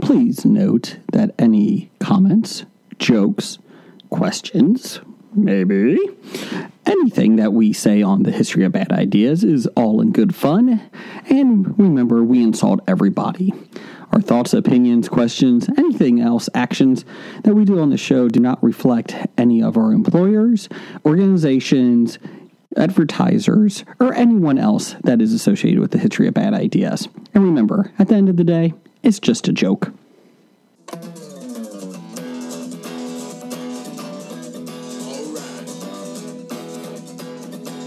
Please note that any comments, jokes, questions, maybe, anything that we say on the history of bad ideas is all in good fun. And remember, we insult everybody. Our thoughts, opinions, questions, anything else, actions that we do on the show do not reflect any of our employers, organizations, advertisers, or anyone else that is associated with the history of bad ideas. And remember, at the end of the day, it's just a joke.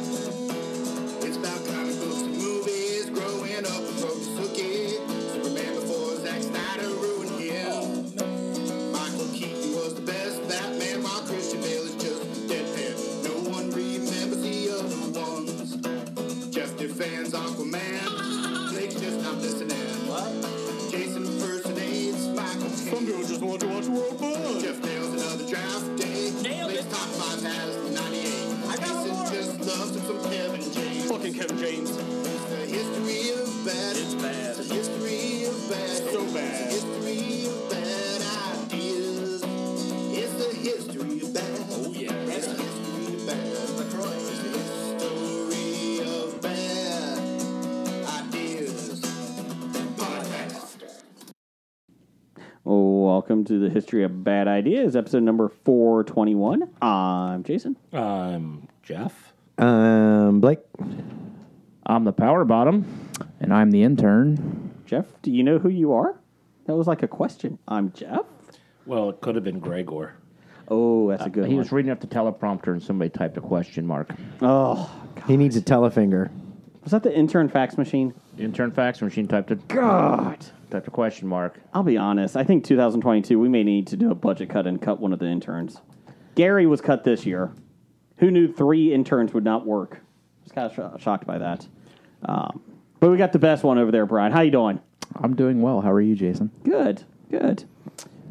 It's about comic books and movies, growing up with Rose Suki. Superman before Zack Snyder ruined him. Michael Keaton was the best Batman, while Christian Bale is just deadpan. No one remembers the other ones. Jeff defends Aquaman. Blake's just not listening. Jason impersonates Michael Some girls just want to watch World Ball. Jeff nails another draft day. Nailed Blake's it. top five has 98. I got Jason one. just loves him some Kevin James. Fucking Kevin James. The history of bad. It's bad. The history of bad. So bad. The history of bad ideas. It's the history of bad. Oh, yeah. It's the history of bad. It's the history of bad ideas. Podcast. Welcome to the History of Bad Ideas, episode number 421. I'm Jason. Um, Jeff. Um, Blake. I'm the power bottom, and I'm the intern. Jeff, do you know who you are? That was like a question. I'm Jeff. Well, it could have been Gregor. Oh, that's a good Uh, He one. was reading off the teleprompter, and somebody typed a question mark. oh, He needs a telefinger. was that the intern fax machine? Intern fax machine typed it. God, typed a question mark. I'll be honest. I think 2022, we may need to do a budget cut and cut one of the interns. Gary was cut this year. Who knew three interns would not work? I was kind of sho shocked by that. Um, but we got the best one over there, Brian. How you doing? I'm doing well. How are you, Jason? Good, good.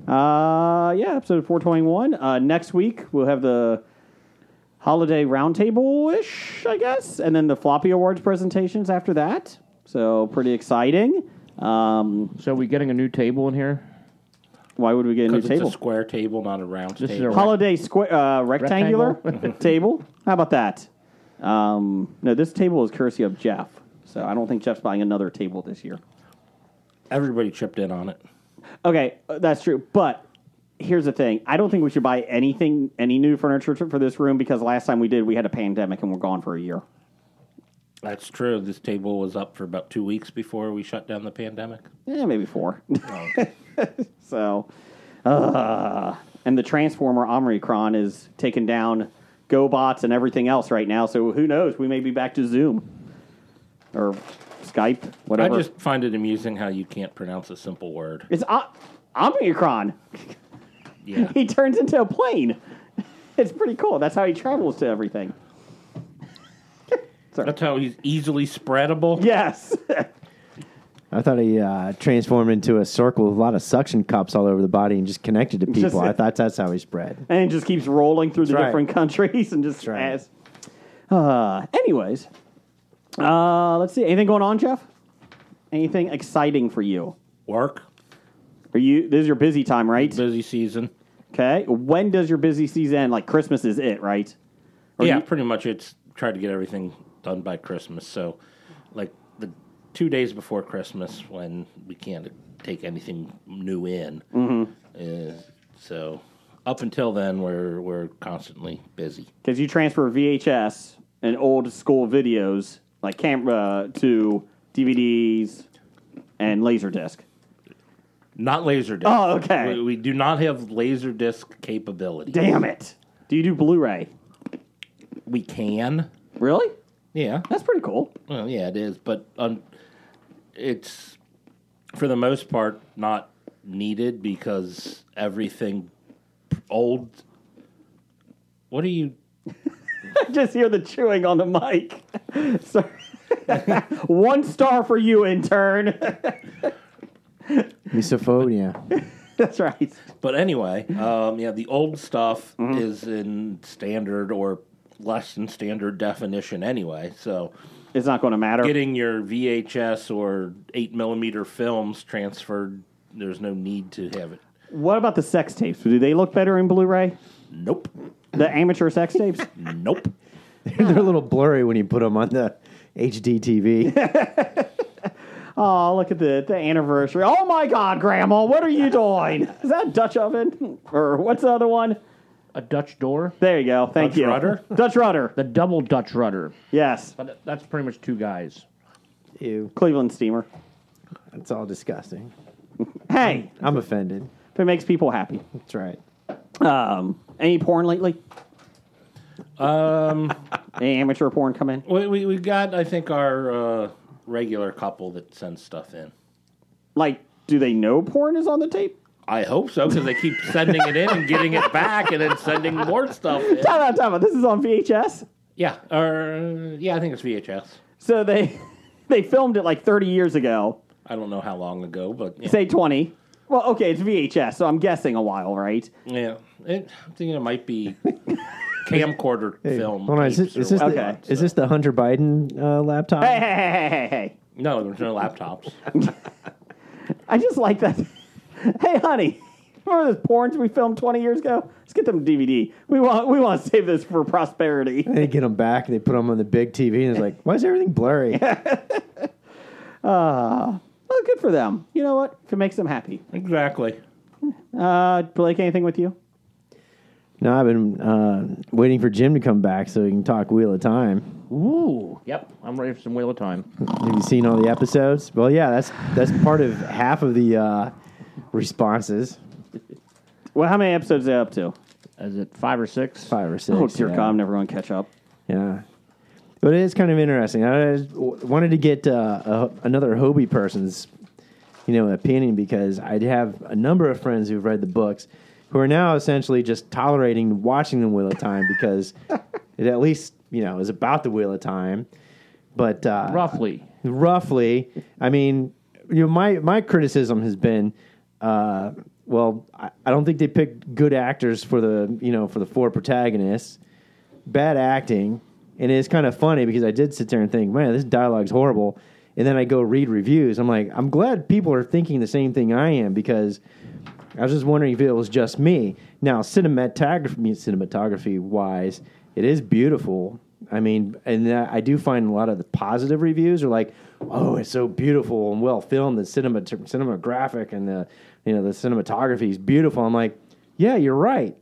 Uh, yeah, episode 421. Uh, next week, we'll have the holiday roundtable ish, I guess, and then the floppy awards presentations after that. So, pretty exciting. Um, So, we getting a new table in here? why would we get a new Because it's table? a square table, not a round This is table. a- holiday square, uh, rectangular table. How about that? Um, no, this table is courtesy of Jeff. So, I don't think Jeff's buying another table this year. Everybody chipped in on it. Okay, uh, that's true. But here's the thing: I don't think we should buy anything, any new furniture t- for this room because last time we did, we had a pandemic and we're gone for a year. That's true. This table was up for about two weeks before we shut down the pandemic. Yeah, Eh, maybe four. Oh, so, uh, and the Transformer Omicron is taking down GoBots and everything else right now. So who knows? We may be back to Zoom or Skype, I whatever. just find it amusing how you can't pronounce a simple word. it's o- Omicron. Yeah. He turns into a plane. It's pretty cool. That's how he travels to everything. That's how he's easily spreadable. Yes. I thought he uh, transformed into a circle with a lot of suction cups all over the body and just connected to people. Just- I thought that's how he spread. and it just keeps rolling through the That's right. different countries and just right. as. Uh, anyways, uh, let's see. Anything going on, Jeff? Anything exciting for you? Work, Are you? This is your busy time, right? busy season. Okay. When does your busy season end? Like Christmas is it, right? yeah, you- pretty much it's try to get everything done by Christmas. So, like the two days before Christmas, when we can't take anything new in, uh, so up until then, we're we're constantly busy. Because you transfer VHS and old school videos like camera to DVDs and Laserdisc. Not laserdisc. Oh, okay. We, we do not have laserdisc capability. Damn it! Do you do Blu-ray? We can. Really? Yeah. That's pretty cool. Well, yeah, it is, but um, it's for the most part not needed because everything old. What are you? just hear the chewing on the mic. Sorry. One star for you, intern. Misophonia. That's right. But anyway, um, yeah, the old stuff Mm-hmm. is in standard or less than standard definition anyway. So It's not going to matter. getting your VHS or eight millimeter films transferred there's no need to have it. What about the sex tapes? Do they look better in Blu-ray? Nope. The amateur sex tapes? Nope. They're a little blurry when you put them on the HD TV. Oh, look at the, the anniversary. Oh my God, Grandma, what are you doing? Is that a Dutch oven? Or what's the other one? A Dutch door, There you go. Thank Dutch you. rudder? Dutch rudder. the double Dutch rudder. Yes. But that's pretty much two guys. Ew, Cleveland steamer. that's all disgusting. Hey, I'm offended. if it makes people happy. That's right. Um, any porn lately? Um, Any amateur porn come in? we, we we got I think our uh, regular couple that sends stuff in. Like, do they know porn is on the tape? I hope so because they keep sending it in and getting it back and then sending more stuff. In. Time out, time out. This is on VHS. Yeah, or yeah, I think it's VHS. So they they filmed it like 30 years ago, I don't know how long ago, but yeah, say 20. Well, okay, it's VHS, so I'm guessing a while, right? yeah. It, I'm thinking it might be camcorder Hey, film. Hold on, is tapes this, is or this, the, whatnot, is so- this the Hunter Biden uh, laptop? Hey, hey, hey, hey, hey, hey. No, there's no laptops. I just like that. hey, honey, remember those porns we filmed 20 years ago? Let's get them DVD. We want we want to save this for prosperity. They get them back and they put them on the big TV and it's like, why is everything blurry? Well, good for them. You know what? If it makes them happy. exactly. Uh, Blake, anything with you? no, I've been uh, waiting for Jim to come back so we can talk Wheel of Time. Ooh. Yep. I'm ready for some Wheel of Time. Have you seen all the episodes? Well, yeah, that's that's part of half of the uh, responses. Well, how many episodes are they up to? Is it five or six? Five or six. Oh, dear yeah. God, I'm never going to catch up. Yeah. But it is kind of interesting. I was- wanted to get uh, a, another Hobie person's, you know, opinion because I have a number of friends who've read the books who are now essentially just tolerating watching the Wheel of Time because it at least, you know, is about the Wheel of Time. But uh, Roughly. roughly. I mean, you know, my my criticism has been, uh, well, I, I don't think they picked good actors for the you know for the four protagonists. Bad acting, and it's kind of funny because I did sit there and think, man, this dialogue's horrible. And then I go read reviews. I'm like, I'm glad people are thinking the same thing I am because I was just wondering if it was just me. Now, cinematography, cinematography wise, it is beautiful. I mean, and I I do find a lot of the positive reviews are like, "Oh, it's so beautiful and well filmed. The cinema, cinematographic, and the you know the cinematography is beautiful." I'm like, "Yeah, you're right,"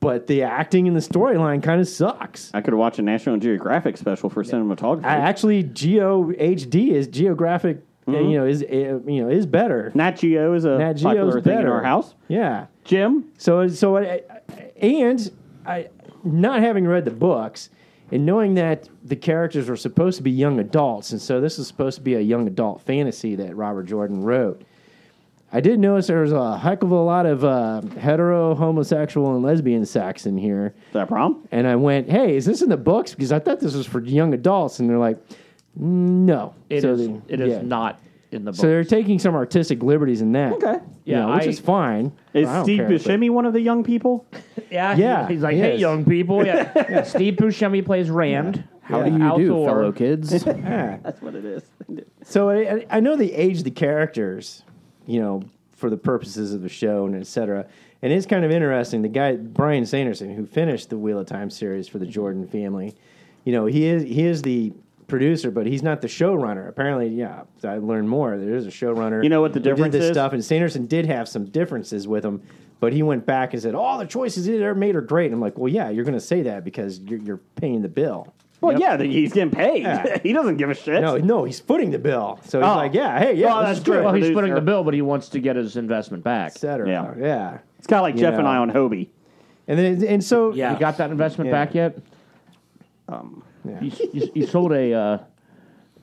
but the acting and the storyline kind of sucks. I could watch a National Geographic special for cinematography. I actually, Geo HD is geographic. You know is uh, you know is better. Nat Geo is Mm-hmm. Nat a popular Geo's thing in better. our house. Yeah. Jim, So so I, and I not having read the books and knowing that the characters were supposed to be young adults and so this is supposed to be a young adult fantasy that Robert Jordan wrote. I did notice there was a heck of a lot of uh, hetero, homosexual, and lesbian sex in here, is that a problem? and I went, "Hey, is this in the books?" Because I thought this was for young adults, and they're like, "No, It is. So they- It is yeah. not in the book. So they're taking some artistic liberties in that, Okay. yeah, Yeah, which I- is fine. Is I don't Steve care, but- Buscemi one of the young people? yeah. Yeah, He's like, he hey, is. young people. Yeah. Steve Buscemi plays Rand. How Yeah. do you do, Althor. fellow kids? Yeah. That's what it is. So I, I- I know they age the characters, you know, for the purposes of the show and et cetera. And it's kind of interesting. The guy Brian Sanderson, who finished the Wheel of Time series for the Jordan family, you know, he is he is the producer, but he's not the showrunner. Apparently, yeah, I learned more. There is a showrunner. You know what the who did difference this is? Stuff and Sanderson did have some differences with him, but he went back and said, "All the choices they made are great." And I'm like, "Well, yeah, you're going to say that because you're, you're paying the bill." Well, yeah, yeah, he's getting paid. Yeah. he doesn't give a shit. No, no, he's footing the bill. So he's Oh. like, "Yeah, hey, yeah, Oh, this that's is true. good." well, he's Producer. footing the bill, but he wants to get his investment back. etc. Yeah. Yeah. It's kind of like You Jeff and know. I on Hobie. And then and so Yeah. You got that investment Yeah. back yet? Um, You, you, you sold a uh,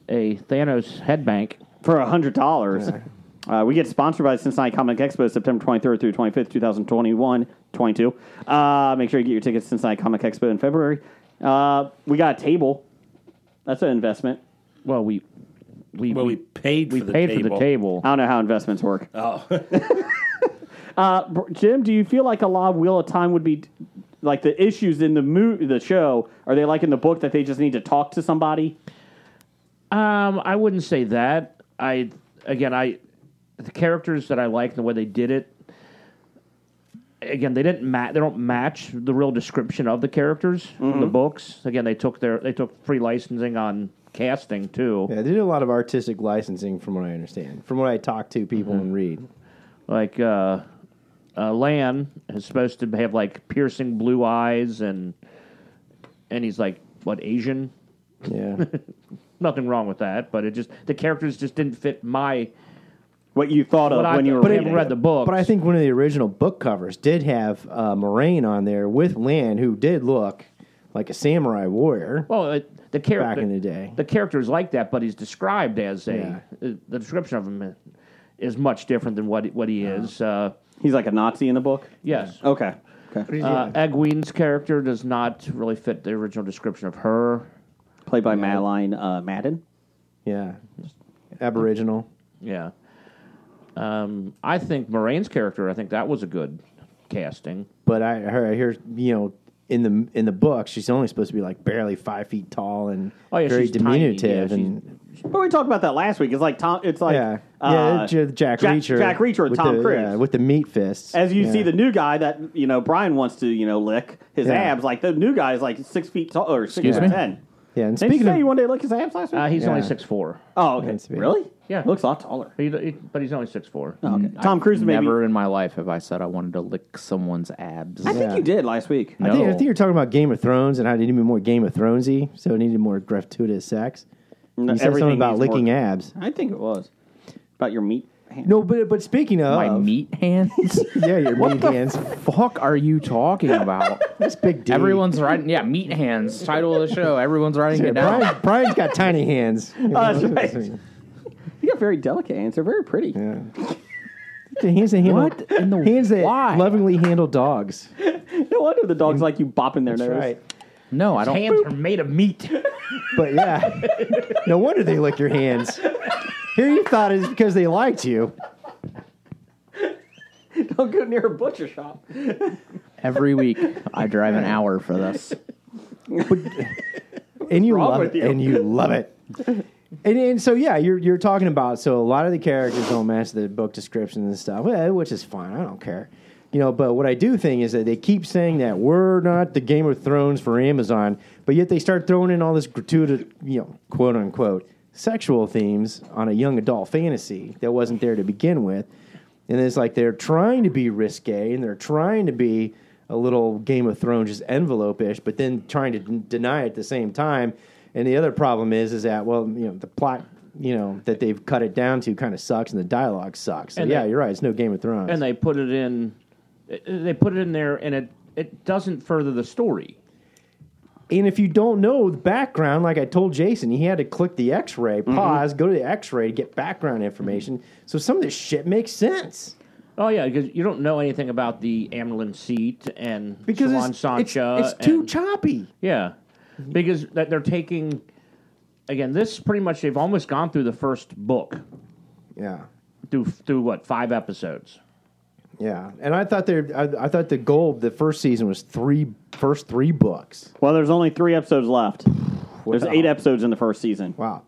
a Thanos head bank. for a hundred dollars. Uh, we get sponsored by the Cincinnati Comic Expo September 23rd through 25th, 2021, 22. Uh, make sure you get your tickets to Cincinnati Comic Expo in February. Uh, we got a table. That's an investment. Well, we we Well, we paid for we the paid table. for the table. I don't know how investments work. Oh, Uh, Br- Jim, do you feel like a lot of Wheel of Time would be like the issues in the mo- the show? Are they like in the book that they just need to talk to somebody? Um, I wouldn't say that. I again, I the characters that I liked and the way they did it. Again, they didn't ma- they don't match the real description of the characters in Mm-hmm. the books. Again, they took their they took free licensing on casting too. Yeah, they did a lot of artistic licensing, from what I understand, from what I talk to people Mm-hmm. and read. Like uh, uh, Lan is supposed to have like piercing blue eyes and and he's like what Asian. Yeah, Nothing wrong with that, but it just the characters just didn't fit my What you thought of what I when you were but I reading haven't read the book. but I think one of the original book covers did have uh, Moraine on there with Lan, who did look like a samurai warrior. Well, it, the character Back in the day. the character is like that, but he's described as a uh, the description of him is much different than what what he Uh-huh. is. Uh, He's like a Nazi in the book. yes, Okay. Okay. uh, Egwene's character does not really fit the original description of her. Played by Madeline uh, Madden. Yeah, Aboriginal. Yeah, um, I think Moraine's character. I think that was a good casting. But I heard, I hear you know in the in the book she's only supposed to be like barely five feet tall and Oh, yeah, very she's tiny. diminutive Yeah, she's- and But we talked about that last week. It's like Tom. It's like yeah uh, yeah J- Jack, Reacher Jack Reacher with Tom the, Cruise. yeah, with the meat fists As you Yeah. see the new guy that you know Brian wants to you know lick his Yeah. abs. Like the new guy is like six feet tall or six Excuse foot me? ten. yeah and Did you speaking say of you wanted to lick his abs last week? Uh, he's only Yeah. six four. oh, okay. That's me. Really? Yeah. Looks a lot taller. But he's only six four. Oh, Okay. Tom Cruise maybe. Never in my life have I said I wanted to lick someone's abs. I think Yeah. you did last week. I think, I No. think you're talking about Game of Thrones and how it needed to be more Game of Thronesy, so it needed more gratuitous sex. you said everything something about needs licking more- abs. I think it was about your meat. hand. No, but but speaking of My meat hands? yeah, your meat hands, fuck are you talking about? that's big. D. Everyone's writing, yeah, meat hands. Title of the show. Everyone's writing Yeah, it down. Brian, Brian's got tiny hands. Oh, that's right. You got very delicate hands. They're very pretty. Yeah. The hands that handle What in the- hands that why? lovingly handle dogs. No wonder the dogs like you bopping their That's nose. right. No, I don't. Hands are made of meat. But yeah, no wonder they lick your hands. Here you thought it's because they liked you. Don't go near a butcher shop. Every week, I drive an hour for this. and you wrong love with it, you? and you love it. And, and so yeah, you're you're talking about so a lot of the characters don't match the book descriptions and stuff, eh, which is fine. I don't care, you know. But what I do think is that they keep saying that we're not the Game of Thrones for Amazon, but yet they start throwing in all this gratuitous, you know, quote unquote, sexual themes on a young adult fantasy that wasn't there to begin with. And it's like they're trying to be risque and they're trying to be a little Game of Thrones just envelope ish, but then trying to d- deny it at the same time. And the other problem is, is that well, you know, the plot, you know, that they've cut it down to kind of sucks, and the dialogue sucks. So, And yeah, they- you're right. It's no Game of Thrones. and they put it in they put it in there and it it doesn't further the story And if you don't know the background, like I told Jason, he had to click the x ray, Mm-hmm. pause, go to the x ray to get background information. So some of this shit makes sense. oh yeah because you don't know anything about the Amlin seat and Because Salon it's, it's, Sancha it's too and- choppy. yeah because that they're taking again this pretty much they've almost gone through the first book Yeah. through through what five episodes Yeah, and I thought they, I, I thought the goal of the first season was three first three books. Well, there's only three episodes left. There's Wow. eight episodes in the first season. Wow.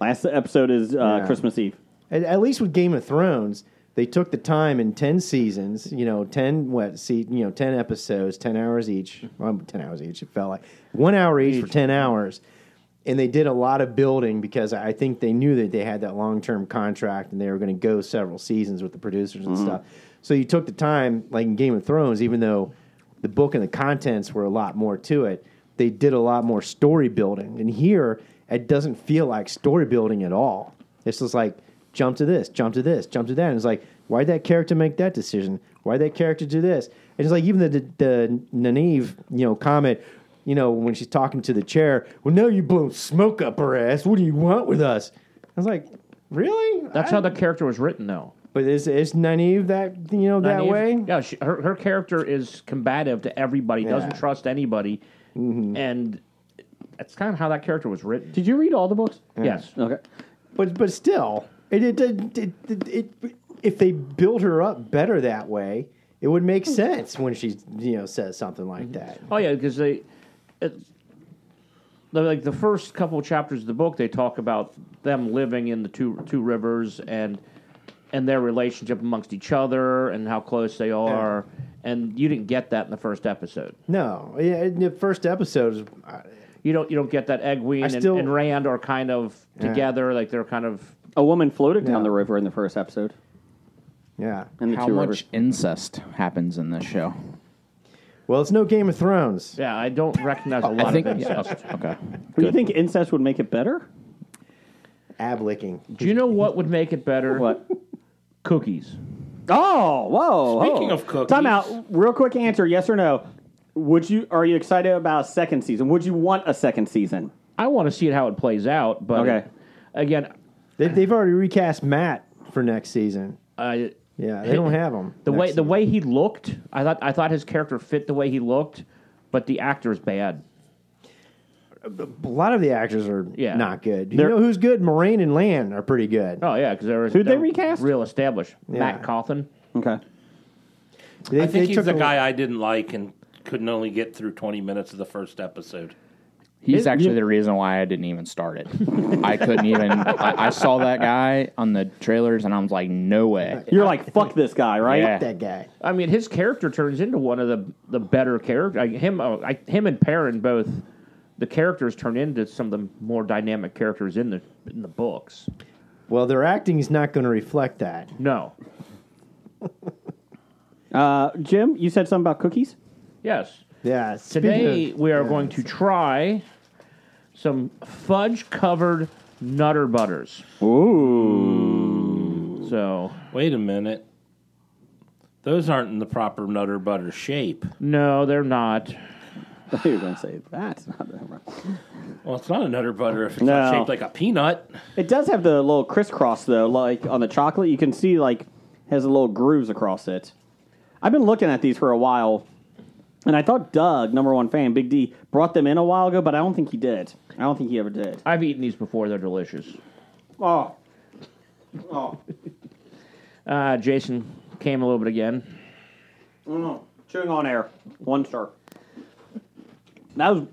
Last episode is uh, Yeah. Christmas Eve. At, at least with Game of Thrones, they took the time in ten seasons. You know, ten what? See, you know, ten episodes, ten hours each. Well, ten hours each. It felt like one hour each, for ten hours. And they did a lot of building because I think they knew that they had that long term contract and they were going to go several seasons with the producers and stuff. So you took the time, like in Game of Thrones, even though the book and the contents were a lot more to it. They did a lot more story building. And here, it doesn't feel like story building at all. It's just like jump to this, jump to this, jump to that. And it's like, why'd that character make that decision? Why'd that character do this? And it's like even the the, the Nynaeve, you know, comment, you know, when she's talking to the chair, well, now you blown smoke up her ass. What do you want with us? I was like, really? that's I- how the character was written though But is is Nynaeve that you know that Nynaeve- way? yeah she, her, her character is combative to everybody doesn't trust anybody Mm-hmm. and that's kind of how that character was written Did you read all the books? yes Okay. But but still, it it, it, it, it, if they build her up better that way, it would make sense when she you know says something like that. Oh yeah, because they, it, the- like the first couple chapters of the book, they talk about them living in the two two rivers and and their relationship amongst each other and how close they are. And you didn't get that in the first episode. No, yeah, in the first episode, I, You don't you don't get that Egwene I and, still- and Rand are kind of Yeah. together, like they're kind of A woman floated down Yeah. the river in the first episode. yeah. In the How two much rivers. incest happens in this show? Well, it's no Game of Thrones. yeah. I don't recognize a lot I think. of yeah, incest. okay. Do you think incest would make it better? Ab licking. Do you know what would make it better? What? Cookies. Oh, whoa! Speaking whoa. of cookies- time out. Real quick answer: yes or no? Would you? Are you excited about a second season? Would you want a second season? I want to see it how it plays out, but Okay. again, They, they've already recast Matt for next season. I, Yeah, they don't have him. the next way the season. way he looked, I thought I thought his character fit the way he looked, but the actor's bad. a lot of the actors are Yeah. not good. You They're- know who's good? Moraine and Lan are pretty good. Oh yeah, because there was Who'd they there were recast? Real established. Yeah. Matt Cawthon. Okay. They, I they think he's took the a- guy I didn't like and couldn't only get through 20 minutes of the first episode. He's It- actually you- the reason why I didn't even start it. I couldn't even. I, I saw that guy on the trailers, and I was like, "No way!" You're like fuck this guy, right? Yeah. That guy. I mean, his character turns into one of the the better character. I, him, uh, I, him and Perrin both. The characters turn into some of the more dynamic characters in the in the books. Well, their acting is not going to reflect that. No, Uh, Jim, you said something about cookies. yes. Yeah. speaking Today of- we are yeah. going to try some fudge covered Nutter Butters. Ooh. So Wait a minute. Those aren't in the proper nutter butter shape. no, they're not. You're gonna say that's not the Well, it's not a nutter butter if it's No. not shaped like a peanut. It does have the little crisscross though, like on the chocolate. You can see like has a little grooves across it. I've been looking at these for a while, and I thought Doug, number one fan, Big D, brought them in a while ago, but I don't think he did. I don't think he ever did. I've eaten these before. They're delicious. Oh, oh, Uh, Jason came a little bit again. chewing on air. One star. That was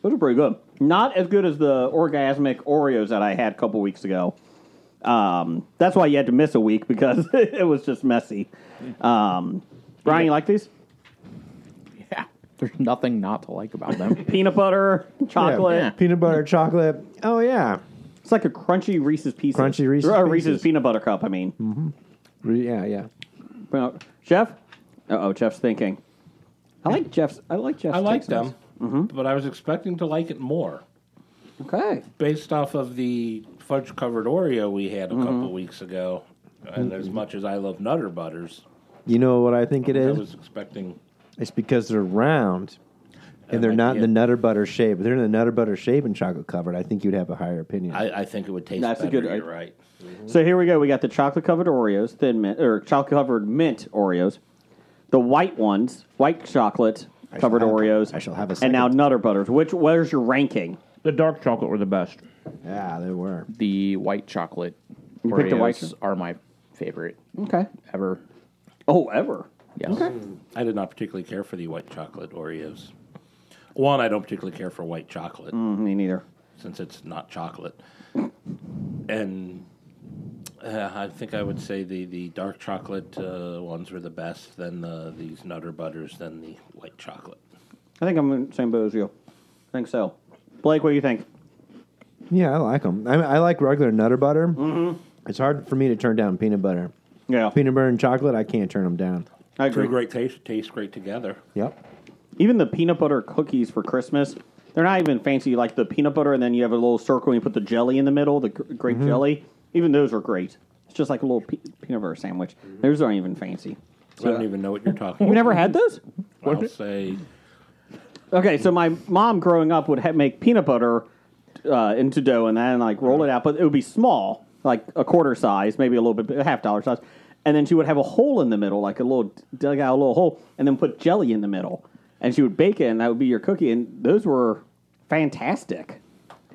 those are pretty good. Not as good as the orgasmic Oreos that I had a couple weeks ago. Um, that's why you had to miss a week because it was just messy. Um, Brian, you like these? Yeah, there's nothing not to like about them. peanut butter, Yeah, chocolate. peanut butter, chocolate. Oh yeah, It's like a crunchy Reese's Pieces. Crunchy Reese's Or a Reese's Pieces. Mm. peanut butter cup. I mean, Re- yeah, yeah. Well, Jeff. Uh oh, Jeff's thinking. I like Jeff's. I like Jeff's. I like takes on them, but I was expecting to like it more this. Okay. based off of the fudge covered Oreo we had a couple weeks ago. And as much as I love nutter butters, You know what I think it I is? was expecting. It's because they're round and they're might not be in the it. nutter butter shape. If they're in the nutter butter shape and chocolate covered, I think you'd have a higher opinion. I, I think it would taste That's a better. good- you're right. So here we go. We got the chocolate covered Oreos, thin mint or chocolate covered mint Oreos, the white ones, white chocolate shall covered have a- Oreos. I shall have a And now second. Nutter Butters. Which where's your ranking? The dark chocolate were the best. yeah, they were. The white chocolate You picked the white Oreos one? are my favorite Okay. ever. Oh, ever. Yes. I did not particularly care for the white chocolate Oreos. One, I don't particularly care for white chocolate Mm, Me neither. since it's not chocolate. And uh, I think I would say the, the dark chocolate uh, ones were the best, then the, these Nutter Butters, then the white chocolate. I think I'm in the same boat as you. I think so. Blake, what do you think? Yeah, I like them. I, I like regular nutter butter. Mm-hmm. It's hard for me to turn down peanut butter. Yeah. Peanut butter and chocolate, I can't turn them down. I Two agree. great taste, taste great together. Yep. even the peanut butter cookies for Christmas, they're not even fancy like the peanut butter, and then you have a little circle and you put the jelly in the middle, the gr- grape Mm-hmm. jelly. Even those are great. It's just like a little pe- peanut butter sandwich. Those aren't even fancy. I don't even know what you're talking You about. never had those? I'll say Okay, so my mom growing up would ha- make peanut butter uh, into dough and then like roll it out, but it would be small, like a quarter size, maybe a little bit, a half dollar size, and then she would have a hole in the middle, like a little dug out a little hole, and then put jelly in the middle, and she would bake it, and that would be your cookie, and those were fantastic.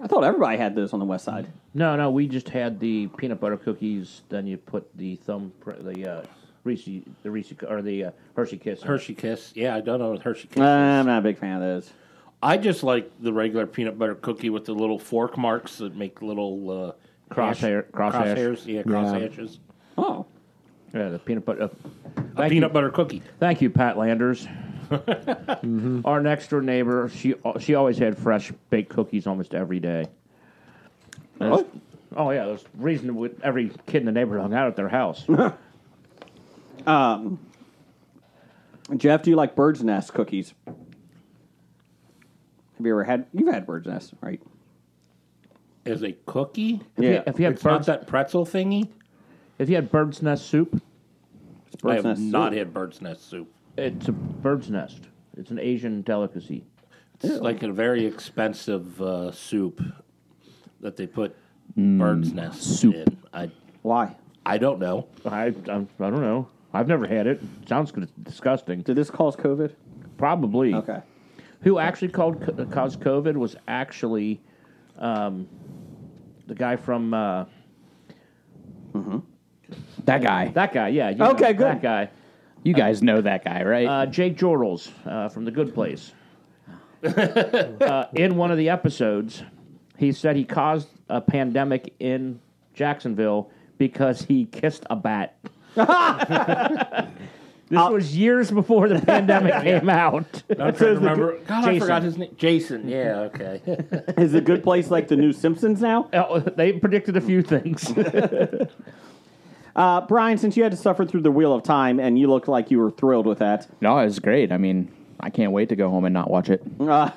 I thought everybody had those on the west side. No, no, we just had the peanut butter cookies. Then you put the thumb, the uh, Reese, the Reese, or the uh, Hershey Kiss. in it. Hershey Kiss. Yeah, I don't know what Hershey Kiss Uh, is. I'm not a big fan of those. I just like the regular peanut butter cookie with the little fork marks that make little uh, Crosshair- hash- crosshash. crosshairs. Yeah, crosshairs. Oh, Yeah, the peanut butter. uh, A thank peanut you, butter cookie. Thank you, Pat Landers. Mm-hmm. Our next door neighbor, she uh, she always had fresh baked cookies almost every day. What? Oh yeah, there's reason with every kid in the neighborhood hung out at their house. Jeff, do you like bird's nest cookies? Have you ever had? You've had bird's nest, right? As a cookie? Yeah, if you had It's not birds, that pretzel thingy? if you had bird's nest soup, It's I bird's have nest not soup. had bird's nest soup. it's a bird's nest. It's an Asian delicacy. It's like a very expensive uh, soup that they put Mm. bird's nest soup. in. I Why? I don't know. I I'm, I don't know. I've never had it. Sounds good. disgusting. Did this cause COVID? Probably. Okay. Who actually called co- uh, caused COVID was actually um, the guy from uh, That guy. that guy. Yeah. you know, Okay, good. That guy, You guys know that guy, right? uh, Jake Jordals uh, from The Good Place. uh, in one of the episodes, he said he caused a pandemic in Jacksonville because he kissed a bat. this was years before the pandemic came out. I'm trying to remember. God, I Jason. forgot his name. Jason. Yeah. Okay. Is the good place like the new Simpsons now? Uh, they predicted a few things. Uh, Brian, since you had to suffer through the Wheel of Time and you looked like you were thrilled with that, no, it was great. I mean, I can't wait to go home and not watch it. uh,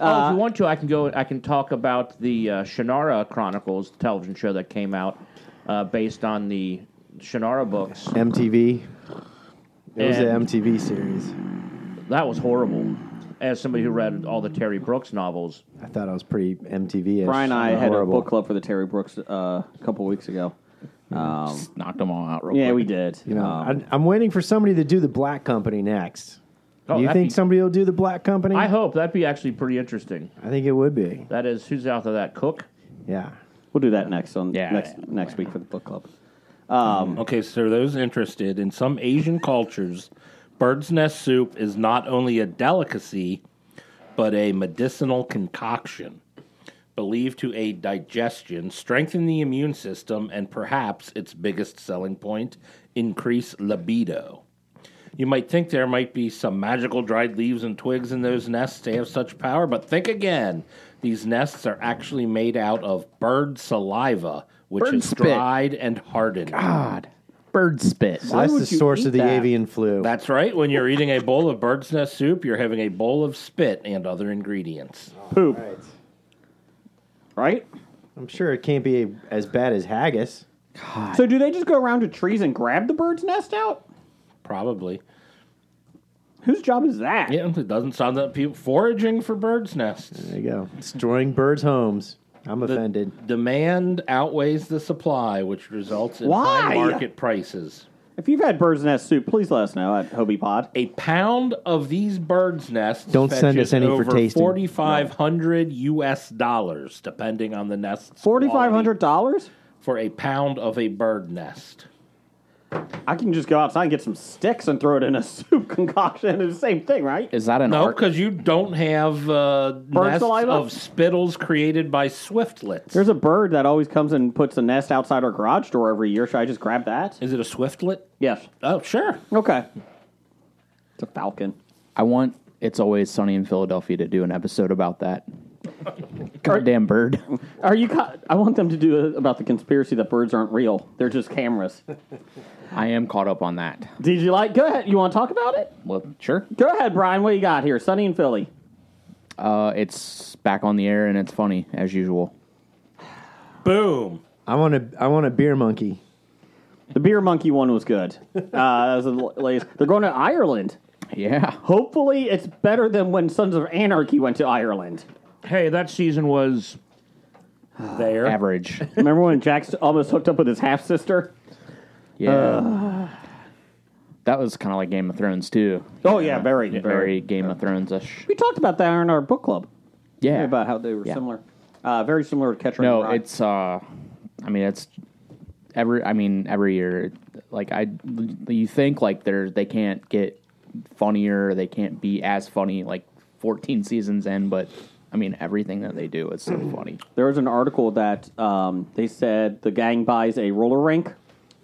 Oh, if you want to, I can go. I can talk about the uh, Shannara Chronicles the television show that came out uh, based on the Shannara books. MTV. It was And- an MTV series. That was horrible. As somebody who read all the Terry Brooks novels, I thought I was pretty MTV. Brian and I had a book club for the Terry Brooks uh, a couple weeks ago. Just knocked them all out real Yeah, quick. we did. Um, You know, I'm, I'm waiting for somebody to do the Black Company next. Oh, you that'd think be- somebody will do the Black Company? I hope that'd be actually pretty interesting. I think it would be. That is, who's out of that cook? Yeah. We'll do that next on Yeah. next next week for the book club. Okay, so those interested in some Asian cultures, bird's nest soup is not only a delicacy, but a medicinal concoction believed to aid digestion, strengthen the immune system, and perhaps its biggest selling point, increase libido. You might think there might be some magical dried leaves and twigs in those nests to have such power, but think again. These nests are actually made out of bird saliva, which Bird is spit. dried and hardened. God. Bird spit. So that's would the you source eat of the that? avian flu. That's right. When you're eating a bowl of bird's nest soup, you're having a bowl of spit and other ingredients. Poop, right. right? I'm sure it can't be as bad as haggis. So do they just go around to trees and grab the bird's nest out? Probably. Whose job is that? Yeah, it doesn't sound that people foraging for birds' nests. There you go. Destroying birds' homes. I'm offended. Demand outweighs the supply, which results in Why? high market prices. If you've had bird's nest soup, please let us know at Hobie Pod. A pound of these birds' nests Don't send fetches us any for over tasting. Forty five hundred U.S. dollars, depending on the nest. Forty five hundred dollars? for a pound of a bird nest. I can just go outside and get some sticks and throw it in a soup concoction. It's the same thing, right? Is that an No, arc? because you don't have uh, nests saliva? of spittles created by swiftlets. There's a bird that always comes and puts a nest outside our garage door every year. Should I just grab that? Is it a swiftlet? Yes. Oh, sure. Okay. It's a falcon. I want It's Always Sunny in Philadelphia to do an episode about that. Goddamn bird. Are you? co- I want them to do a, about the conspiracy that birds aren't real. They're just cameras. I am caught up on that. Did you like? Go ahead. You want to talk about it? Well, sure. Go ahead, Brian. What you got here? Sunny and Philly. Uh, it's back on the air and it's funny as usual. Boom. I want a, I want a beer monkey. The beer monkey one was good. Uh, that was the l- latest. They're going to Ireland. Yeah. Hopefully, it's better than when Sons of Anarchy went to Ireland. Hey, that season was There. Average. Remember when Jack's almost hooked up with his half sister? Yeah. that was kind of like Game of Thrones too. Oh yeah, very, Very Game of Thrones ish. We talked about that in our book club Yeah. about how they were Yeah. similar, uh, very similar to Catcher. in No, the Rye. it's uh I mean it's every I mean every year like I you think like they're they can't get funnier, they can't be as funny like 14 seasons in but I mean everything that they do is so funny. There was an article that um, they said the gang buys a roller rink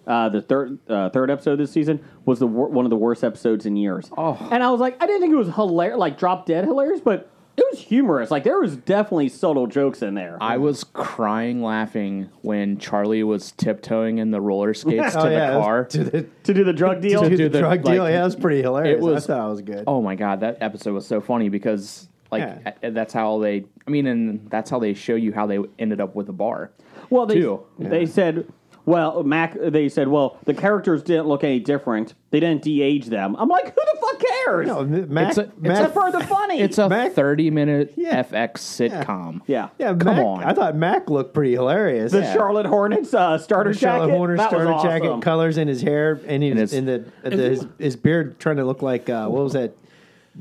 uh, the third uh, third episode this season was the wor- one of the worst episodes in years. Oh, and I was like, I didn't think it was hilarious, like drop dead hilarious, but it was humorous. Like there was definitely subtle jokes in there. I was crying laughing when Charlie was tiptoeing in the roller skates Oh, to yeah, the car. to the, to Oh, do the drug deal, to do the the, drug like, deal. Yeah, that was pretty hilarious. it was- I thought it was good. Oh my god, that episode was so funny because like Yeah. a- that's how they. I mean, and that's how they show you how they ended up with the bar. Well, they Two. they said, well, Mac. They said, well, the characters didn't look any different. They didn't de-age them. I'm like, who the fuck cares? No, Mac, It's a- it's Mac, Except for the funny. It's a Mac- thirty-minute Yeah. FX sitcom. yeah, yeah, come Mac- on. I thought Mac looked pretty hilarious. The Yeah. Charlotte Hornets uh, starter Charlotte jacket. Horner that was starter awesome. jacket colors in his hair and he was his- in the, uh, the his, his beard trying to look like uh, what was that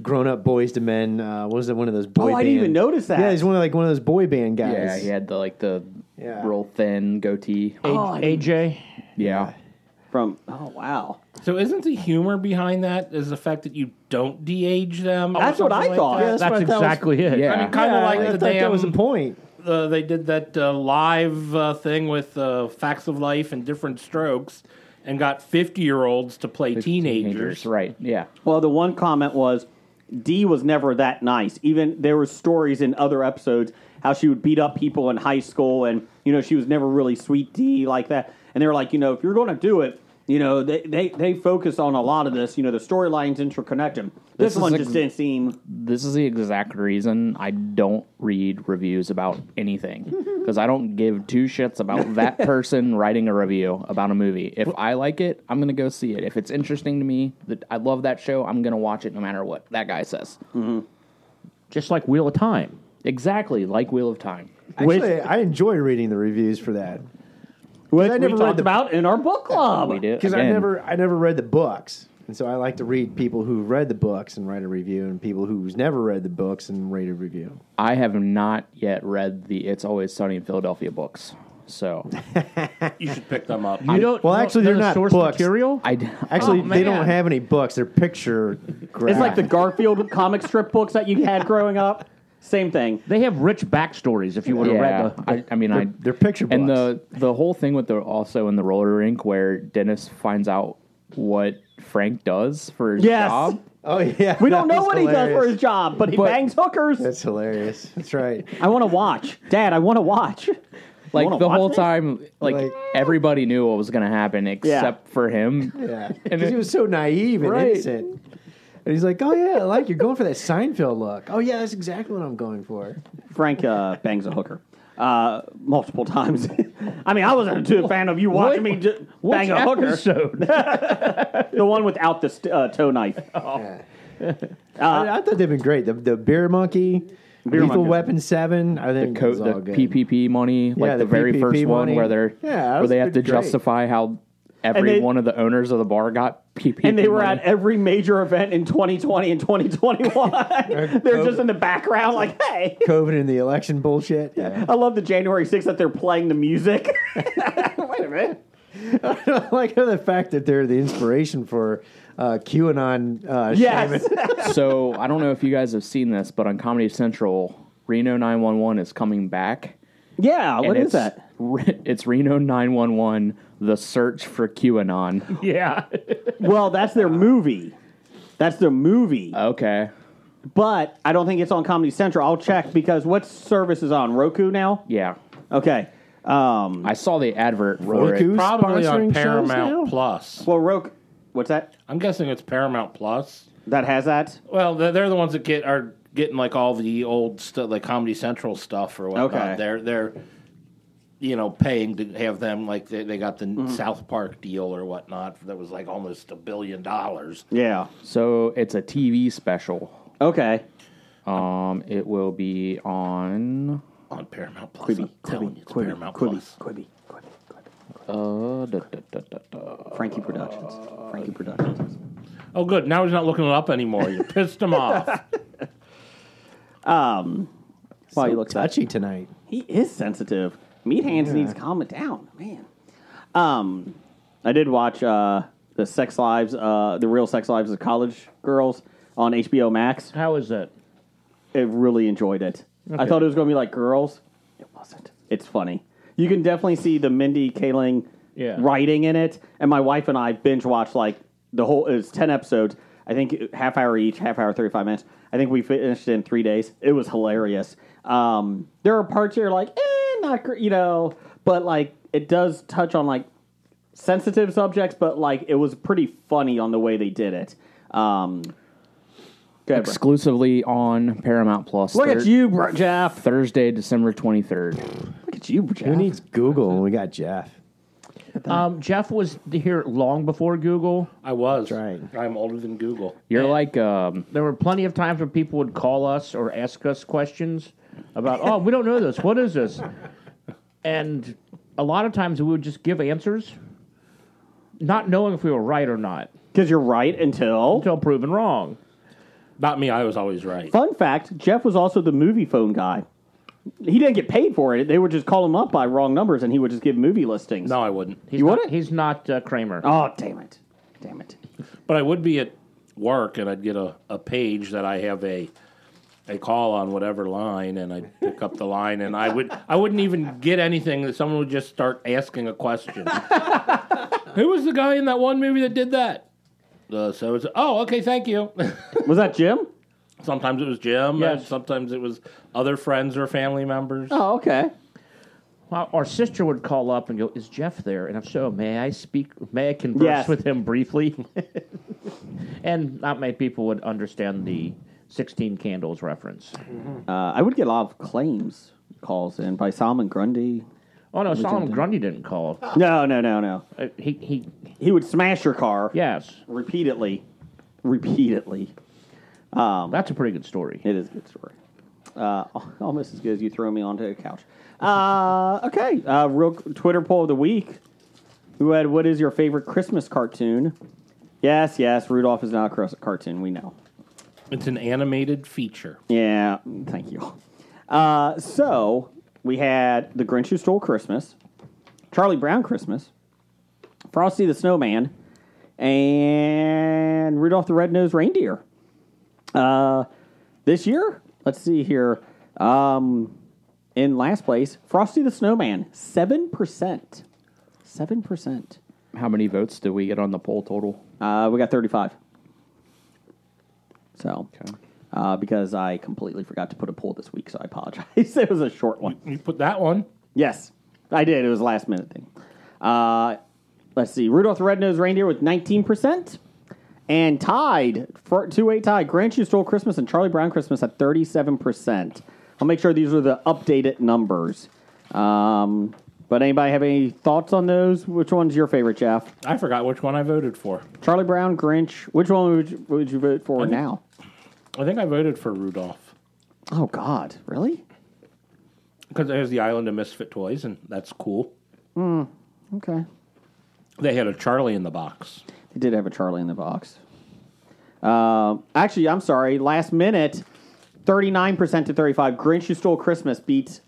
grown up boys to men uh, what was it one of those boy Oh, I didn't band- even notice that. yeah he's one of like one of those boy band guys Yeah, he had the like the Yeah. real thin goatee. Oh, AJ. yeah. From oh wow, So isn't the humor behind that is the fact that you don't de-age them? or That's what something I like thought. that? Yeah, that's That's what I thought was- exactly it. Yeah. I mean, kind of Yeah, like I the thought damn. that was the point uh, they did that uh, live uh, thing with uh, Facts of Life and Different Strokes, and got fifty-year-olds to play teenagers. Teenagers, right? Yeah. Well, the one comment was Dee was never that nice. Even there were stories in other episodes how she would beat up people in high school, and you know she was never really sweet Dee like that. And they were like, you know, if you're going to do it, you know, they, they they focus on a lot of this. You know, the storylines interconnected. This, This is one ex- just didn't seem. This is the exact reason I don't read reviews about anything because I don't give two shits about that person writing a review about a movie. If I like it, I'm gonna go see it. If it's interesting to me, that I love that show, I'm gonna watch it no matter what that guy says. Just like Wheel of Time. Exactly, like Wheel of Time. actually I enjoy reading the reviews for that Which I we never read talked the- about in our book club. We did because I again. never I never read the books and so I like to read people who read the books and write a review and people who's never read the books and rate a review I have not yet read the It's Always Sunny in Philadelphia books, so You should pick them up. You don't. well, you don't actually, know they're the not source books. material. I actually Oh, they don't man. have any books they're picture It's like graphic. the Garfield comic strip books that you had growing up. Same thing. They have rich backstories. If you would have yeah. read the, I, I mean, I they're picture books. and the the whole thing with the also in the roller rink where Dennis finds out what Frank does for his Yes. job. oh yeah, We don't know what he does for his job, but he But- bangs hookers. That's hilarious. That's right. I want to watch, Dad. I want to watch. Like wanna the watch whole this? time, like, Like- everybody knew what was going to happen except for him. Yeah, And because it- he was so naive and Right. innocent. And he's like, "Oh yeah, I like you're going for that Seinfeld look. Oh yeah, that's exactly what I'm going for." Frank uh, bangs a hooker uh, multiple times. I mean, I wasn't too a fan of you watching me ju- bang a hooker. episode. The one without the st- uh, toe knife. Oh, Yeah. Uh, I, I thought they've been great. The, the beer monkey, lethal Monkey. weapon seven. I think Co- it was all the good. PPP money, like the, the very PPP first money. one where they're Yeah, that where was they have to pretty great. justify how every they- one of the owners of the bar got PPP, And they were money. at every major event in 2020 and 2021. They're just in the background, like, hey. COVID and the election bullshit. Yeah, I love the January 6th that they're playing the music. Wait a minute. I like how the fact that they're the inspiration for uh, QAnon. Uh, Yes. shaman. so I don't know if you guys have seen this, but on Comedy Central, Reno 911 is coming back. yeah, what and is it's- that? Re- It's Reno 911, The Search for QAnon. yeah. Well, that's their movie. That's their movie. Uh, Okay. but I don't think it's on Comedy Central. I'll check because what service is on? Roku now? Yeah. Okay. Um, I saw the advert for Roku? it. Probably Sponsoring on shows Paramount now? Plus. well, Roku. What's that? I'm guessing it's Paramount Plus. That has that? Well, they're, they're the ones that get are getting like all the old stuff, like Comedy Central stuff or whatnot. Okay. They're they're you know paying to have them like they, they got the Mm-hmm. South Park deal or whatnot that was like almost a billion dollars. Yeah. So it's a TV special. Okay. Um, it will be on. on Paramount Plus. I'm telling you, it's Paramount Plus. Quibi, Quibi, Uh, da, da, da, da, da. Quibi. Frankie Productions. Frankie Productions. Oh, good. Now he's not looking it up anymore. You pissed him off. Wow, you so look touchy. touchy tonight. He is sensitive. Meat Hands needs to calm it down, man. Um, I did watch uh, the Sex Lives, uh, the Real Sex Lives of College Girls on HBO Max. How is that? I really enjoyed it. I thought it was going to be like girls. It wasn't. It's funny. You can definitely see the Mindy Kaling Yeah. writing in it. And my wife and I binge watched like the whole. It's ten episodes. I think half hour each, half hour, thirty five minutes. I think we finished it in three days. It was hilarious. Um, there are parts you're like, eh, not great, you know, but like it does touch on like sensitive subjects, but like it was pretty funny on the way they did it. Um, go ahead, bro. Exclusively on Paramount Plus. Look at Thir- you, bro, Jeff. Thursday, December 23rd. Look at you, Jeff. Who needs Google when we got Jeff? Um, Jeff was here long before Google. I was. right. I'm older than Google. You're like, um, There were plenty of times when people would call us or ask us questions about, oh, we don't know this. What is this? And a lot of times we would just give answers, not knowing if we were right or not, Because you're right until. until proven wrong. Not me. I was always right. Fun fact Jeff was also the movie phone guy. He didn't get paid for it. They would just call him up by wrong numbers and he would just give movie listings. No, I wouldn't. He's You not, wouldn't? He's not uh, Kramer. Oh, damn it. Damn it. But I would be at work and I'd get a, a page that I have a a call on whatever line and I'd pick up the line and I would I wouldn't even get anything that someone would just start asking a question. Who was the guy in that one movie that did that? Uh, so it's oh okay thank you. Was that Jim? sometimes it was Jim. Yes. Sometimes it was other friends or family members. Oh, okay. Well, our sister would call up and go, "Is Jeff there?" And if so, may I speak? May I converse Yes. with him briefly? and not many people would understand the sixteen candles reference. Uh, I would get a lot of claims calls in by Solomon Grundy. Oh no, Solomon Grundy didn't call. No, no, no, no. Uh, he he. He would smash your car Yes, repeatedly. Repeatedly. Um, that's a pretty good story. It is a good story. Uh, al- almost as good as you throw me onto a couch. Uh, okay. Uh, real qu- Twitter poll of the week. Who had what is your favorite Christmas cartoon? Yes, yes. Rudolph is not a cros- cartoon. We know. It's an animated feature. Yeah. Thank you. Uh, so we had the Grinch Who Stole Christmas, Charlie Brown Christmas, Frosty the Snowman, and Rudolph the Red-Nosed Reindeer. Uh, this year, let's see here. Um, in last place, Frosty the Snowman, seven percent. Seven percent. how many votes did we get on the poll total? Uh, we got thirty-five. So, uh, because I completely forgot to put a poll this week, so I apologize. it was a short one. You put that one. Yes, I did. It was a last minute thing. Uh, let's see. Rudolph the Red-Nosed Reindeer with 19%. And tied, for, two-way tie, Grinch Who Stole Christmas and Charlie Brown Christmas at 37%. I'll make sure these are the updated numbers. Um, but anybody have any thoughts on those? Which one's your favorite, Jeff? I forgot which one I voted for. Charlie Brown, Grinch. Which one would you, would you vote for now? I think I voted for Rudolph. Oh, God. Really? because there's the island of misfit toys, and that's cool. Okay. They had a Charlie in the box. They did have a Charlie in the box. Um, actually, I'm sorry. Last minute, 39% to 35. Grinch Who Stole Christmas beat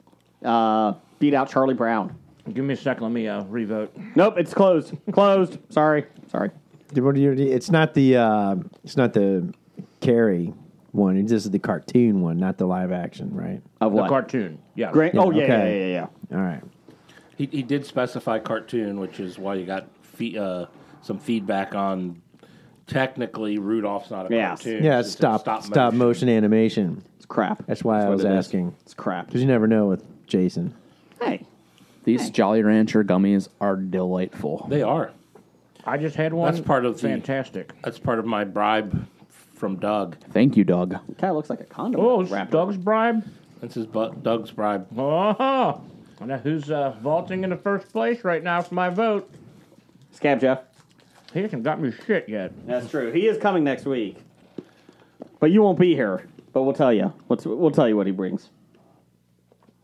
uh, beat out Charlie Brown. Give me a second. Let me uh, revote. Nope, it's closed. closed. Sorry. Sorry. The- what do you- It's not the uh, it's not the Carrie one. It's just the cartoon one, not the live action, right? Of The what? cartoon. Yeah. Grin- oh, yeah, okay. yeah, yeah, yeah, yeah. All right. He, he did specify cartoon, which is why you got fe- uh, some feedback on. Technically, Rudolph's not a Yes. cartoon. Yeah, It's stop stop motion. animation. It's crap. That's why I what was it is. asking It's crap. because you never know with Jason. Hey. These Jolly Rancher gummies are delightful. They are. I just had one. That's part of the- fantastic. That's part of my bribe from Doug. Thank you, Doug. Kind of looks like a condom. Oh, it's wrapper. Doug's bribe. This is Bu- Doug's bribe. Oh, now who's uh, vaulting in the first place right now for my vote? Scab Jeff. He hasn't got me shit yet. That's true. He is coming next week. But you won't be here. But we'll tell you. What's, we'll tell you what he brings.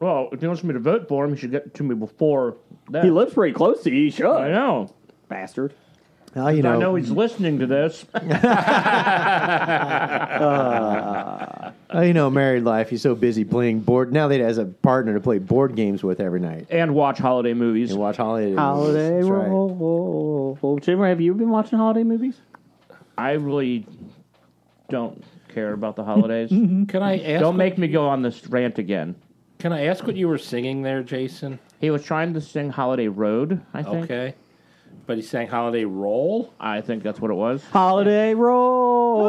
Well, if he wants me to vote for him, he should get to me before that. He lives pretty close to you. He should. I know. Bastard. Now you I know. know he's listening to this. now you know. Married life. He's so busy playing board. Now that he has a partner to play board games with every night and watch holiday movies. and watch holiday. movies. Holiday That's right. roll. Jim, have you been watching holiday movies? I really don't care about the holidays. Can I ask? don't make me go on this rant again. Can I ask what you were singing there, Jason? He was trying to sing Holiday Road, I think. Okay. But he sang Holiday Roll. I think that's what it was. Holiday roll.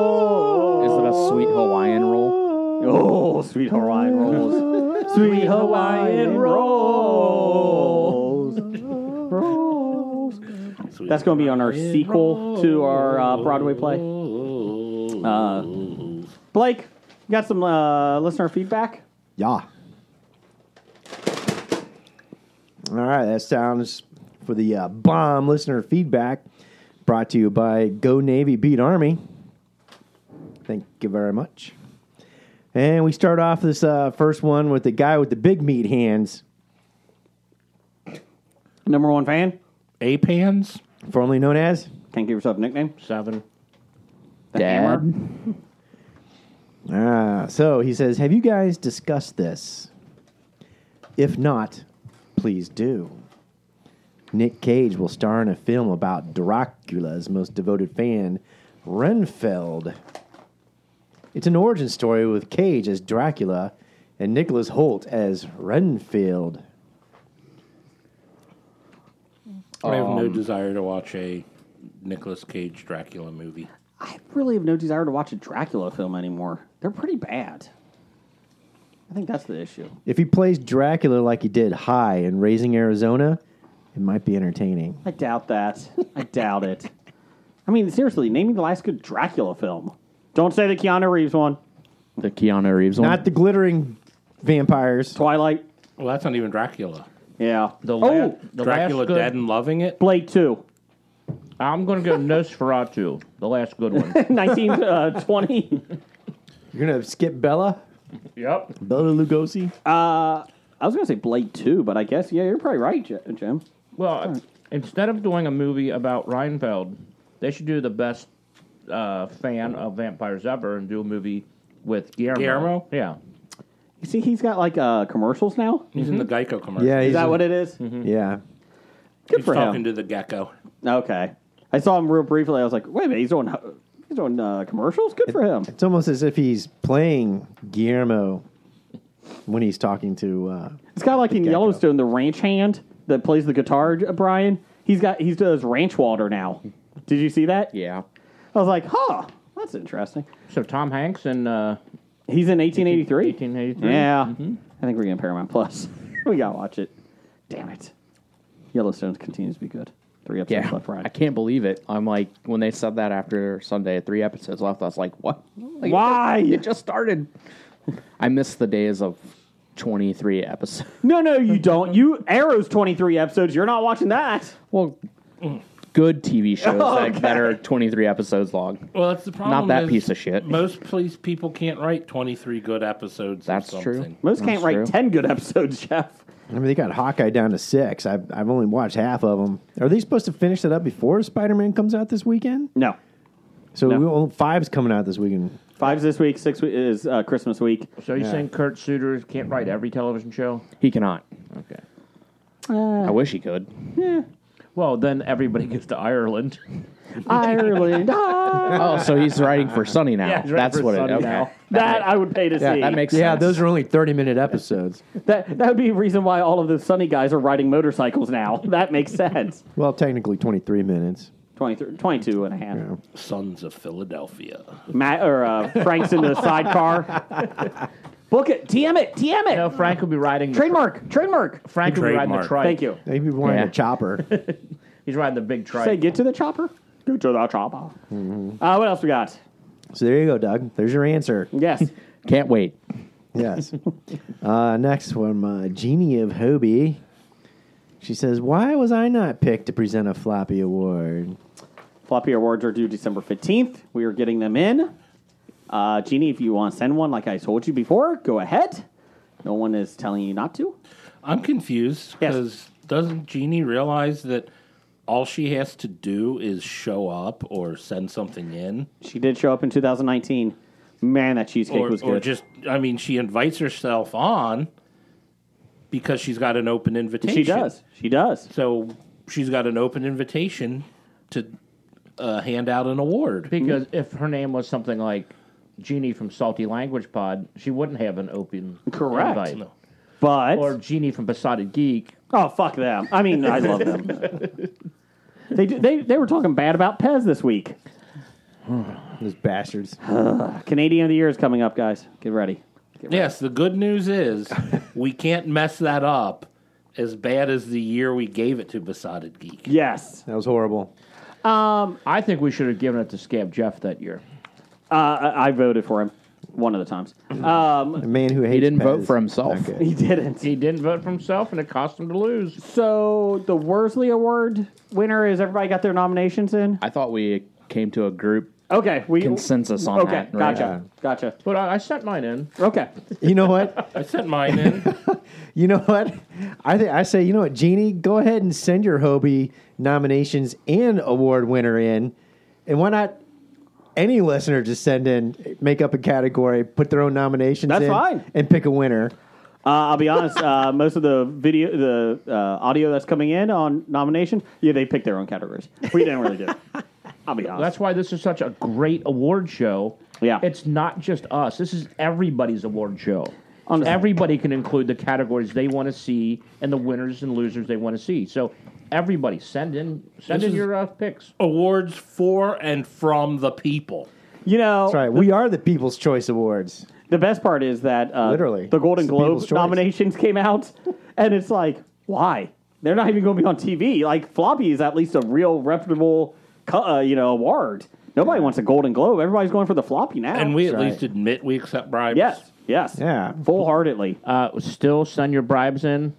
Is it a sweet Hawaiian roll? Oh, sweet Hawaiian rolls. sweet Hawaiian rolls. rolls. That's going to be on our sequel to our uh, Broadway play. Uh, Blake, you got some uh, listener feedback? Yeah. All right, that sounds for the uh, bomb listener feedback brought to you by Go Navy Beat Army. Thank you very much. And we start off this uh, first one with the guy with the big meat hands, Number one fan. A pans. formerly known as. Can't give yourself a nickname. Seven. The Dad. hammer. Ah, so he says, Have you guys discussed this? If not, please do. Nick Cage will star in a film about Dracula's most devoted fan, Renfeld. It's an origin story with Cage as Dracula and Nicholas Holt as Renfield. I have Um, no desire to watch a Nicolas Cage Dracula movie. I really have no desire to watch a Dracula film anymore. They're pretty bad. I think that's the issue. If he plays Dracula like he did High in Raising Arizona, it might be entertaining. I doubt that. I doubt it. I mean, seriously, name me the last good Dracula film. Don't say the Keanu Reeves one. The Keanu Reeves one. Not the glittering vampires. Twilight. Well, that's not even Dracula. Yeah. The oh, la- the Dracula last good, Dead and Loving It. Blade 2. I'm going to go Nosferatu, the last good one. uh, 1920. You're going to skip Bella? yep. Bella Lugosi? I was going to say Blade 2, but I guess, yeah, you're probably right, J- Jim. Well, instead of doing a movie about Reinfeld, they should do the best uh, fan of vampires ever and do a movie with Guillermo. Guillermo? Yeah. You see, he's got like uh, commercials now. He's in the Geico commercial. Yeah, he's Is that in- what it is? Mm-hmm. Yeah. Good for talking him. to the gecko. okay. I saw him real briefly. I was like, wait a minute, he's doing, he's doing uh, commercials? Good for him. It's almost as if he's playing Guillermo when he's talking to. Uh, It's kind of like in gecko. Yellowstone, the ranch hand that plays the guitar, J- Brian. He's got he does ranch water now. Did you see that? yeah. I was like, huh, that's interesting. So Tom Hanks in uh, He's in 1883. 1883. Yeah, I think we're getting Paramount Plus. we gotta watch it. Damn it, Yellowstone continues to be good. Three episodes Yeah. left, Brian. I can't believe it. I'm like, when they said that after Sunday, three episodes left, I was like, what? Like, Why? It just started. I missed the days of 23 episodes. No, no, you don't. You Arrow's 23 episodes. You're not watching that. Well, good TV shows Okay. that, that are 23 episodes long. Well, that's the problem. that is piece of shit. Most police people can't write twenty-three good episodes. That's of true. something. Most can't That's write true. 10 good episodes, Jeff. I mean, they got Hawkeye down to six. I've, I've only watched half of them. Are they supposed to finish that up before Spider Man comes out this weekend? No, So we, oh, five's coming out this weekend. five's this week. Six we- is uh, Christmas week. So you're saying Kurt Suter can't write every television show? He cannot. Uh, Okay. I wish he could. Well, then everybody gets to Ireland. Ireland. Oh, so he's writing for Sunny now. Yeah, he's writing That's for what Sunny it okay. now. That I would pay to see. That makes Yeah, sense. those are only 30 minute episodes. that that would be a reason why all of the sunny guys are riding motorcycles now. That makes sense. well, technically 23 minutes. 23, 22 and a half. Sons of Philadelphia. Matt or uh, Frank's in the sidecar. Book it. TM it. TM it. No, Frank will be riding. The, Trademark. Trademark. Frank will be riding the Trademark. trike. Thank you. They'd be wanting Yeah. a chopper. He's riding the big trike. Say, get to the chopper. Get to the chopper. Uh, what else we got? so there you go, Doug. There's your answer. Yes. Can't wait. Yes. uh, next one, uh, Genie of Hobie. She says, Why was I not picked to present a floppy award? Floppy awards are due December 15th. We are getting them in. Uh, Jeannie, if you want to send one, like I told you before, go ahead. No one is telling you not to. I'm confused Yes. because doesn't Jeannie realize that all she has to do is show up or send something in, She did show up in 2019. Man, that cheesecake or, was good. or just I mean, she invites herself on because she's got an open invitation. she does. She does. So she's got an open invitation to uh, hand out an award. Because if her name was something like Jeannie from Salty Language Pod, she wouldn't have an open Correct. invite. No. But Or Jeannie from Besotted Geek. oh fuck them. I mean, I love them. They do- they they were talking bad about Pez this week. Those bastards. Canadian of the Year is coming up, guys. Get ready. Yes, the good news is we can't mess that up as bad as the year we gave it to Besotted Geek. Yes. That was horrible. I think we should have given it to Scab Jeff that year. Uh, I, I voted for him one of the times. The man who hates He didn't vote Pez. for himself. Okay. He didn't. He didn't vote for himself, and it cost him to lose. So the Worsley Award winner is everybody got their nominations in? I thought we came to a group Okay, we consensus on Okay, that. right? gotcha, gotcha. But I, I sent mine in. Okay, Uh, You know what? I sent mine in. You know what? I think I say, you know what, Jeannie, go ahead and send your Hobie nominations and award winner in, and why not? Any listener just send in, make up a category, put their own nominations. That's in, fine. and pick a winner. uh, I'll be honest. Uh, most of the video, the uh, audio that's coming in on nominations, yeah, they picked their own categories. We didn't really do. it. I'll be honest. That's why this is such a great award show. Yeah. It's not just us. This is everybody's award show. Understand. Everybody can include the categories they want to see and the winners and losers they want to see. So everybody send in send This in is- your uh, picks. Awards for and from the people. you know, That's right. We are the People's Choice Awards. the best part is that uh, Literally. the Golden It's the Globe people's choice. nominations came out, and it's like, why? They're not even going to be on TV. Like Floppy is at least a real reputable, co- uh, you know, award. Nobody wants a Golden Globe. Everybody's going for the Floppy now. And we at That's right. least admit we accept bribes. yes, yes, Yeah. full heartedly. Uh, still send your bribes in.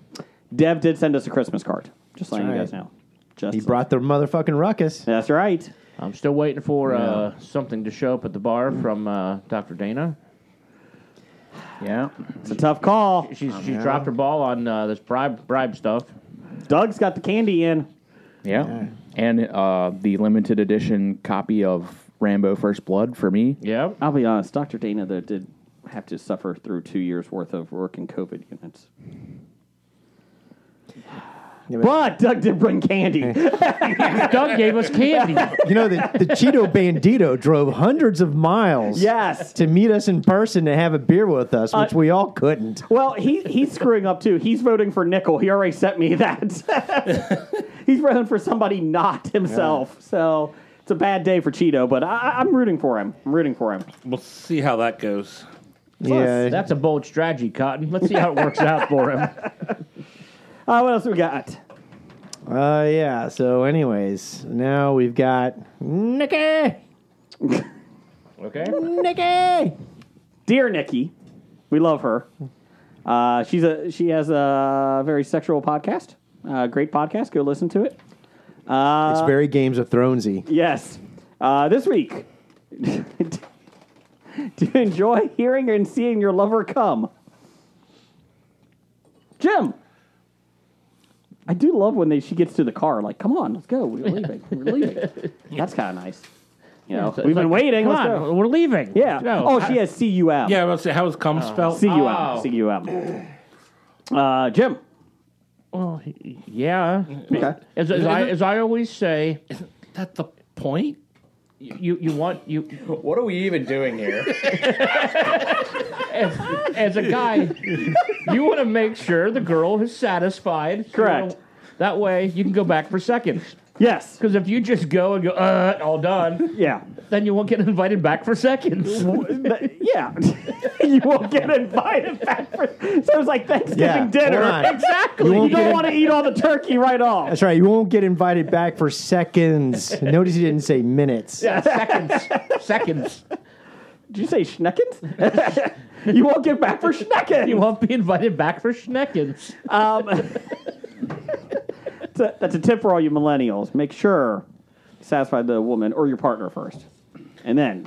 Dev did send us a Christmas card. Just letting you right. guys know. Just He brought the motherfucking ruckus. That's right. I'm still waiting for uh, something to show up at the bar from uh, Dr. Dana. Yeah. It's a tough call. She's, she dropped her ball on uh, this bribe bribe stuff. Doug's got the candy in. Yeah. And uh, the limited edition copy of Rambo First Blood for me. Yeah. I'll be honest, Dr. Dana though, did have to suffer through two years worth of work in COVID units. But Doug did bring candy. Doug gave us candy. You know, the, the Cheeto Bandito drove hundreds of miles yes. to meet us in person to have a beer with us, which Uh, we all couldn't. Well, he he's screwing up too. He's voting for Nickel. He already sent me that. he's voting for somebody not himself. So it's a bad day for Cheeto, but I, I'm rooting for him. I'm rooting for him. We'll see how that goes. yeah. That's a bold strategy, Cotton. Let's see how it works out for him. Uh, what else we got? Uh, yeah. So, anyways, now we've got Nikki. Okay. Nikki. dear Nikki, we love her. Uh, she's a she has a very sexual podcast, uh, great podcast. Go listen to it. it's very Games of Thronesy. Yes, uh, this week. Do you enjoy hearing and seeing your lover come? Jim, I do love when they, she gets to the car. Like, come on, let's go. We're leaving. We're leaving. That's kind of nice. You know, we've been waiting. Come Let's on, go. we're leaving. Yeah. No. oh, she has C U M. Yeah, I was gonna say, how is cum spelled? C U Oh. M. C U M. Uh, Jim. Well, y- yeah. Okay. As, as, I, as I always say, That's the point. you, you want you What are we even doing here? as, as a guy, you want to make sure the girl is satisfied. So you Correct. wanna- That way, you can go back for seconds. Yes. Because if you just go and go, uh, all done, Yeah. then you won't get invited back for seconds. But- yeah. you won't get invited back. For, so it's like Thanksgiving Yeah, dinner. hold on. Exactly. You You, won't get don't in- want to eat all the turkey right off. That's right. You won't get invited back for seconds. Notice he didn't say minutes. Yeah. seconds. Seconds. Did you say schneckens? you won't get back for schneckens. You won't be invited back for schneckens. Um, that's, a, that's a tip for all you millennials. Make sure you satisfy the woman or your partner first. And then,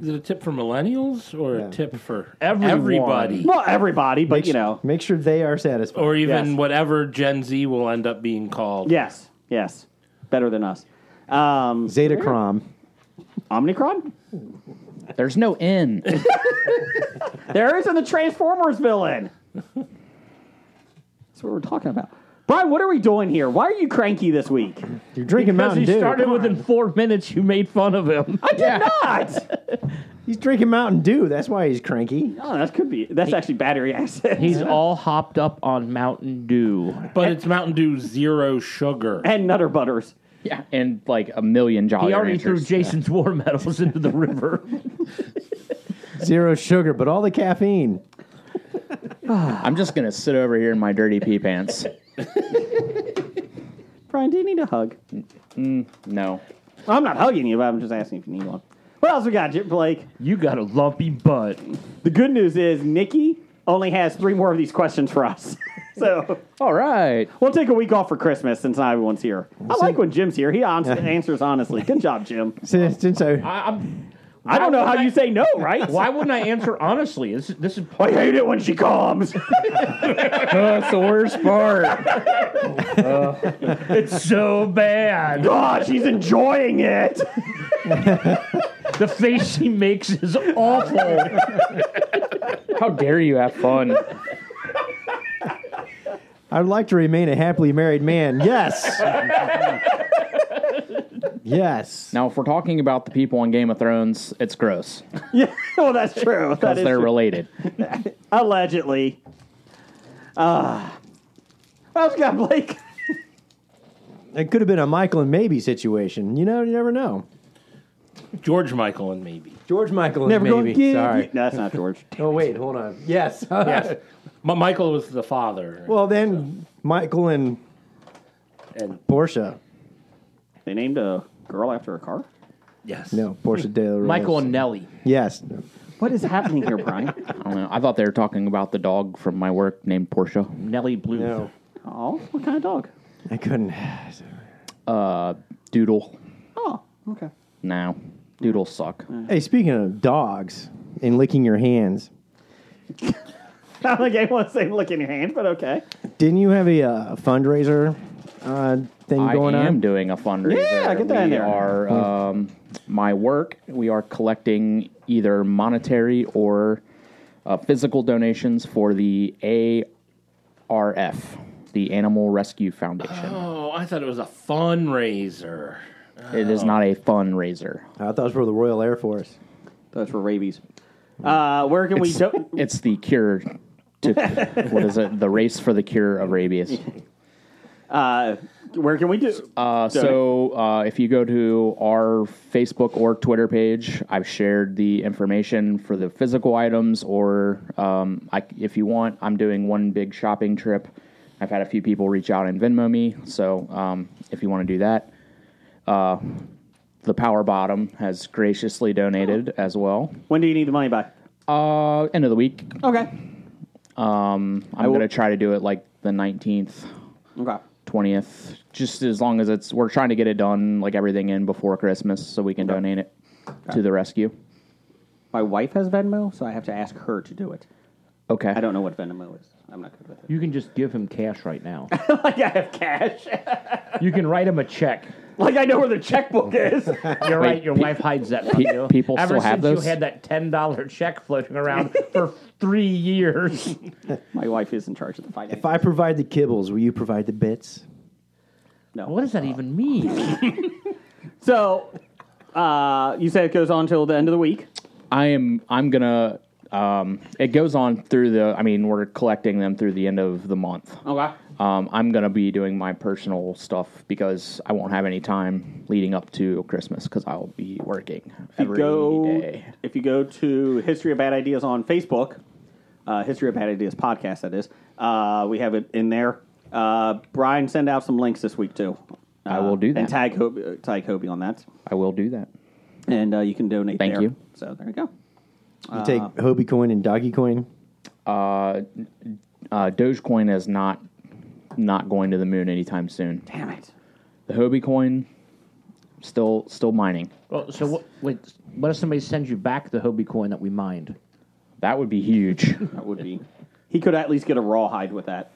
Is it a tip for millennials or Yeah. a tip for Everyone. everybody? well, everybody, but you know. Make sure they are satisfied. Or even Yes. whatever Gen Z will end up being called. Yes. Yes. Better than us. Um, Zeta Crom. Omnicron? There's no N. There is in the Transformers villain. That's what we're talking about. Brian, what are we doing here? Why are you cranky this week? You're drinking Because Mountain he Dew. started within four minutes, you made fun of him. I did not. he's drinking Mountain Dew. That's why he's cranky. Oh, that could be. That's actually battery acid. He's all hopped up on Mountain Dew. But it's Mountain Dew Zero Sugar. and Nutter Butters. Yeah, and like a million Jolly He already threw Ranchers. Jason's war medals into the river. Zero sugar, but all the caffeine. I'm just gonna sit over here in my dirty pee pants. Brian, do you need a hug? No, I'm not hugging you, but I'm just asking if you need one. What else we got, J- Blake? you got a lumpy butt. The good news is Nikki only has three more of these questions for us. so all right. we'll take a week off for Christmas since not everyone's here. I like when Jim's here. He ans- answers honestly. Good job, Jim. Since, since I, I, I'm, I don't know how you say no, right? why wouldn't I answer honestly? This is this is I hate it when she comes. That's the worst part. it's so bad. God, she's enjoying it. The face she makes is awful. How dare you have fun? I'd like to remain a happily married man. Yes. yes. Now, if we're talking about the people on Game of Thrones, it's gross yeah, well, that's true. That because is they're true. related. Allegedly. Ah. Uh, what else we got, Blake? It could have been a Michael and maybe situation. You know, you never know. George Michael and maybe. George Michael and Never going to maybe. give Sorry. you- No, that's not George. Oh wait, hold on. Yes. Yes. but Michael was the father. well then, Michael and and Portia. They named a girl after a car? yes. No, Portia de la Rose. Michael and Nelly. yes. What is happening here, Brian? I don't know. I thought they were talking about the dog from my work named Portia. Nelly Blue. No, Oh, what kind of dog? I couldn't. Doodle. Oh, okay. No, doodles suck. Hey, speaking of dogs and licking your hands, I don't think anyone say look in your hand, but okay. didn't you have a uh, fundraiser uh, thing I going am on? doing a fundraiser. Yeah, get that we in there. Are um, my work? We are collecting either monetary or uh, physical donations for the ARF, the Animal Rescue Foundation. Oh, I thought it was a fundraiser. It is not a fundraiser. I thought it was for the Royal Air Force. That's for rabies. Uh, where can we do- It's the cure. To, what is it? The race for the cure of rabies. uh, where can we do? Uh, so uh, if you go to our Facebook or Twitter page, I've shared the information for the physical items, or um, I, if you want, I'm doing one big shopping trip. I've had a few people reach out and Venmo me, so um, if you want to do that, uh, the Power Bottom has graciously donated as well. when do you need the money by? Uh, end of the week, Okay. I'm going to try to do it like the 19th. Okay. 20th just as long as it's we're trying to get it done like everything in before christmas so we can donate it to the rescue My wife has Venmo, so I have to ask her to do it. okay I don't know what Venmo is. I'm not good with it. You can just give him cash right now. like I have cash. you can write him a check. like I know where the checkbook is. You're Wait, right. Your pe- wife hides that from pe- you. people Ever still have since those? You had that ten dollar check floating around for three years. My wife is in charge of the finance. If I provide the kibbles, will you provide the bits? no. What does that even mean? So, uh, you said it goes on till the end of the week. i am i'm gonna um it goes on through the i mean we're collecting them through the end of the month Okay. um i'm gonna be doing my personal stuff because i won't have any time leading up to christmas because i'll be working If every you day. go, if you go to History of Bad Ideas on Facebook, uh, History of Bad Ideas podcast, that is, uh, we have it in there. Uh, Brian, send out some links this week too. I will do And that. tag Hobie, uh, tag Hobie on that, i will do that and uh, you can donate. Thank there. you. So there you go. You take Hobie coin and doggy coin. uh dogecoin is not not going to the moon anytime soon Damn it. The Hobie coin, still still mining. well, so what? Wait, what if somebody sends you back the Hobie coin that we mined? That would be huge. That would be. He could at least get a rawhide with that.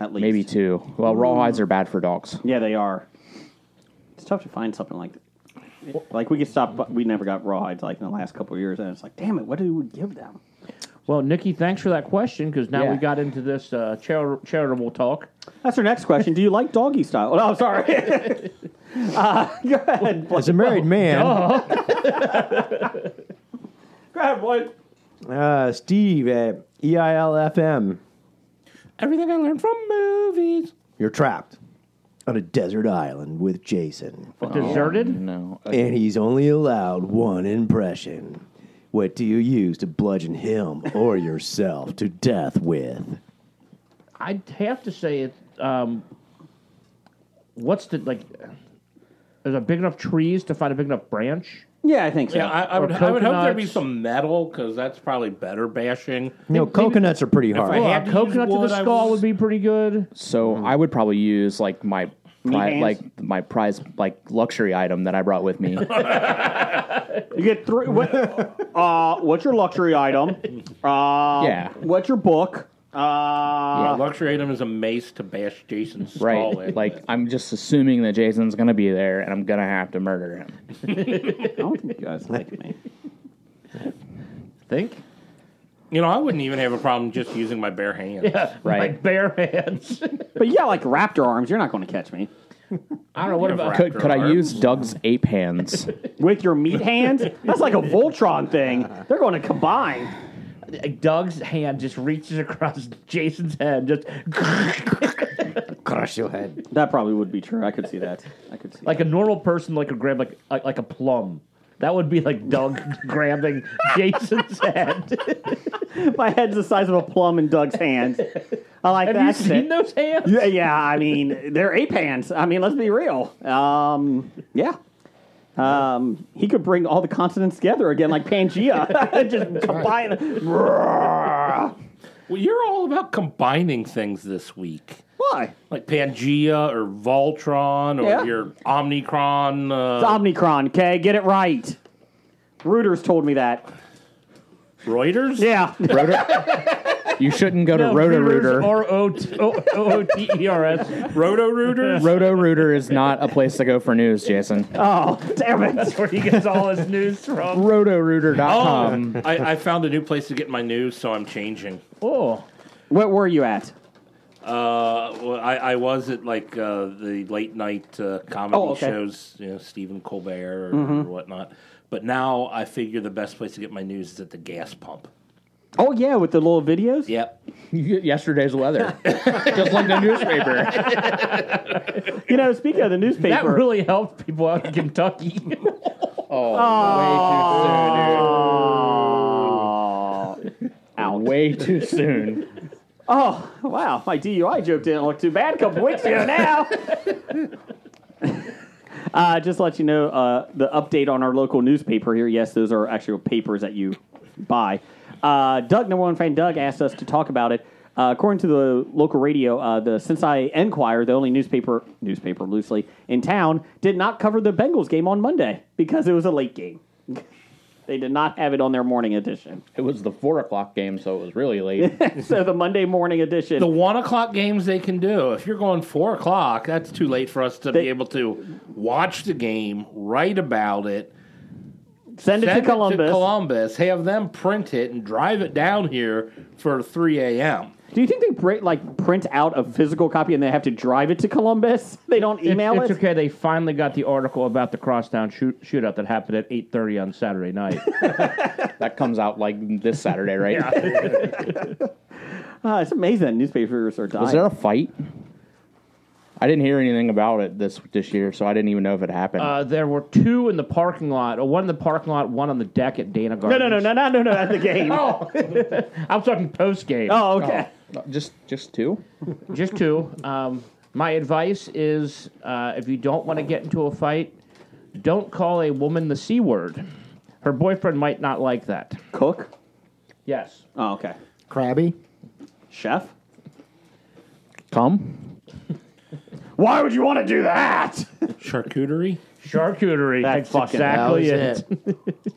At least. Maybe two. Well, rawhides are bad for dogs. Yeah, they are. It's tough to find something like that. Like we could stop, but we never got rawhides like in the last couple of years, and it's like, damn it, what do we give them? Well, Nikki, thanks for that question because now we Yeah. got into this uh, chari- charitable talk. That's our next question. Do you like doggy style? Oh, no, I'm sorry. uh, go ahead, Blake. As a married man, Go ahead, Blake. uh, Steve at E EILFM, Everything I learned from movies. you're trapped. on a desert island with Jason, Deserted? No. and he's only allowed one impression. What do you use to bludgeon him or yourself to death with? I'd have to say it. Um, what's the like? There's a big enough trees to find a big enough branch. Yeah, I think so. Yeah, I, I Or would. I would hope there'd be coconuts. some metal because that's probably better bashing. No, coconuts are pretty I hard. had- A to use coconut to wood, the I skull was- would be pretty good. So I would probably use like my pri- hands? like my prize like luxury item that I brought with me. You get three. What, uh, what's your luxury item? Uh, Yeah. What's your book? Uh, A luxury item is a mace to bash Jason's skull. right. in. Like I'm just assuming that Jason's gonna be there and I'm gonna have to murder him. I don't think you guys like me. Think you know, I wouldn't even have a problem just using my bare hands. Right. like bare hands. But yeah, like raptor arms, you're not going to catch me. I don't know what about. could could I arms. use Doug's ape hands? With your meat hands? That's like a Voltron thing. They're going to combine. Doug's hand just reaches across Jason's head, just Crush your head. That probably would be true. I could see that. I could see like a normal person, like a grab, like like, like a plum. That would be like Doug grabbing Jason's head. that. My head's the size of a plum in Doug's hands. I like Have that. you shit. seen those hands? Yeah, yeah, I mean, they're ape hands. I mean, let's be real. Um, yeah. Um, he could bring all the continents together again, like Pangea. Just combine. Well, you're all about combining things this week, Why? like Pangea or Voltron or Yeah. your Omnicron. It's Uh, Omnicron, okay? Get it right. Reuters told me that. Reuters. Yeah. you shouldn't go to Roto Rooter. R O T O O T E R S. Roto Rooters. Roto Rooter is not a place to go for news, Jason. Oh, damn it. That's where he gets all his news from. Oh, Rotorooter.com. Um, I, I found a new place to get my news, so I'm changing. Oh, What were you at? Uh, well, I, I was at like uh, the late night uh, comedy Oh, okay. Mm-hmm. shows, you know, Stephen Colbert or, or whatnot. But now I figure the best place to get my news is at the gas pump. Oh, yeah, with the little videos? Yep. Yesterday's weather. Just like the newspaper. You know, speaking of the newspaper. that really helped people out in Kentucky. oh, Way too soon. oh, wow. My DUI joke didn't look too bad a couple weeks ago now. uh, just to let you know uh, the update on our local newspaper here. Yes, those are actual papers that you buy. Uh, Doug, number one fan Doug, asked us to talk about it. Uh, according to the local radio, uh, the Cincinnati Enquirer, the only newspaper, newspaper loosely, in town, did not cover the Bengals game on Monday because it was a late game. they did not have it on their morning edition. It was the four o'clock game, so it was really late. so the Monday morning edition. The one o'clock games they can do. If you're going four o'clock, that's too late for us to They- be able to watch the game, write about it, send it to send it Columbus. Columbus, have them print it, and drive it down here for 3 a.m. Do you think they print, like print out a physical copy and they have to drive it to Columbus? They don't email it's it. okay. They finally got the article about the crosstown shoot, shootout that happened at eight thirty on Saturday night. That comes out like this Saturday, right? Ah, it's amazing that newspapers are dying. Was there a fight? I didn't hear anything about it this this year, so I didn't even know if it happened. uh, there were two in the parking lot. uh, One in the parking lot. One on the deck at Dana no, Gardens. no, no, no, no, no, no, at the game. oh, I'm talking post game. okay. just just two. Just two. Um, my advice is uh, if you don't want to get into a fight, don't call a woman the C word. Her boyfriend might not like that. Cook. Yes. Oh, okay. Crabby? Chef. Come. Why would you want to do that? Charcuterie? Charcuterie. That's fucking- exactly that it. was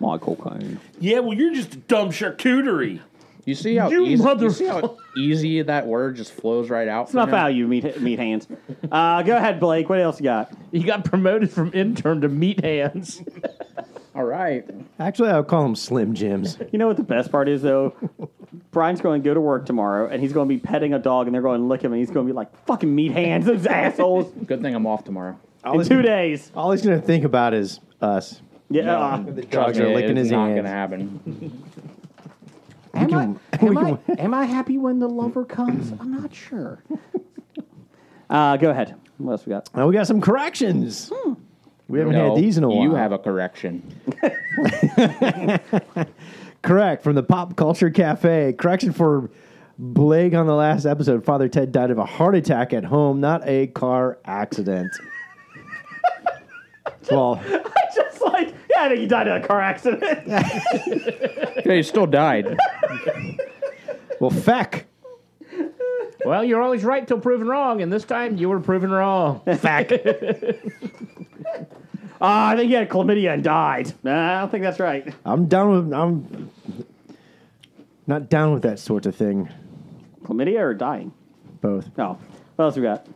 Michael Caine. Yeah, well, you're just a dumb charcuterie. You see how You easy mother- you see how easy that word just flows right out. It's not value, meat, meat hands. Uh, go ahead, Blake. What else you got? He got promoted from intern to meat hands. All right. Actually, I would call them Slim Jims. You know what the best part is, though? Brian's going to go to work tomorrow and he's going to be petting a dog and they're going to lick him and he's going to be like, fucking meat hands, those assholes. Good thing I'm off tomorrow. In two days. All he's going to think about is us. Yeah. The dogs are licking it's his not hands. gonna happen. Am, I, can- am, I, am I happy when the lover comes? I'm not sure. Uh, go ahead. What else we got? Now we got some corrections. We haven't No, had these in a while. You have a correction. Correct from the Pop Culture Cafe. Correction for Blake on the last episode. Father Ted died of a heart attack at home, not a car accident. well, Just like, yeah, I think he died in a car accident. Yeah, you still died. well, feck, Well, you're always right till proven wrong, and this time you were proven wrong. feck. Ah, I think he had chlamydia and died. Nah, I don't think that's right. I'm down with. I'm not down with that sort of thing. Chlamydia or dying? Both. No. What else we got?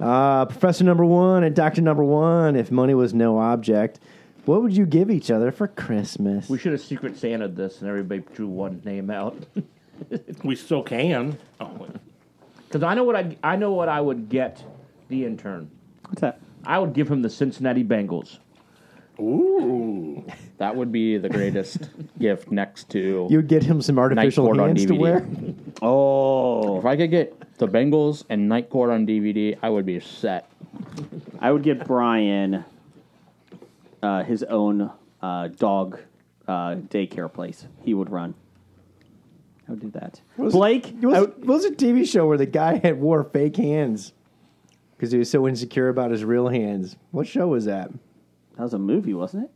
Uh, Professor number one and Doctor number one. If money was no object, what would you give each other for Christmas? We should have secret Santa this, and everybody drew one name out. We still can. Oh, Because I know what I I know what I would get the intern. What's that? I would give him the Cincinnati Bengals. ooh. That would be the greatest gift next to. You'd get him some artificial Court on hands to DVD. wear. Oh, if I could get the Bengals and Night Court on DVD, I would be set. I would get Brian uh, his own uh, dog uh, daycare place. He would run. I would do that. Blake, It was, I what would- was a TV show where the guy had wore fake hands because he was so insecure about his real hands. What show was that? that was a movie, wasn't it?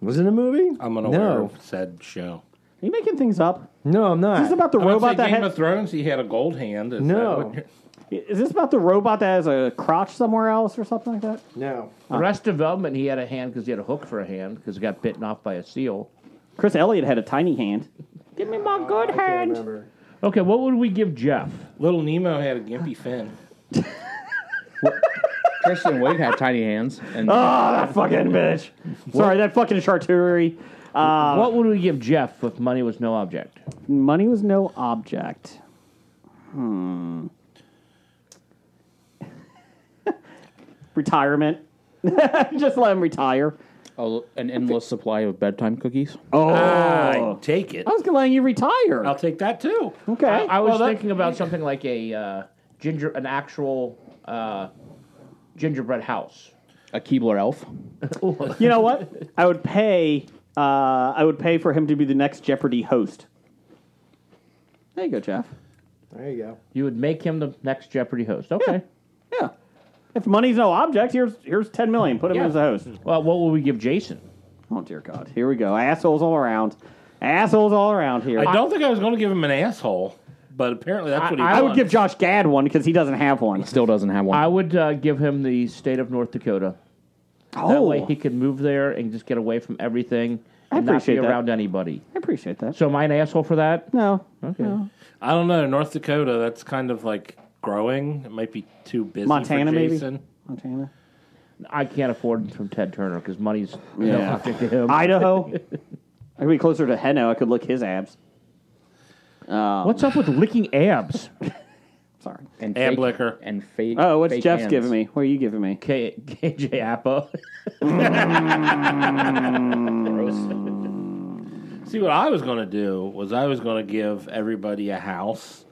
Was it a movie? I'm unaware no, of said show. Are you making things up? no, I'm not. Is this about the I would robot say that Game had, of Thrones, he had a gold hand. Is No. that what you're- is this about the robot that has a crotch somewhere else or something like that? no. Arrested Development, he had a hand because he had a hook for a hand because he got bitten off by a seal. Chris Elliott had a tiny hand. Give me my good hand. Okay, what would we give Jeff? Little Nemo had a gimpy fin. Kristen Wiig had tiny hands, and Oh, that fucking bitch. Sorry, that fucking charcuterie. Uh, what would we give Jeff if money was no object? money was no object. Hmm. Retirement. Just let him retire. a, an endless supply of bedtime cookies. Oh, I I take it. was gonna let you retire. I'll take that too. Oh, okay. I, I was Well, that- thinking about something like a uh, ginger, an actual uh, gingerbread house. A Keebler elf. you know what? I would pay. Uh, I would pay for him to be the next Jeopardy host. There you go, Jeff. There you go. You would make him the next Jeopardy host. Okay. Yeah. If money's no object, here's here's ten million. Put him Yeah. as a host. Well, what would we give Jason? Oh dear God! Here we go. Assholes all around. Assholes all around here. I don't think I was going to give him an asshole, but apparently that's what he I would wants. give Josh Gad one because he doesn't have one. Still doesn't have one. I would uh, give him the state of North Dakota. That way Oh, he could move there and just get away from everything I and not be appreciate that. around anybody. I appreciate that. So am I an asshole for that? No, I don't know. North Dakota, that's kind of like growing. It might be too busy. Montana, for maybe? Jason. Montana, I can't afford from Ted Turner because money's no Yeah. object to him. Idaho. I could be closer to Heno. I could lick his abs. What's up with licking abs? Sorry. and And fake- liquor. and fake. Oh, what's fake Jeff's hands. giving me? What are you giving me? K- KJ Appa. See, what I was going to do was I was going to give everybody a house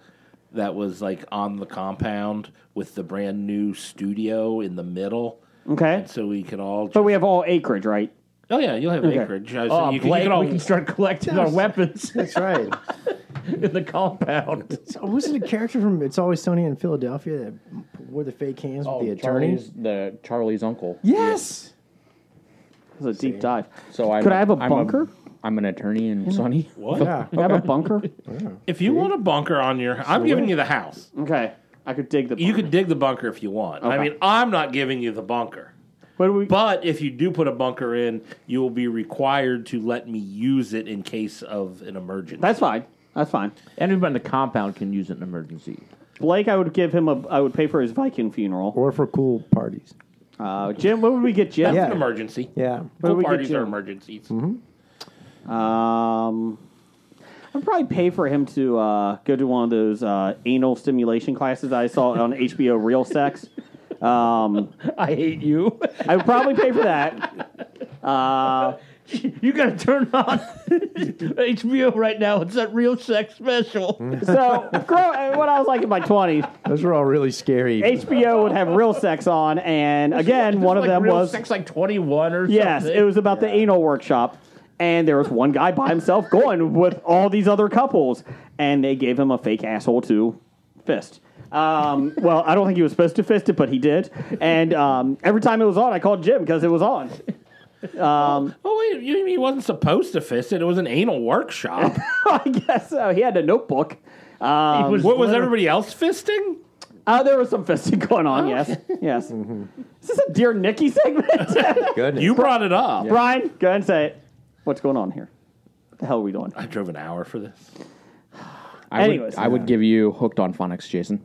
that was like on the compound with the brand new studio in the middle. Okay, So we could all. but we have all acreage, right? oh, yeah, you'll have acreage. So Oh, you, can, you Blake, can all. we can start collecting our weapons That's right. in the compound. so, wasn't a character from It's Always Sunny in Philadelphia that wore the fake hands Oh, with the attorneys? Charlie's the Charlie's uncle. Yes. This is a deep dive. So I Could I have a I'm bunker? i I'm an attorney in Sonny. What? Yeah. Can I have a bunker? If you want a bunker on your. I'm giving you the house. okay, I could dig the. Bunker. You can dig the bunker if you want. I Okay. mean, I'm not giving you the bunker. What do we? But if you do put a bunker in, you will be required to let me use it in case of an emergency. That's fine. That's fine. Everybody in the compound can use it in an emergency. Blake, I would give him a. I would pay for his Viking funeral. Or for cool parties. Uh, Jim, what would we get, Jim? That's Yeah. an emergency. Yeah. What would Pool we get parties Jim? are emergencies. Um, I'd probably pay for him to uh, go to one of those uh, anal stimulation classes I saw on HBO Real Sex. Um, I hate you. I would probably pay for that. Uh, You gotta turn on HBO right now. It's that real sex special. So, grow, what I was like in my 20s, Those were all really scary. HBO would have real sex on, and again, one of Like them real was sex like twenty one or yes, something. it was about the anal workshop, and there was one guy by himself going with all these other couples, and they gave him a fake asshole to fist. Um, well, I don't think he was supposed to fist it, but he did, and um, every time it was on, I called Jim because it was on. Oh wait, you mean he wasn't supposed to fist it? It was an anal workshop. I guess so. He had a notebook. It was what was literally- everybody else fisting? Uh, there was some fisting going Oh, on. Yes, yes. Mm-hmm. Is this a dear Nikki segment? Goodness. You brought it up. Brian, go ahead and say it. What's going on here? What the hell are we doing? I drove an hour for this. I would- Anyways. I would give you hooked on phonics, Jason.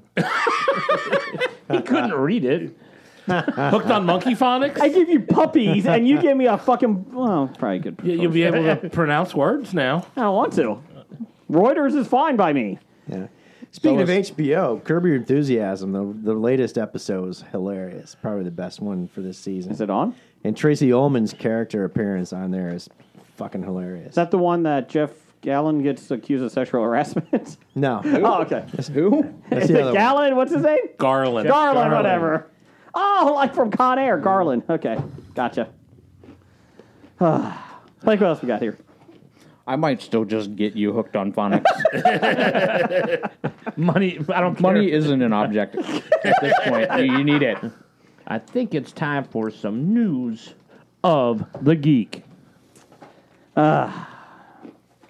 He couldn't read it. Hooked on monkey phonics. I give you puppies, and you give me a fucking. Well, probably good. Yeah, You'll be able to pronounce words now. I don't want to. Reuters is fine by me. Yeah. Speaking of HBO, Curb Your Enthusiasm, the, the latest episode was hilarious. Probably the best one for this season. Is it on? Is And Tracy Ullman's character appearance on there is fucking hilarious. that the one that Jeff Gallen gets accused of sexual harassment? no, oh, okay. Who? that's Is the it other one. Gallen? What's his name? Garland. Garland, whatever. Oh, like from Con Air, Garland. Okay, gotcha. like what else we got here? I might still just get you hooked on phonics. Money I don't care. Money isn't an object at this point. You, you need it. I think it's time for some news of the geek.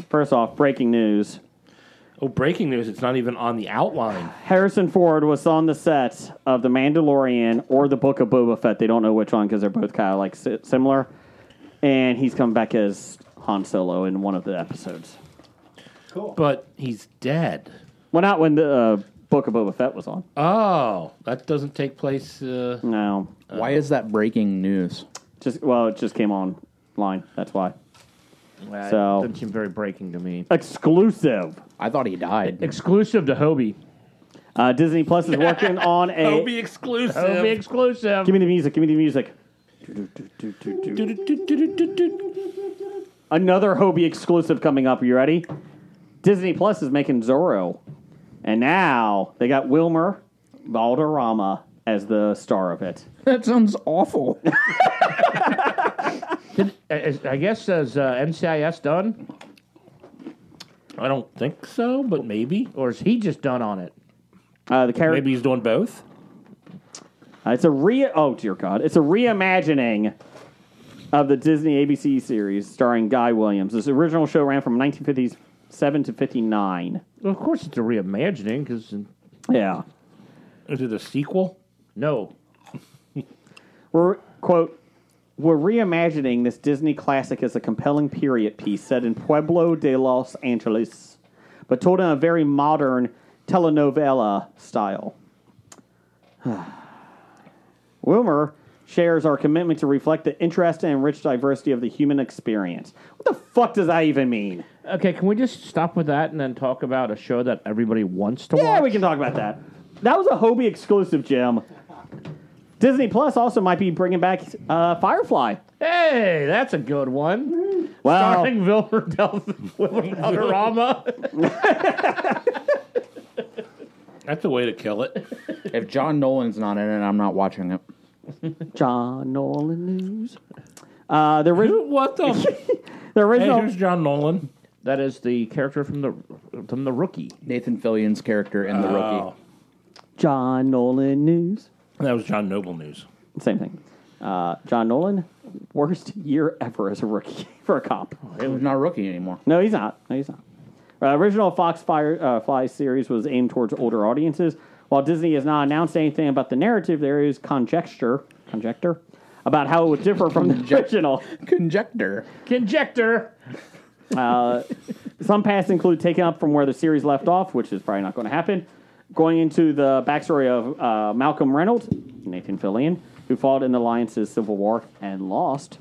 First off, breaking news. Oh, breaking news! It's not even on the outline. Harrison Ford was on the set of The Mandalorian or The Book of Boba Fett. They don't know which one because they're both kind of like si- similar. And he's come back as Han Solo in one of the episodes. But he's dead. Well, not when the uh, Book of Boba Fett was on. Oh, that doesn't take place. Uh, No, Why is that breaking news? just well, it just came online. That's why. So- doesn't seem very breaking to me. Exclusive. I thought he died. Exclusive to Hobie. Uh, Disney Plus is working on a. Obi exclusive. Hobie exclusive. Give me the music. Give me the music. Another Hobie exclusive coming up. You ready? Disney Plus is making Zorro, and now they got Wilmer Valderrama as the star of it. That sounds awful. I- I I guess is uh, NCIS done, I don't think so, but maybe. or is he just done on it? Uh, the character. Maybe he's doing both. Uh, it's a re. Oh dear God! It's a reimagining of the Disney ABC series starring Guy Williams. This original show ran from 1957 to 59. Well, of course, it's a reimagining because Yeah. Is it a sequel? no, We're quote. We're reimagining this Disney classic as a compelling period piece set in Pueblo de Los Angeles, but told in a very modern telenovela style. Wilmer shares our commitment to reflect the interest and rich diversity of the human experience. What the fuck does that even mean? Okay, can we just stop with that and then talk about a show that everybody wants to Yeah, watch? we can talk about that. That was a Hobie exclusive, Jim. Disney Plus also might be bringing back uh, Firefly. Hey, that's a good one. Well, Starring Wilmer Del Wilmer Valderrama. That's a way to kill it. if John Nolan's not in it, I'm not watching it. John Nolan news. Uh, the, ori- Who- what the? the hey, original. who's John Nolan? That is the character from the from the rookie. Nathan Fillion's character in The Oh, Rookie. John Nolan news. that was John Noble News. Same thing. Uh, John Nolan, worst year ever as a rookie for a cop. It was not a rookie anymore. No, he's not. No, he's not. Uh, original Fox Fire, uh, Fly series was aimed towards older audiences. While Disney has not announced anything about the narrative, there is conjecture, conjecture about how it would differ from the original. Conjecture. Conjector. Some paths include taking up from where the series left off, which is probably not going to happen, going into the backstory of uh, Malcolm Reynolds, Nathan Fillion, who fought in the Alliance's Civil War and lost.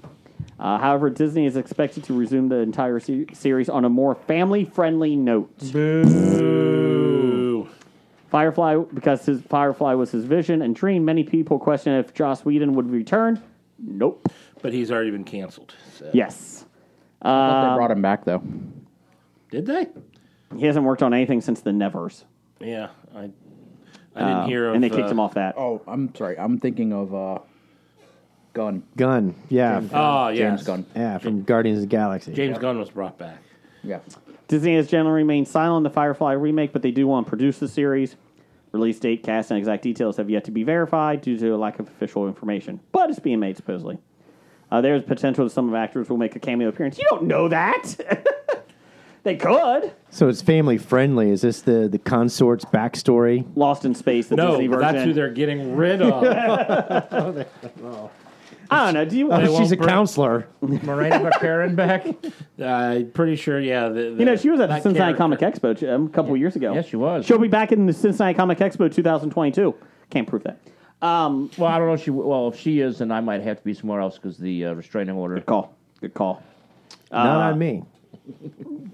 Uh, however, Disney is expected to resume the entire se- series on a more family friendly note. Ooh. Firefly, because his Firefly was his vision and dream, many people question if Joss Whedon would return. Nope. But he's already been canceled. So. Yes. I thought they brought him back though. Did they? He hasn't worked on anything since the Nevers. Yeah, I. I didn't hear. Of, and they kicked uh, him off that. Oh, I'm sorry. I'm thinking of uh, Gun. Gunn. Yeah. Oh, yeah. James Gunn. yeah, from Guardians of the Galaxy. James Gunn was brought back. Yeah. Disney has generally remained silent on the Firefly remake, but they do want to produce the series. Release date, cast, and exact details have yet to be verified due to a lack of official information. But it's being made supposedly. Uh, there's potential that some of the actors will make a cameo appearance. You don't know that. they could. So it's family friendly. Is this the the consort's backstory? Lost in Space, the No, Disney version. that's who they're getting rid of. I don't know. Do you? They She's won't a bring- counselor. Miranda McCarran back. Uh, I'm pretty sure. Yeah, the, You know, she was at the that Cincinnati character- Comic Expo um, a couple years ago. Yes, she was. She'll be back in the Cincinnati Comic Expo 2022. Can't prove that. Um, Well, I don't know. If she well, if she is, then I might have to be somewhere else because the uh, restraining order. call. Good call. Not on me.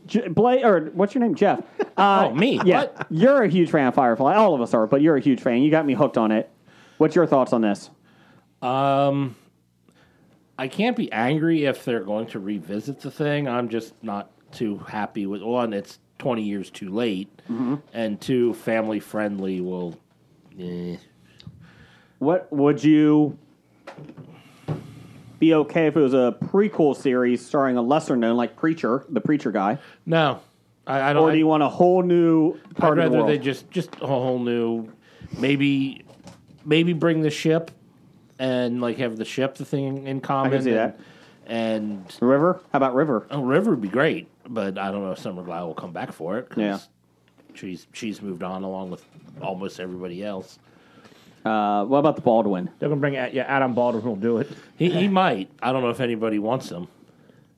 J- Blake, or what's your name, Jeff? Uh, Oh, me? Yeah, What? you're a huge fan of Firefly. All of us are, but you're a huge fan. You got me hooked on it. What's your thoughts on this? I can't be angry if they're going to revisit the thing. I'm just not too happy with one. It's 20 years too late, Mm-hmm. and two, family friendly. Will eh. What would you be okay if it was a prequel series starring a lesser known, like Preacher, the Preacher guy, no, I, I don't. or do you want a whole new part I'd of rather the world? they just just a whole new, maybe, maybe bring the ship, and like have the ship the thing in common. see and, that. And River? How about River? Oh, River would be great, but I don't know if Summer Glau will come back for it. 'cause Yeah. she's she's moved on along with almost everybody else. Uh, what about the Baldwin? They're gonna bring A- yeah, Adam Baldwin. Will do it. He he might. I don't know if anybody wants him.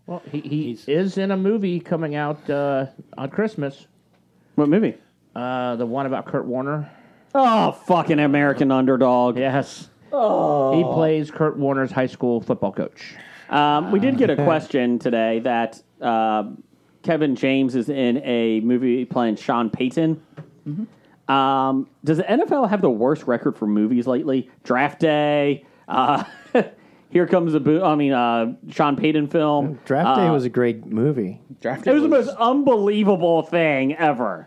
Well, he, he is in a movie coming out uh, on Christmas. What movie? Uh, the one about Kurt Warner. Oh, fucking American Underdog. Yes. Oh. He plays Kurt Warner's high school football coach. Um, we did get a question today that um Kevin James is in a movie playing Sean Payton. Mm-hmm. Um, does the NFL have the worst record for movies lately? Draft Day. Uh, Here comes the boot. I mean, uh, Sean Payton film. Oh, Draft Day Uh, was a great movie. Draft It was the most unbelievable thing ever.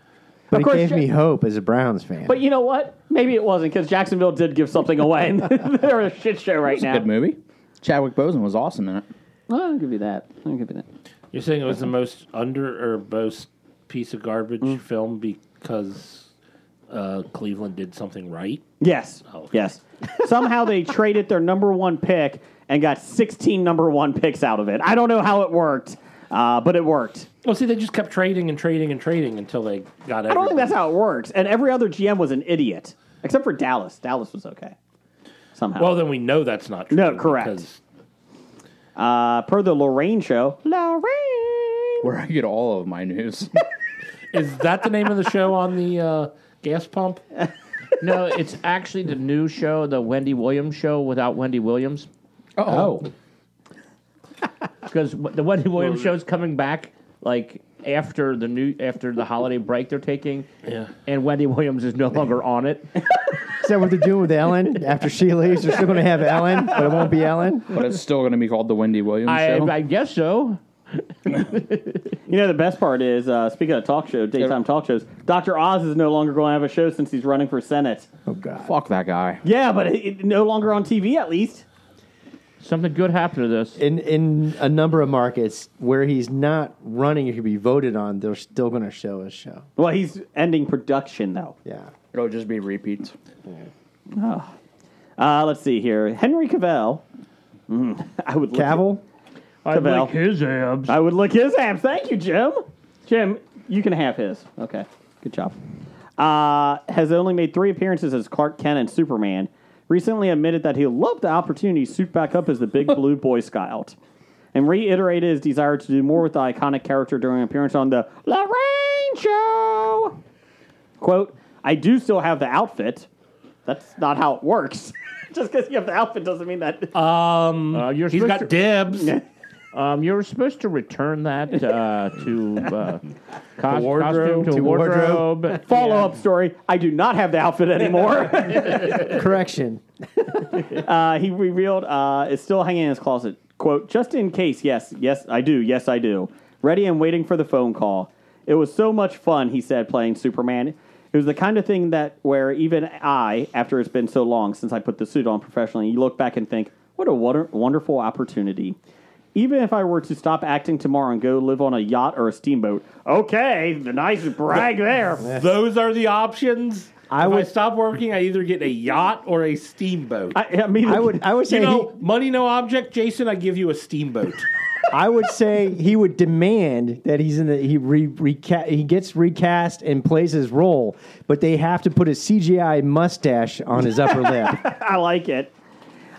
But it course, gave Ja- me hope as a Browns fan. But you know what? Maybe it wasn't because Jacksonville did give something away. and They're a shit show right now. good movie. Chadwick Boseman was awesome in it. Well, I'll give you that. I'll give you that. You're saying it was the most under or most piece of garbage Mm. film because uh, Cleveland did something right. Yes. Oh. Yes. Somehow they traded their number one pick and got 16 number one picks out of it. I don't know how it worked, uh, but it worked. Well, see, they just kept trading and trading and trading until they got. I don't think that's how it works. And every other GM was an idiot, except for Dallas. Dallas was okay. Somehow. Well, then we know that's not true. No, correct. because uh, per the Lorraine show, Lorraine. Where I get all of my news. Is that the name of the show on the uh, gas pump? No, it's actually the new show, the Wendy Williams show without Wendy Williams. Oh, because the Wendy Williams show is coming back like after the new after the holiday break they're taking, yeah. and Wendy Williams is no longer on it. Is that what they're doing with Ellen? After she leaves, they're still going to have Ellen, but it won't be Ellen. but it's still going to be called the Wendy Williams I, show. I guess so. You know, the best part is, uh, speaking of talk show, daytime talk shows, Dr. Oz is no longer going to have a show since he's running for Senate. Oh God! Fuck that guy. Yeah, but it, it- no longer on TV at least. Something good happened to this. In in a number of markets where he's not running, he could be voted on. They're still going to show his show. Well, he's ending production, though. Yeah. It'll just be repeats. Uh, let's see here. Henry Cavell. Mm, I would lick, Cavill. I Cavell. like his abs. I would lick his abs. Thank you, Jim. Jim, you can have his. Okay, good job. Uh, has only made three appearances as Clark Kent and Superman. Recently admitted that he loved the opportunity to suit back up as the Big Blue Boy Scout, and reiterated his desire to do more with the iconic character during an appearance on the Lorraine Show. Quote: I do still have the outfit. That's not how it works. Just because you have the outfit doesn't mean that. Uh, you're um, He's supposed got dibs. to, um, you're supposed to return that uh, to uh, cos- costume wardrobe. to, To wardrobe. wardrobe. Follow up story. I do not have the outfit anymore. Correction. uh, he revealed uh, is still hanging in his closet. Quote, just in case, yes, yes, I do, yes, I do. Ready and waiting for the phone call. It was so much fun, he said, playing Superman. It was the kind of thing that where even I, after it's been so long since I put the suit on professionally, you look back and think, what a wonder- wonderful opportunity. Even if I were to stop acting tomorrow and go live on a yacht or a steamboat, okay, the nice brag there. Those are the options. I if I would- stop working, I either get a yacht or a steamboat. I, I mean, I would I would say you know, he- money no object, Jason. I give you a steamboat. I would say he would demand that he's in the he re, reca- he gets recast and plays his role, but they have to put a CGI mustache on his upper lip. I like it.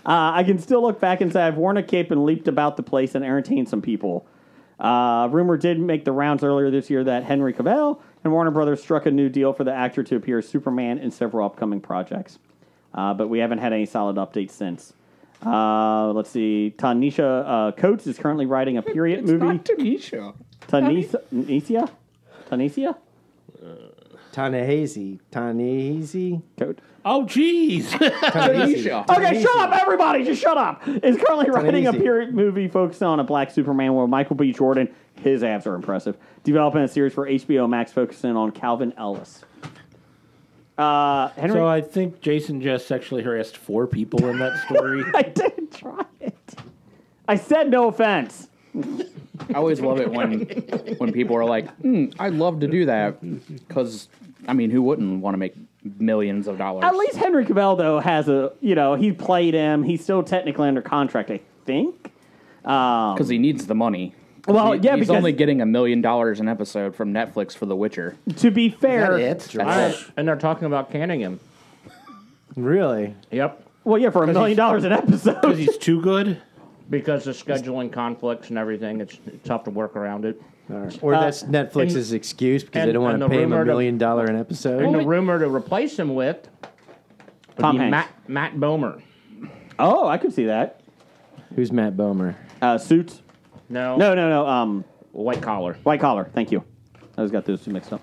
Uh, I can still look back and say I've worn a cape and leaped about the place and entertained some people. Uh, rumor did make the rounds earlier this year that Henry Cavill and Warner Brothers struck a new deal for the actor to appear as Superman in several upcoming projects. Uh, but we haven't had any solid updates since. Uh, let's see. Tanisha uh, Coates is currently writing a period movie. Tanisha. Tanisha? Tanisha? Tanisha? Tanahasi, Tanahasi, Coates? oh, jeez. Tanisha. Okay, shut up, everybody. Just shut up. Is currently writing a easy. period movie focused on a black Superman where Michael B. Jordan, his abs are impressive, developing a series for HBO Max focusing on Calvin Ellis. Uh, Henry, so I think Jason just sexually harassed four people in that story. I didn't try it. I said no offense. I always love it when when people are like, hmm, "I'd love to do that," because I mean, who wouldn't want to make millions of dollars? At least Henry Cavill though has a you know he played him. He's still technically under contract, I think. because he needs the money. Well, He- yeah, he's because only getting a million dollars an episode from Netflix for The Witcher. to be fair, That's it. And they're talking about canning him. Really? Yep. well, yeah, for a million dollars an episode. Because he's too good. Because of scheduling conflicts and everything, it's tough to work around it. Or that's Netflix's excuse Uh, because and- they don't want and to the pay him a rumored- million dollar an episode. And the rumor to replace him with would Tom be Oh, Hanks. Matt, Matt Bomer. Oh, I could see that. Who's Matt Bomer? Uh, suits. No, No, no, no. Um, white collar. White Collar. Thank you. I always got those two mixed up.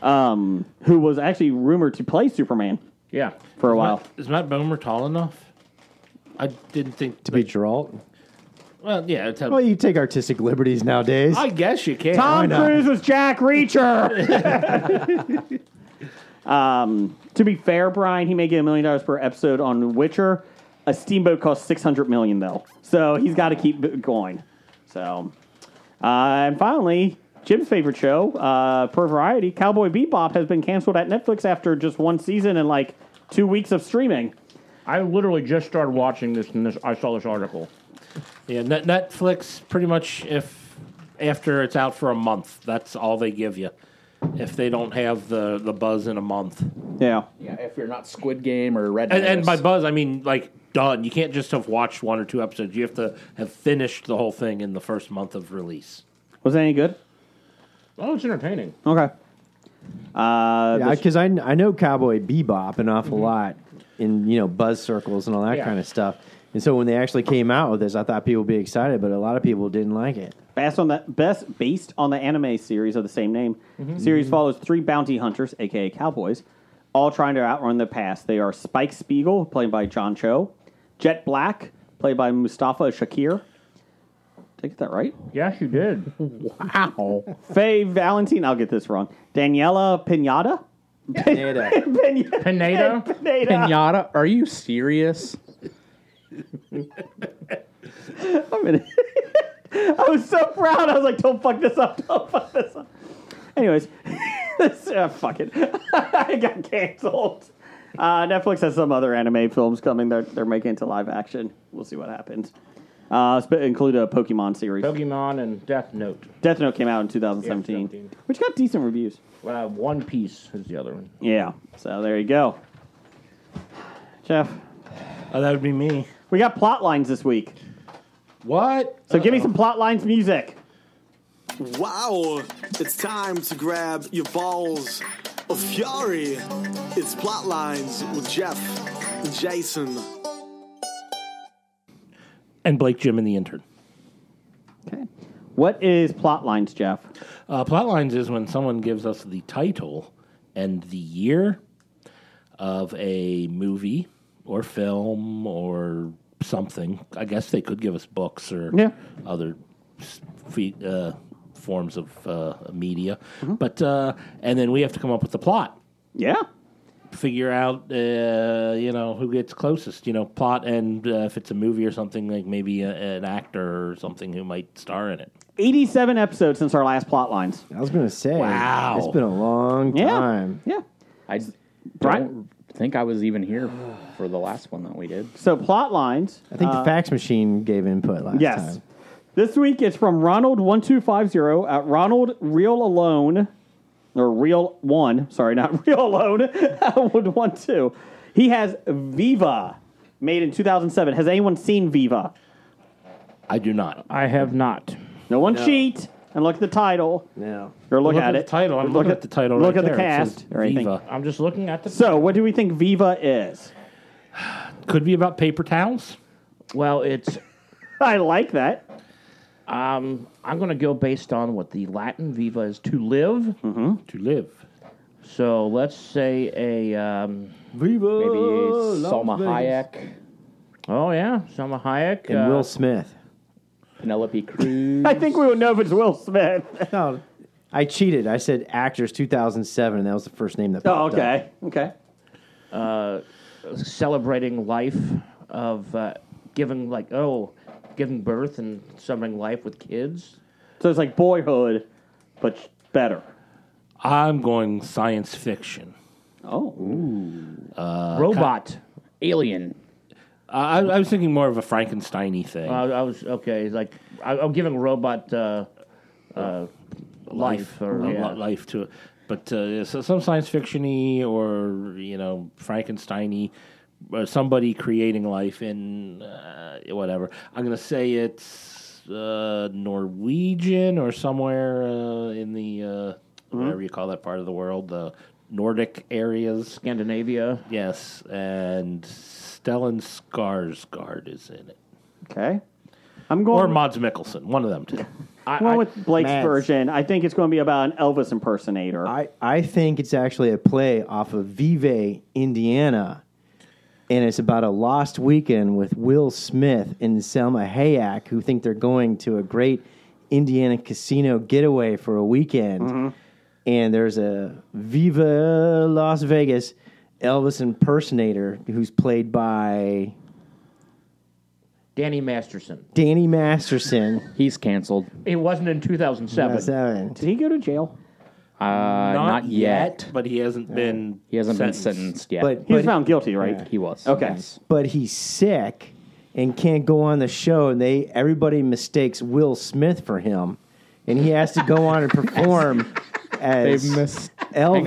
Um, who was actually rumored to play Superman Yeah, for a while? Is Matt Bomer tall enough? I didn't think. To be Geralt? Well, yeah. It's Well, you take artistic liberties nowadays. I guess you Oh, can. Tom not? Cruise was Jack Reacher. um, to be fair, Brian, he may get a million dollars per episode on Witcher. A steamboat costs six hundred million though, so he's got to keep b- going. So, uh, and finally, Jim's favorite show, uh, per Variety, Cowboy Bebop has been canceled at Netflix after just one season and like two weeks of streaming. I literally just started watching this, and this I saw this article. Yeah, Net- Netflix pretty much if after it's out for a month, that's all they give you. If they don't have the, the buzz in a month, Yeah. Yeah, if you're not Squid Game or Red and, and by Notice. buzz I mean like done. You can't just have watched one or two episodes. You have to have finished the whole thing in the first month of release. Was that any good? Well, Oh, it's entertaining. Okay. Uh, this- because I, kn- I know Cowboy Bebop an Mm-hmm. awful lot in you know buzz circles and all that Yeah. kind of stuff. And so when they actually came out with this, I thought people would be excited, but a lot of people didn't like it. based on that best based on the anime series of the same name. Series follows three bounty hunters, aka cowboys, all trying to outrun their past. They are Spike Spiegel, played by John Cho, Jet Black, played by Mustafa Shakir. Did I get that right? Yes, you did. Faye Valentine, I'll get this wrong. Daniela Pinata. Pineda. Pinata. Pineda. Pinata, are you serious? I was so proud. I was like, don't fuck this up. Don't fuck this up. Anyways, this, uh, fuck it. I got canceled. Uh, Netflix has some other anime films coming that they're making into live action. We'll see what happens. Uh, sp- include a Pokemon series. Pokemon and Death Note. Death Note came out in 2017, 17. which got decent reviews. Uh, One Piece is the other one. Yeah, so there you go. Jeff, Oh, that would be me. we got plot lines this week. What? So give me some plot lines music. Wow, it's time to grab your balls of fury. It's Plotlines with Jeff and Jason. And Blake Jim and the intern. Okay. What is plot lines, Jeff? Uh, plot lines is when someone gives us the title and the year of a movie or film or something. I guess they could give us books or Yeah. other s- fe- uh, forms of uh, media, but uh, and then we have to come up with the plot, Yeah. figure out uh, you know who gets closest, you know, plot, and uh, if it's a movie or something like maybe a, an actor or something who might star in it. 87 episodes since our last plot lines. I was gonna say, Wow. it's been a long Yeah. time. Yeah. I Brian? don't think I was even here for the last one that we did. So plot lines. I think the fax machine gave input last Uh, Yes. time. This week it's from Ronald one two five zero at Ronald Real Alone or Real One. Sorry, not Real Alone. Would one two. He has Viva, made in two thousand seven. Has anyone seen Viva? I do not. I have not. No one cheat and look at the title Yeah. or look, at, the it. title. I'm Look looking at- at the title. look right at the there. It cast says or anything. Viva. I'm just looking at the. So, what do we think Viva is? Could be about paper towels. well, it's. I like that. Um, I'm going to go based on what the Latin viva is to live. Mm-hmm. To live. So let's say a. Um, Viva Maybe Oh, Salma Hayek, oh yeah, Selma Hayek. and uh, Will Smith. Penelope Cruz. I think we would know if it's Will Smith. No, I cheated. I said actors 2007, and that was the first name that. oh, Popped Up. okay, okay. celebrating life of uh, giving like oh, giving birth and celebrating life with kids. So it's like Boyhood, but better. I'm going science fiction. Oh, Uh, Robot. Alien. I, I was thinking more of a Frankenstein-y thing. I, I was okay. Like I, I'm giving robot uh, uh, life or A yeah. lot life to it. But uh, so some science fiction-y or, you know, Frankenstein-y, uh, somebody creating life in uh, whatever. I'm going to say it's uh, Norwegian or somewhere uh, in the, uh, Mm-hmm. whatever you call that part of the world, the Nordic areas. Scandinavia. Yes, and Stellan Skarsgård is in it. okay. I'm going. Or Mods Mikkelsen, one of them too. I, Well, I- with Blake's Mads. version, I think it's going to be about an Elvis impersonator. I I think it's actually a play off of Vive, Indiana, and it's about a lost weekend with Will Smith and Selma Hayek, who think they're going to a great Indiana casino getaway for a weekend, and there's a Viva Las Vegas Elvis impersonator who's played by Danny Masterson. Danny Masterson. He's canceled. It wasn't in 2007. Seven. Did he go to jail? Uh, not, yet. but he Uh, hasn't been He hasn't been sentenced yet. But He was but, found guilty, right? he was. Okay. but he's sick and can't go on the show, and they everybody mistakes Will Smith for him, and he has to go on and perform as Elvis.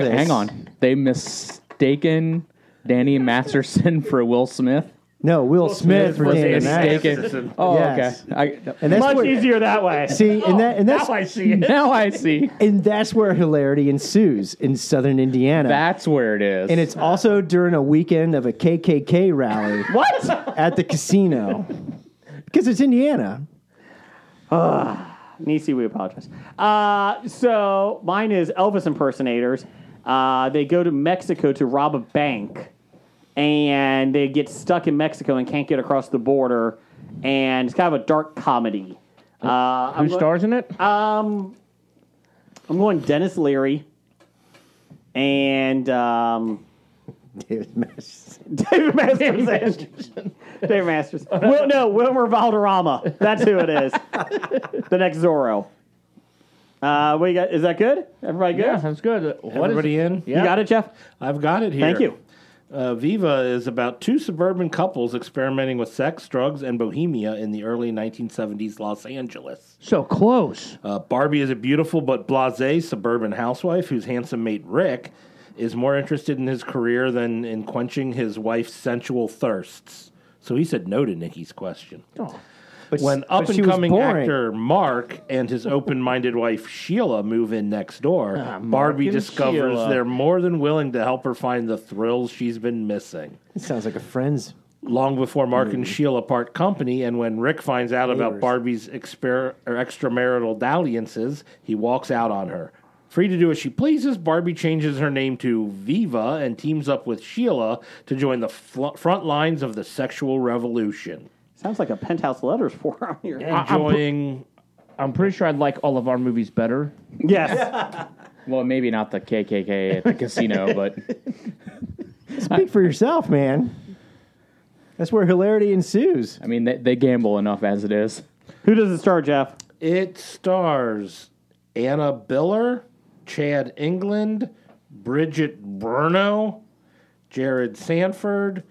Hang, hang on. They mistaken Danny Masterson for Will Smith. no Will, Smith, for They Danny Masterson. mistaken. Oh, Yes. okay. I, And that's Much where, easier that way. see, and that and that's Now I see it. now I see. and that's where hilarity ensues in Southern Indiana. That's where it is. and it's also during a weekend of a KKK rally What? at the casino because it's Indiana. Nisi, we apologize. Uh, so mine is Elvis impersonators. Uh, they go to Mexico to rob a bank, and they get stuck in Mexico and can't get across the border. And it's kind of a dark comedy. Uh, I'm, Who go- stars in it? I'm going Dennis Leary and um, David Masterson. David Masterson. David Masterson. Will, no, Wilmer Valderrama. That's who it is. the next Zorro. Uh, we got. Is that good? Everybody good? yeah, that's good. Uh, What is- Everybody in? Yeah. You got it, Jeff. I've got it here. Thank you. Uh, Viva is about two suburban couples experimenting with sex, drugs, and bohemia in the early 1970s Los Angeles. So close. Uh, Barbie is a beautiful but blase suburban housewife whose handsome mate Rick is more interested in his career than in quenching his wife's sensual thirsts. So he said no to Nikki's question. But When but up she and was coming boring. actor Mark and his open minded wife Sheila move in next door, Ah, Barbie and discovers Sheila. they're more than willing to help her find the thrills she's been missing. It sounds like a friend's. Long before Mark and Mm. Sheila part company, and when Rick finds out about Neighbors. Barbie's exper- or extramarital dalliances, he walks out on her. Free to do as she pleases, Barbie changes her name to Viva and teams up with Sheila to join the fl- front lines of the sexual revolution. Sounds like a penthouse letters forum here. Enjoying. I'm pretty sure I'd like all of our movies better. Yes. Well, maybe not the KKK at the casino, but Speak for yourself, man. That's where hilarity ensues. I mean, they, they gamble enough as it is. Who does it star, Jeff? It stars Anna Biller, Chad England, Bridget Bruno, Jared Sanford,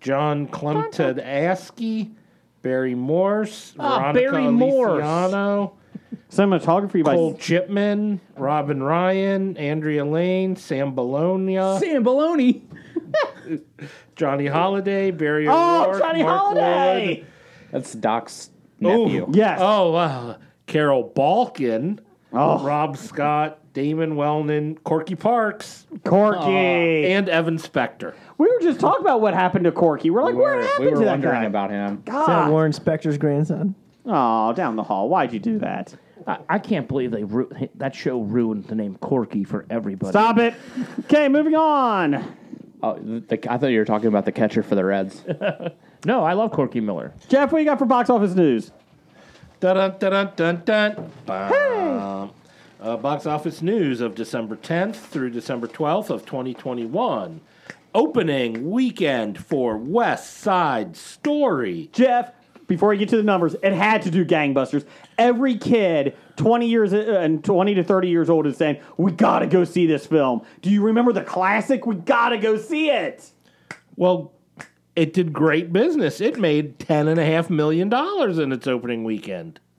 John Clemton Askey, Barry Morse, Veronica Barry Morse. Feliciano, Cinematography by Cole Chipman, Robin Ryan, Andrea Lane, Sam Bologna, Sam Baloney. Johnny Holiday, Barry Oh, O'Rourke, Johnny Mark Holiday! Wood. That's Doc's Oh, nephew. Yes. Oh, wow. Carol Balkin, Oh. Rob Scott, Damon Wellman, Corky Parks, Corky. and Evan Spector. we were just talking about what happened to Corky. We're like, We what were- happened we were to that wondering guy? about him. Is that God. Warren Spector's grandson? Oh, down the hall. Why'd you do that? I, I can't believe they ru- that show ruined the name Corky for everybody. Stop it. Okay, moving on. Oh, the, I thought you were talking about the catcher for the Reds. No, I love Corky Miller. Jeff, what you got for box office news? Dun dun dun dun dun. Uh, box office news of December 10th through December 12th of 2021. Opening weekend for West Side Story. Jeff, before I get to the numbers, it had to do gangbusters. Every kid, twenty years uh, and twenty to thirty years old, is saying, "We gotta go see this film." Do you remember the classic? We gotta go see it. Well, it did great business. It made $10.5 million dollars in its opening weekend.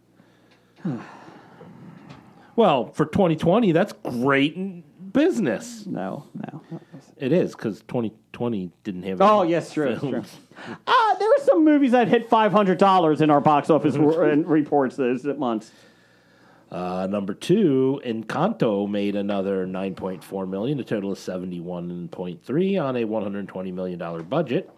well, for 2020, that's great business. No, no. It is, because 2020 didn't have Oh any yes, true. true. films. Uh, there were some movies that hit five hundred dollars in our box office re- and reports those months. Uh, number two, Encanto made another 9.4 million, a total of 71.3 on a 120 million dollar budget.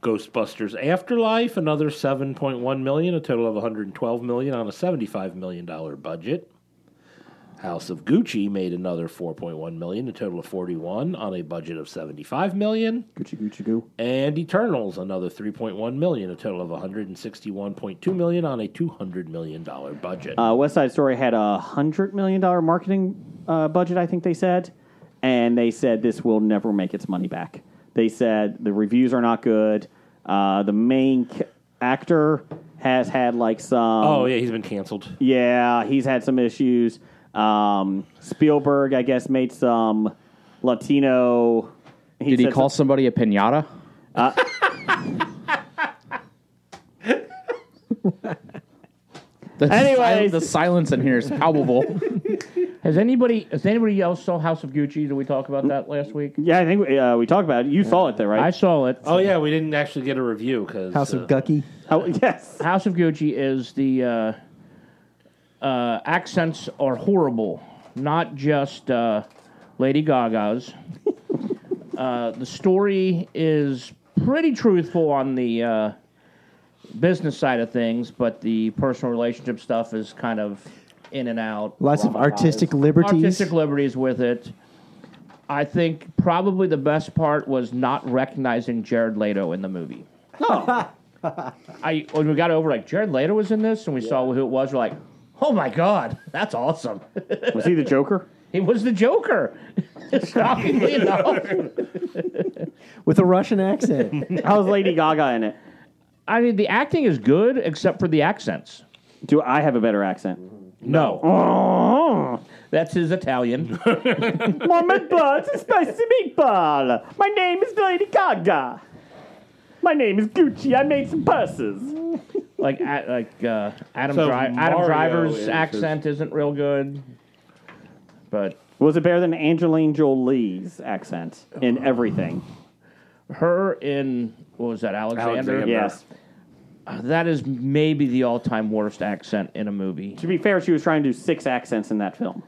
Ghostbusters Afterlife, another 7.1 million, a total of 112 million on a 75 million dollar budget. House of Gucci made another 4.1 million, a total of 41 on a budget of 75 million. Gucci Gucci Goo. And Eternals, another 3.1 million, a total of 161.2 million on a 200 million dollar budget. Uh, West Side Story had a hundred million dollar marketing uh, budget, I think they said, and they said this will never make its money back. They said the reviews are not good. Uh, the main c- actor has had like some. Oh yeah, he's been canceled. Yeah, he's had some issues. Um, Spielberg, I guess, made some Latino. Did he said call some- somebody a pinata? Uh, The sil- Anyways. the silence in here is palpable. Has anybody has anybody else saw House of Gucci? Did we talk about that last week? Yeah, I think uh, we talked about it. You saw it there, I right? saw it. Oh yeah, we didn't actually get a review uh, because House of Gucky. oh, yes. House of Gucci is the uh, uh, accents are horrible, not just uh, Lady Gaga's. uh, the story is pretty truthful on the uh, business side of things, but the personal relationship stuff is kind of in and out. Lots of artistic liberties. artistic liberties with it. I think probably the best part was not recognizing Jared Leto in the movie. I when we got over, like Jared Leto was in this, and we saw who it was. We're like, oh my god, that's awesome! Was he the Joker? he was the Joker. Shockingly enough, with a Russian accent. How's Lady Gaga in it? I mean the acting is good except for the accents. Do I have a better accent? No, Oh. that's his Italian. Mama Buds, a spicy meatball. My name is Lady Gaga. My name is Gucci. I made some purses. like a- like uh, Adam So Dri- Adam Mario Driver's is his- accent isn't real good, but. Was it better than Angeline Jolie's accent in everything? her in what was that Alexander? Alexander. Yes. That is maybe the all-time worst accent in a movie. To be fair, she was trying to do six accents in that film.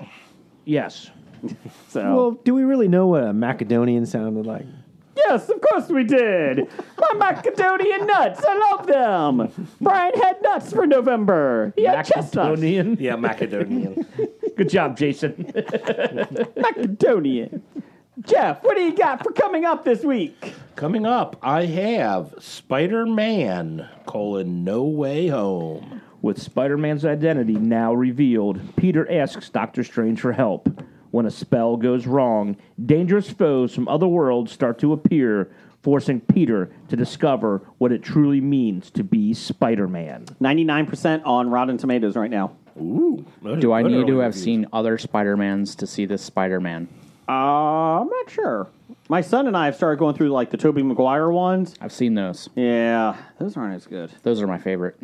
Yes, So well, do we really know what a Macedonian sounded like? yes, of course we did. My Macadonian nuts, I love them. Brian had nuts for November. He had chestnuts. Macedonian. yeah, Macedonian. Good job, Jason. Macadonian. Jeff, what do you got for coming up this week? Coming up, I have Spider Man colon No Way Home. With Spider Man's identity now revealed, Peter asks Doctor Strange for help. When a spell goes wrong, dangerous foes from other worlds start to appear, forcing Peter to discover what it truly means to be Spider Man. Ninety-nine percent on Rotten Tomatoes right now. Ooh, those Do are I good need to early have reviews. seen other Spider Mans to see this Spider Man? Uh, I'm not sure. My son and I have started going through like the Tobey Maguire ones. I've seen those. Yeah, those aren't as good. Those are my favorite.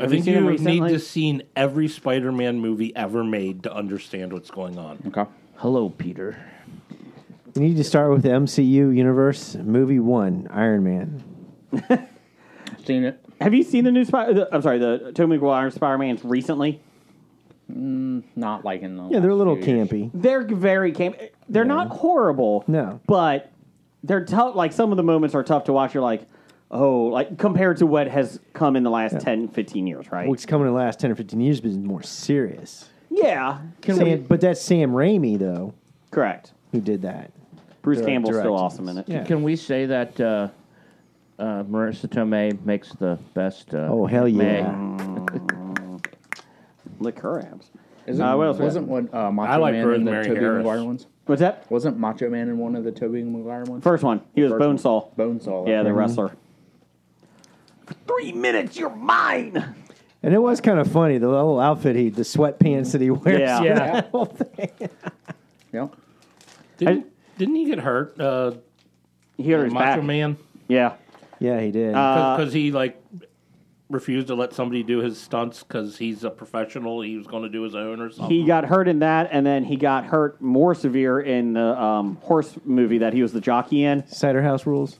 I think seen you them would need recently? to seen every Spider Man movie ever made to understand what's going on. Okay. Hello, Peter. You need to start with the MCU universe movie one, Iron Man. Seen it. Have you seen the new Spider? I'm sorry, the Tobey Maguire Spider-Man's recently? Not like in the. Yeah, they're a last little few years. campy. They're very camp. They're not horrible. No. but they're tough. Like some of the moments are tough to watch. You're like, oh, like compared to what has come in the last 10, 15 years, right? What's coming in the last ten or fifteen years has been more serious. yeah, Sam, but that's Sam Raimi though correct. who did that. Bruce Direct- Campbell's directed. still awesome in it. Yeah. Can we say that uh, uh, Marissa Tomei makes the best? Uh, Oh hell May? yeah! Lick her abs. Isn't, Uh, what else we wasn't what uh, Macho I like Man and the Rosemary Tobey Harris. Maguire ones? What's that? Wasn't Macho Man in one of the Tobey Maguire ones? First one. He was First one. Bonesaw. Bonesaw. Yeah, the right. wrestler. For three minutes, you're mine. And it was kind of funny the little outfit he, the sweatpants that he wears. Yeah. for Yeah. that whole thing. Yeah. Didn't, didn't he get hurt? Uh, He hurt his Macho back. Man? Yeah. yeah, he did. Uh, Because he, like, refused to let somebody do his stunts because he's a professional. He was going to do his own or something. He got hurt in that, and then he got hurt more severe in the um, horse movie that he was the jockey in. Cider House Rules.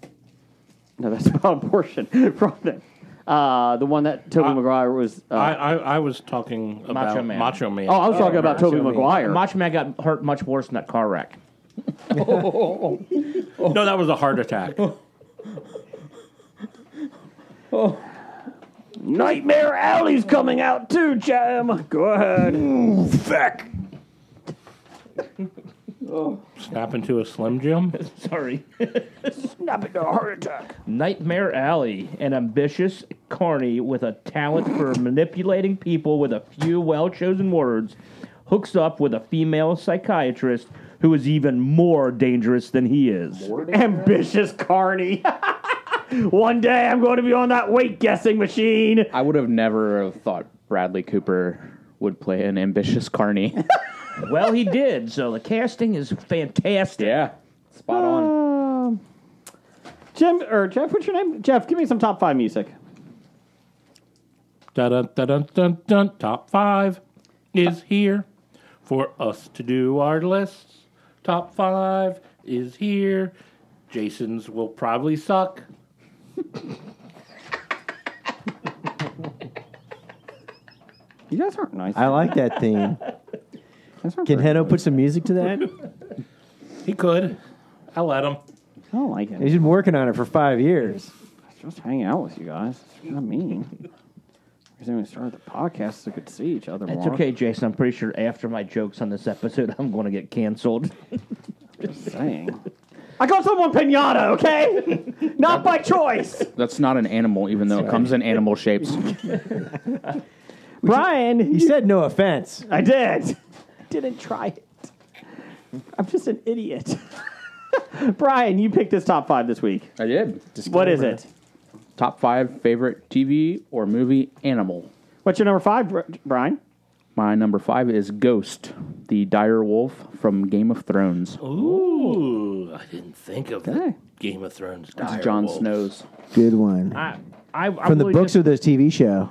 No, that's about abortion from them. Uh, the one that Toby Maguire was. Uh, I, I, I was talking about Macho Man. Man. oh, I was talking about Toby Man. Maguire. Macho Man got hurt much worse in that car wreck. No, that was a heart attack. Nightmare Alley's coming out too, Jam. Go ahead. Feck. Snap into a Slim Jim? Sorry. Snap into a heart attack. Nightmare Alley, an ambitious carny with a talent for manipulating people with a few well chosen words, hooks up with a female psychiatrist who is even more dangerous than he is. Ambitious Carney. One day I'm going to be on that weight guessing machine. I would have never have thought Bradley Cooper would play an ambitious carny. well, he did, so the casting is fantastic. yeah. Spot on. Um, Jim or Jeff, what's your name? Jeff, give me some top five music. Dun, dun, dun, dun, dun, dun. Top five is here for us to do our lists. Top five is here. Jason's will probably suck. You guys aren't nice. I like that theme. That's not Can very- Heno put some music to that? He could. I'll let him. I don't like it. He's been working on it for five years. Just hang out with you guys. It's not mean. We're going to start the podcast so we could see each other It's more. okay, Jason. I'm pretty sure after my jokes on this episode, I'm going to get canceled. Saying. I got someone pinata, okay? Not by choice. That's not an animal, even though it comes in animal shapes. Brian, He said no offense. I did. Didn't try it. I'm just an idiot. Brian, you picked this top five this week. I did. What is it? Top five favorite TV or movie animal. What's your number five, Br- Brian? My number five is Ghost, the dire wolf from Game of Thrones. Ooh, I didn't think of Okay. that. Game of Thrones. Dire It's Jon Wolves. Snow's. Good one. I, I, I From the really books just- or the TV show?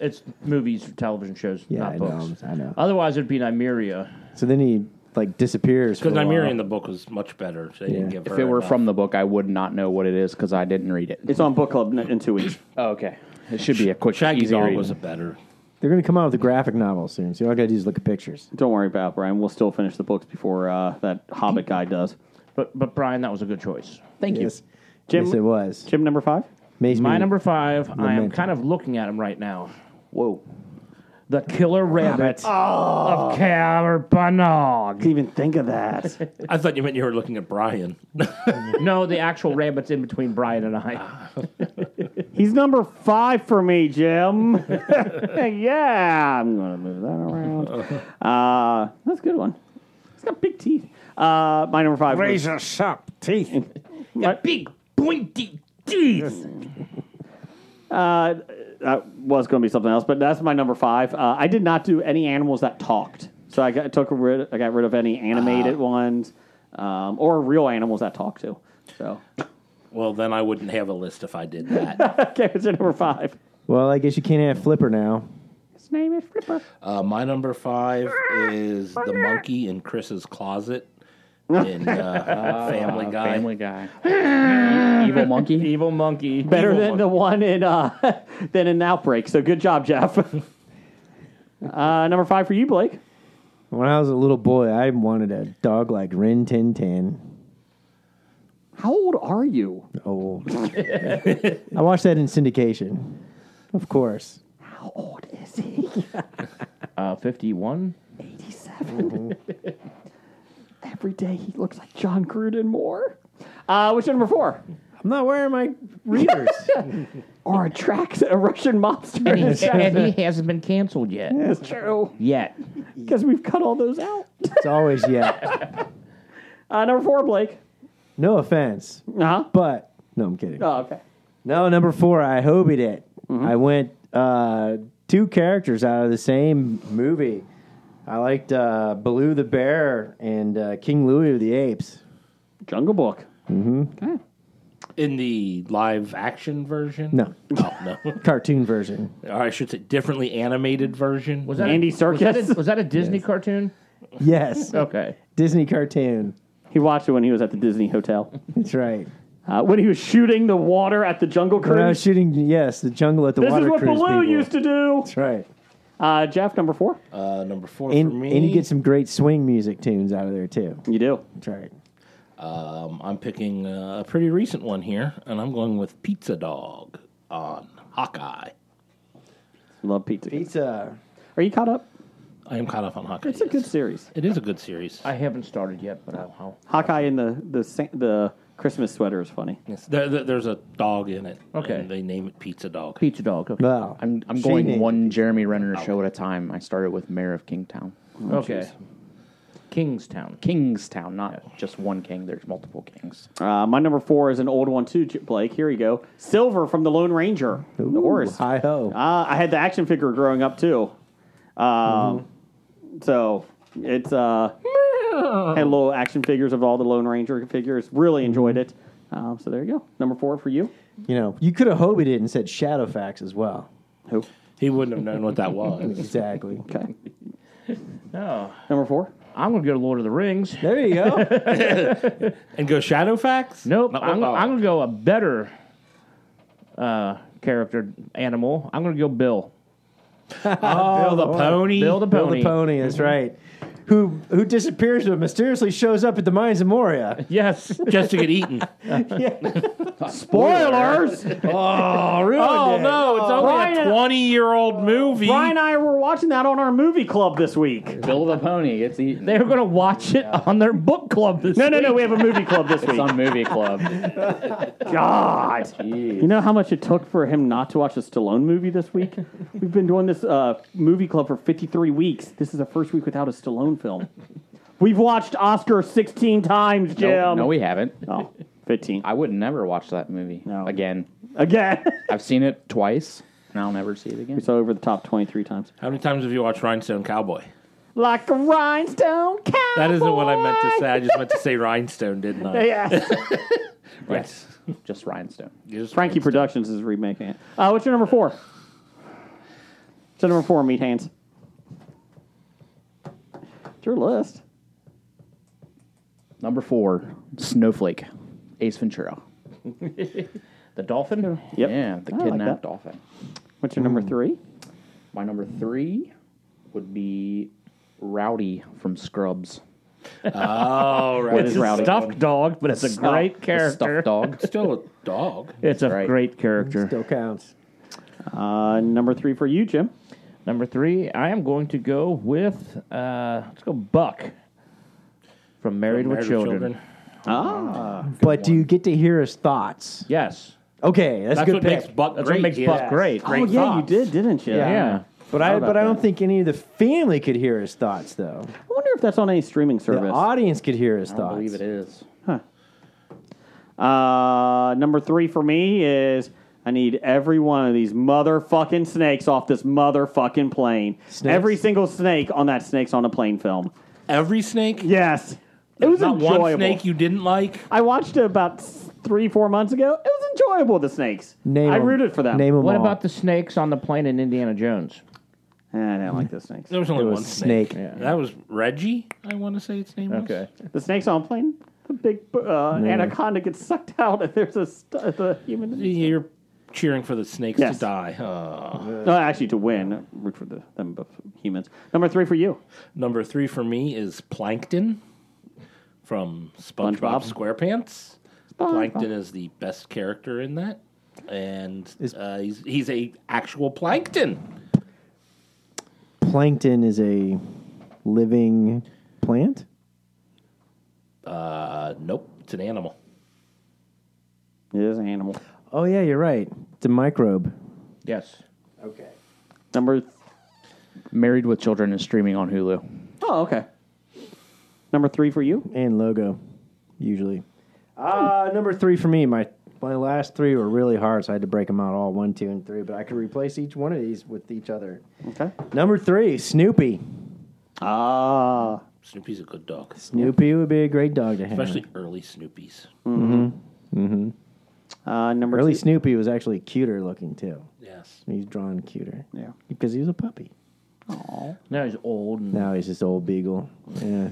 it's movies, television shows, Yeah, not I know. books. I know. Otherwise, it'd be Nymeria. So then he like disappears. Because for a Nymeria while. in the book was much better. So they didn't Yeah. give If her it were enough. uh, from the book, I would not know what it is because I didn't read it. It's on book club in two weeks. Oh, okay. It should be a quick, Shaggy easy Dog read. was a better. They're going to come out with a graphic novel soon, so all I got to do is look at pictures. Don't worry about it, Brian. We'll still finish the books before uh, that Hobbit guy does. But but Brian, that was a good choice. Thank you. Yes, Jim- yes, it was. Jim, number five? Maze My Mead. number five. I am Memento. kind of looking at him right now. Whoa. the killer rabbit of Cabernog. even think of that. I thought you meant you were looking at Brian. no, the actual rabbit's in between Brian and I. He's number five for me, Jim. yeah, I'm going to move that around. Uh, that's a good one. He's got big teeth. Uh, my number five. was- sharp teeth. my- Big pointy teeth. Uh, that was going to be something else, but that's my number five. Uh, I did not do any animals that talked, so I got, took rid. I got rid of any animated ones um, or real animals that talk to. So well, then I wouldn't have a list if I did that. okay, what's your number five? Well, I guess you can't have Flipper now. His name is Flipper. Uh, my number five is the monkey in Chris's closet in uh, Family Guy. Family Guy. Evil Monkey. Evil monkey. Better than the one in uh, than in Outbreak. So good job, Jeff. uh, number five for you, Blake. When I was a little boy, I wanted a dog like Rin Tin Tin. How old are you? Oh, I watched that in syndication, of course. How old Oh, is he? Uh, 51. He's 7 Every day he looks like John Gruden more. Uh, what's your number four? I'm not wearing my readers. or attracts a Russian monster. And he, and he hasn't been canceled yet. That's true. Yet. Because we've cut all those out. it's always yeah. Uh, number four, Blake. No offense, Uh-huh. but no, I'm kidding. Oh, okay. No, number four, I hobied it. Mm-hmm. I went uh, two characters out of the same movie. I liked uh, Baloo the Bear and uh, King Louie of the Apes. Jungle Book. In the live action version? No, Oh, no. cartoon version. or I should say, differently animated version. Was that Andy a, was that a- Serkis? Was that a Disney cartoon? Yes, Okay. Disney cartoon. He watched it when he was at the Disney Hotel. That's right. Uh, when he was shooting the water at the Jungle When I was Cruise. shooting, yes, the jungle at the This water is what cruise. Baloo people. used to do. That's right. Uh, Jeff, number four. Uh, number four And, for me. and you get some great swing music tunes out of there too. You do. That's right. um, I'm picking uh, a pretty recent one here, and I'm going with Pizza Dog on Hawkeye. Love pizza. Pizza. Are you caught up? I am caught up on Hawkeye. It's a good yes. series. It is a good series. I haven't started yet, but I'll. I'll Hawkeye in the the sa- the Christmas sweater is funny. Yes. There, there- there's a dog in it. Okay. and they name it Pizza Dog. Pizza dog. Okay. Wow. I'm, I'm She going named one Jeremy Renner show at a time. I started with Mayor of Kingtown. okay. Kingstown. Kingstown, not just one king. There's multiple kings. Uh, my number four is an old one too, J- Blake. Here we go. Silver from the Lone Ranger, the Ooh, horse. Hi ho. Uh, I had the action figure growing up too. Mm-hmm. Um, So it's uh, had little action figures of all the Lone Ranger figures. Mm-hmm. Really enjoyed it. Um, so there you go. Number four for you. You know, you could have hobied it and said Shadowfax as well. Who? He wouldn't have known what that was. Exactly. Okay. Oh. Number four. I'm going to go to Lord of the Rings. There you go. and go Shadowfax? Nope. Not- I'm, oh. I'm going to go a better uh, character animal. I'm going to go Bill. oh, the pony. Bill the Bill pony. the Pony. That's right. Who who disappears but mysteriously shows up at the mines of Moria? Yes. just to get eaten. Spoilers. Oh, ruined Oh it. no, it's only Brian- a twenty-year-old movie. Brian and I were watching that on our movie club this week. Bill the Pony gets eaten. They're going to watch it on their book club this No, no, no. We have a movie club this It's week. on Movie Club. God. You know how much it took for him not to watch a Stallone movie this week? We've been doing this uh, movie club for 53 weeks. This is the first week without a Stallone film. We've watched Oscar 16 times, Jim. No, no, we haven't. Oh, 15. I would never watch that movie No. again. Again. I've seen it twice, and I'll never see it again. so over the top 23 times. How many times have you watched Rhinestone Cowboy? Like a rhinestone cowboy. That isn't what I meant to say. I just meant to say Rhinestone, didn't I? Yeah. Yes, just Rhinestone. Just Frankie Rhinestone. Productions is remaking it. Uh, what's your number four? What's your number four, Meat Hands? It's your list. Number four, Snowflake, Ace Ventura. The dolphin? Yep. Yeah, the I like kidnapped that. dolphin. What's your Hmm. number three? My number three would be Rowdy from Scrubs, Oh, right. What is Rowdy? Stuffed dog, but it's a great the character. stuffed dog. Still a dog. It's a Right. great character. Still counts. Uh, number three for you, Jim. Number three, I am going to go with uh, let's go Buck from Married, with, children. But do you get to hear his thoughts? Yes, Okay, that's, That's a good what pick. makes Buck that's great. what makes yeah. Buck great. Oh, Great yeah, thoughts. you did, didn't you? Yeah. but I about but I don't that. think any of the family could hear his thoughts though. I wonder if that's on any streaming The service. audience could hear his I thoughts. don't believe it is. Uh, number three for me is I need every one of these motherfucking snakes off this motherfucking plane. Snakes? Every single snake on that Snakes on a Plane film. Every snake. Yes. It was Not enjoyable. one snake you didn't like. I watched it about s- three, four months ago. It was enjoyable, the snakes. Name I 'em. rooted for them. Name them What about the snakes on the plane in Indiana Jones? Eh, I don't like the snakes. There was only It was one snake. snake. That was Reggie. I want to say its name. was. The snakes on a plane? The big uh, anaconda gets sucked out and there's a st- the human. You're cheering for the snakes Yes. to die. Uh, No, actually, to win. Root for the, them both humans. Number three for you. number three for me is Plankton from SpongeBob, SquarePants. Plankton is the best character in that, and uh, he's he's a actual plankton. Plankton is a living plant. Uh, nope, it's an animal. It is an animal. Oh yeah, you're right. It's a microbe. Yes. Okay. Number. Th- Married with Children is streaming on Hulu. oh, okay. Number three for you. And logo, usually. Uh, number three for me. My my last three were really hard, so I had to break them out all one, two, and three. But I could replace each one of these with each other. Okay. Number three, Snoopy. Ah. Snoopy's a good dog, Snoopy would be a great dog to have. especially early Snoopies. Uh, number Early two. Snoopy was actually cuter looking too. Yes, He's drawn cuter. Yeah. Because he was a puppy. Now he's old. And Now he's just old beagle. Yeah.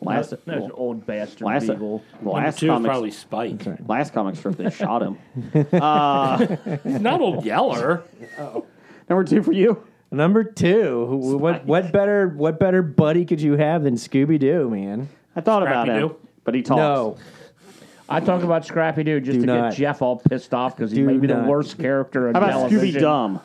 Last, now he's an old bastard last, beagle. number last two is comic, probably Spike. last comic strip they shot him. He's not old Yeller. Number two for you. Number two, who- who- what what better what better buddy could you have than Scooby Doo, man? I thought about him, Scrappy-Doo. but he talks. No, I talk about Scrappy Doo just to Do not. get Jeff all pissed off because he Do may be not. the worst character in How about television. Scooby Dumb?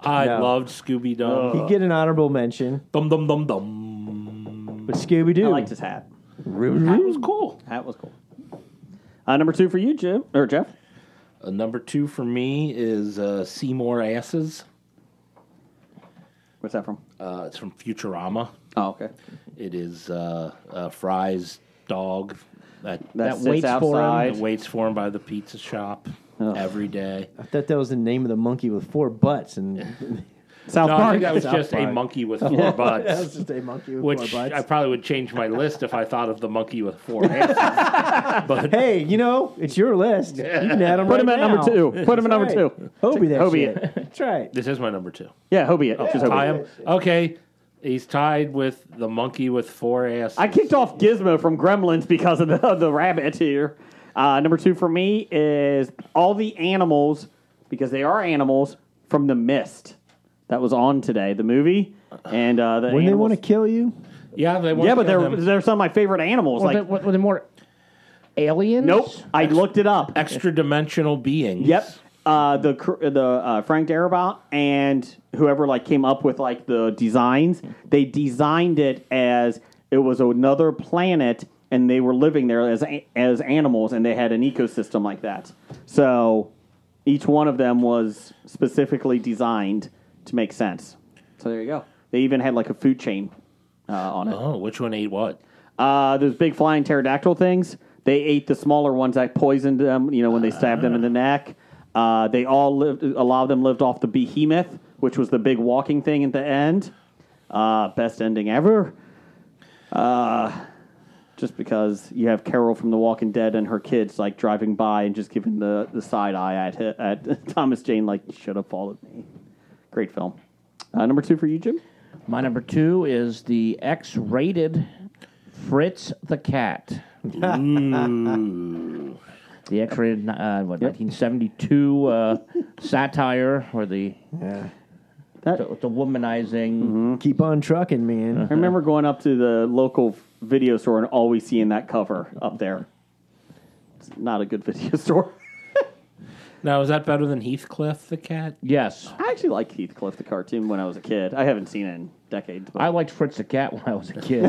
I No. loved Uh, Scooby Doo. you get an honorable mention, Dum dum dum dum. but Scooby Doo. I liked his hat. That was cool. Hat was cool. Uh, number two for you, Jim or Jeff. Uh, number two for me is uh, Seymour Asses. What's that from? Uh, it's from Futurama. Oh, okay. It is uh, uh, Fry's dog that, That, sits waits for him. that outside. waits for him by the pizza shop every day. I thought that was the name of the monkey with four butts, and South No, I Park. think that was South just a Park. monkey with four that was butts. just a monkey with Which four I butts. probably would change my list if I thought of the monkey with four asses. but hey, you know, it's your list. You can add them Put right him at now. number two. Put him at number That's right. two. Hobie that Hobie shit. That's right. this is my number two. Yeah, Hobie. It. Just Hobie. Tie him. Okay, he's tied with the monkey with four asses. I kicked off Gizmo from Gremlins because of the, of the rabbit here. Uh, number two for me is all the animals because they are animals from The Mist that was on today, the movie, and uh, the When they animals- want to kill you, yeah, they want yeah, but to kill they're him. they're some of my favorite animals. Were like they, were they more aliens? nope, I looked it up. extra dimensional beings. Yep. Uh, the cr- the uh, Frank Darabont and whoever like came up with like the designs, they designed it as it was another planet, and they were living there as a- as animals, and they had an ecosystem like that. So each one of them was specifically designed to make sense. So there you go. They even had like a food chain uh, on it. Oh, which one ate what? Uh, those big flying pterodactyl things. They ate the smaller ones that poisoned them. You know when they stabbed them in the neck. Uh, they all lived. A lot of them lived off the behemoth, which was the big walking thing at the end. Uh, best ending ever. Uh, just because you have Carol from The Walking Dead and her kids like driving by and just giving the, the side eye at at Thomas Jane like you should have followed me. Great film. Uh, number two for you, Jim. My number two is the X-rated Fritz the Cat. the X-rated uh, what, 1972 uh, satire where the yeah. Mm-hmm. the, the womanizing. keep on trucking, man. I remember going up to the local video store and always seeing that cover up there. It's not a good video store. Now, is that better than Heathcliff the cat? Yes, I actually liked Heathcliff the cartoon when I was a kid. I haven't seen it in decades. But. I liked Fritz the Cat when I was a kid.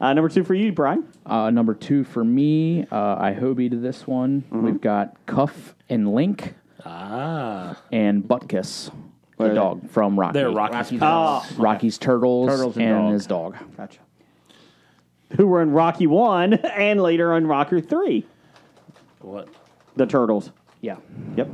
Uh, number two for you, Brian. Uh, number two for me, uh, I hobied this one. We've got Cuff and Link Ah, and Butkus, What the are they? dog from Rocky. they're Rocky's. Oh, Rocky's turtles, Turtles and and, dog. his dog. gotcha. Who were in Rocky One and later on Rocker Three? What? The Turtles. Yeah, Yep.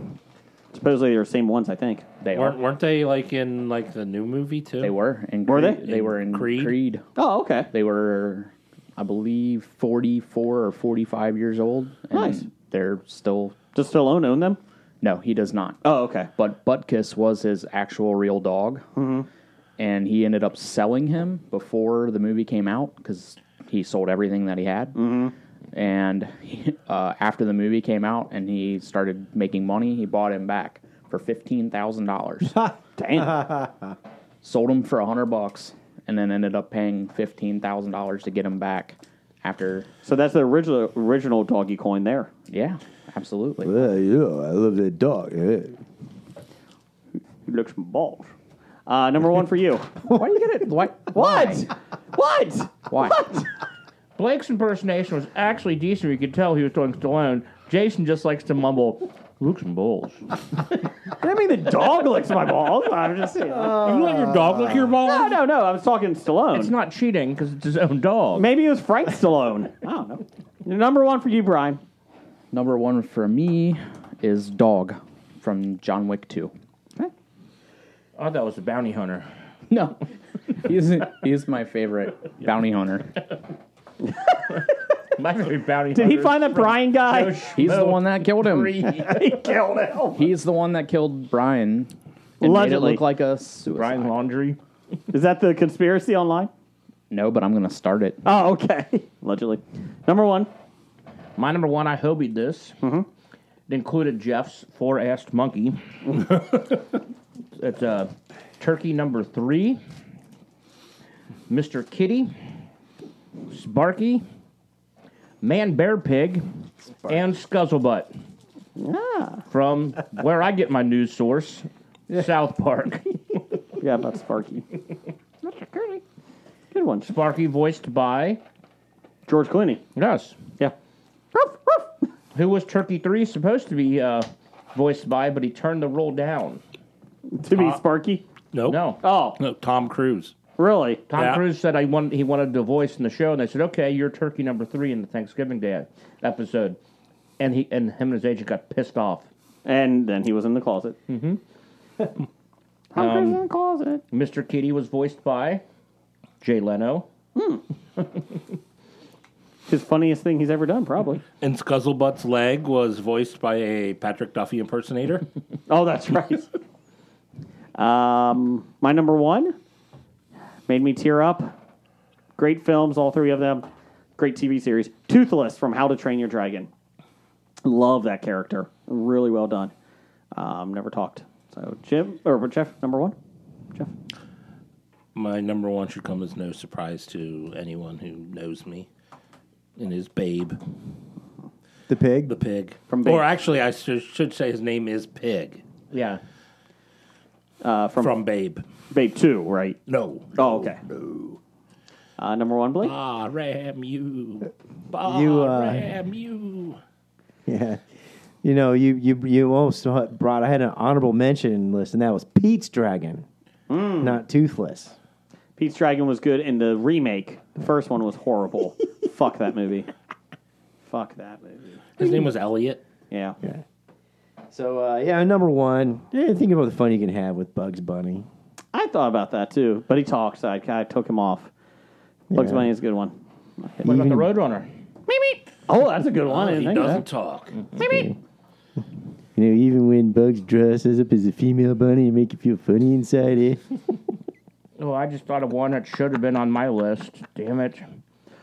Supposedly they're the same ones, I think. they Weren't were. weren't they like in like the new movie too? They were. In Were Creed- they? They were in Creed? Creed. Oh, okay. They were, I believe, forty-four or forty-five years old. and Nice. They're still. Does Stallone own them? No, he does not. Oh, okay. But Butkus was his actual real dog, and he ended up selling him before the movie came out because he sold everything that he had. And he, uh, after the movie came out and he started making money, he bought him back for fifteen thousand dollars. Damn. sold him for a hundred bucks, and then ended up paying fifteen thousand dollars to get him back. After, so that's the original original doggy coin there. yeah, absolutely. Yeah, yeah, I love that dog. You look some balls. Uh, number one for you. Why do you get it? Why? what? What? Why? Blake's impersonation was actually decent. You could tell he was doing Stallone. Jason just likes to mumble, "Luke's and balls." I mean, the dog licks my balls. I'm just saying. You let your dog lick your balls? no, no, no. I was talking Stallone. It's not cheating because it's his own dog. Maybe it was Frank Stallone. I don't know. Number one for you, Brian. Number one for me is Dog from John Wick Two. I thought that was the bounty hunter. No, he's he's my favorite bounty hunter. My favorite bounty Did he find that Brian guy? He's the one that killed him. that? he killed him. He's the one that killed Brian. And made it Allegedly. look like a suicide. Brian Laundry. Is that the conspiracy online? No, but I'm gonna start it. Oh, okay. Allegedly. Number one. My number one, I hobied this. It included Jeff's four-assed monkey. it's uh, turkey number three, Mr. Kitty, Sparky, Man Bear Pig, and Scuzzlebutt Ah. from where I get my news source, South Park. Yeah, about Sparky. Good one. Sparky voiced by, George Clooney. yes, Yeah. who was Turkey 3 supposed to be uh, voiced by, but he turned the role down. To Uh, be Sparky. Nope. No. Oh, No, Tom Cruise. really? Tom Yeah. Cruise said I wanted, he wanted a voice in the show, and they said, "Okay, you're Turkey number three in the Thanksgiving Day episode," and he and him and his agent got pissed off. And then he was in the closet. Mm-hmm. Tom Um, Cruise in the closet. Mr. Kitty was voiced by Jay Leno. His funniest thing he's ever done, probably. And Scuzzlebutt's leg was voiced by a Patrick Duffy impersonator. Oh, that's right. um, my number one made me tear up. Great films, all three of them. Great TV series. Toothless from How to Train Your Dragon. Love that character. Really well done. Um, never talked. So Jim or Jeff, number one. Jeff. My number one should come as no surprise to anyone who knows me. And is Babe The pig. the pig? From Babe. Or actually, I should, should say his name is Pig Yeah, Uh, from, from Babe. Babe Two, right? No. Oh, okay. Uh, number one, Blake. Ah, ram you. You, uh, ram you. Yeah. You know, you you you almost brought. I had an honorable mention list, and that was Pete's Dragon, Mm. not Toothless. Pete's Dragon was good in the remake. The first one was horrible. Fuck that movie. Fuck that movie. His name was Elliot. Yeah. Yeah. So uh, yeah, number one. Yeah, think about the fun you can have with Bugs Bunny. I thought about that too, but he talks. I, I took him off. Bugs Yeah. Bunny is a good one. what about the Roadrunner? Oh, that's a good one. I Oh, didn't he think of doesn't talk. You know, even when Bugs dresses up as a female bunny and make you feel funny inside, eh? Oh, I just thought of one that should have been on my list. Damn it, that.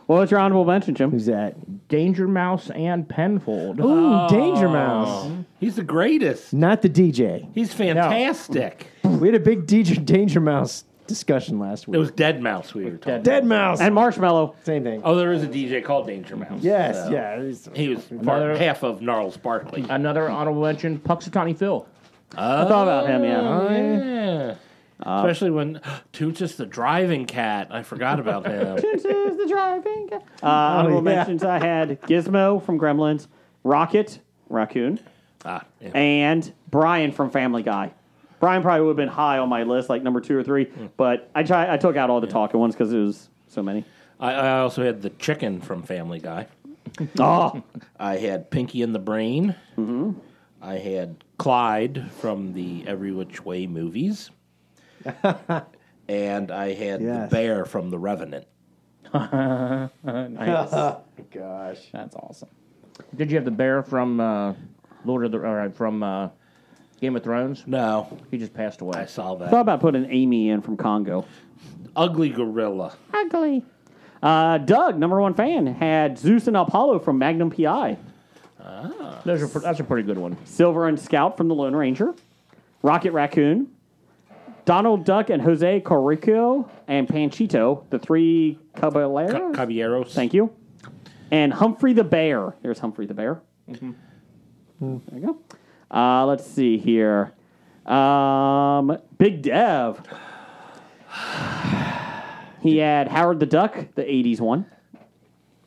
Well, what's your honorable mention, Jim? Who's that? Danger Mouse and Penfold. Ooh, Danger Mouse. He's the greatest. Not the DJ. He's fantastic. We had a big DJ Danger Mouse discussion last week. It was Dead Mouse we were talking. Dead Mouse. And Marshmallow. Same thing. Oh, there is a DJ called Danger Mouse. yes, so. yeah. it's- He was part- Another- half of Gnarls Barkley. Uh, Another honorable mention: Puxatawny Phil. I thought about him, yeah. Oh, yeah. Uh, Especially when Toots is the driving cat. I forgot about him. This is the driving. Uh, honorable yeah. mentions I had Gizmo from Gremlins, Rocket, Raccoon, ah, yeah. and Brian from Family Guy. Brian probably would have been high on my list, like number two or three, but I try I took out all the talking ones because it was so many. I, I also had the chicken from Family Guy. Oh, I had Pinky and the Brain. Mm-hmm. I had Clyde from the Every Which Way movies. and I had Yes. the bear from The Revenant. Gosh. That's awesome. Did you have the bear from uh, Lord of the or, uh, from uh, Game of Thrones? No, He just passed I away. saw thought that. about putting Amy in from Congo. Ugly Gorilla. Ugly. Uh, Doug, number one fan, had Zeus and Apollo from Magnum PI, Those are, pr- that's a pretty good one. Silver and Scout from The Lone Ranger, Rocket Raccoon, Donald Duck and Jose Corrico, and Panchito, the three Ca- Caballeros. Caballeros. Thank you. And Humphrey the Bear. There's Humphrey the Bear. Mm-hmm. There you go. Uh, let's see here. Um, Big Dev. He had Howard the Duck, the 80s one.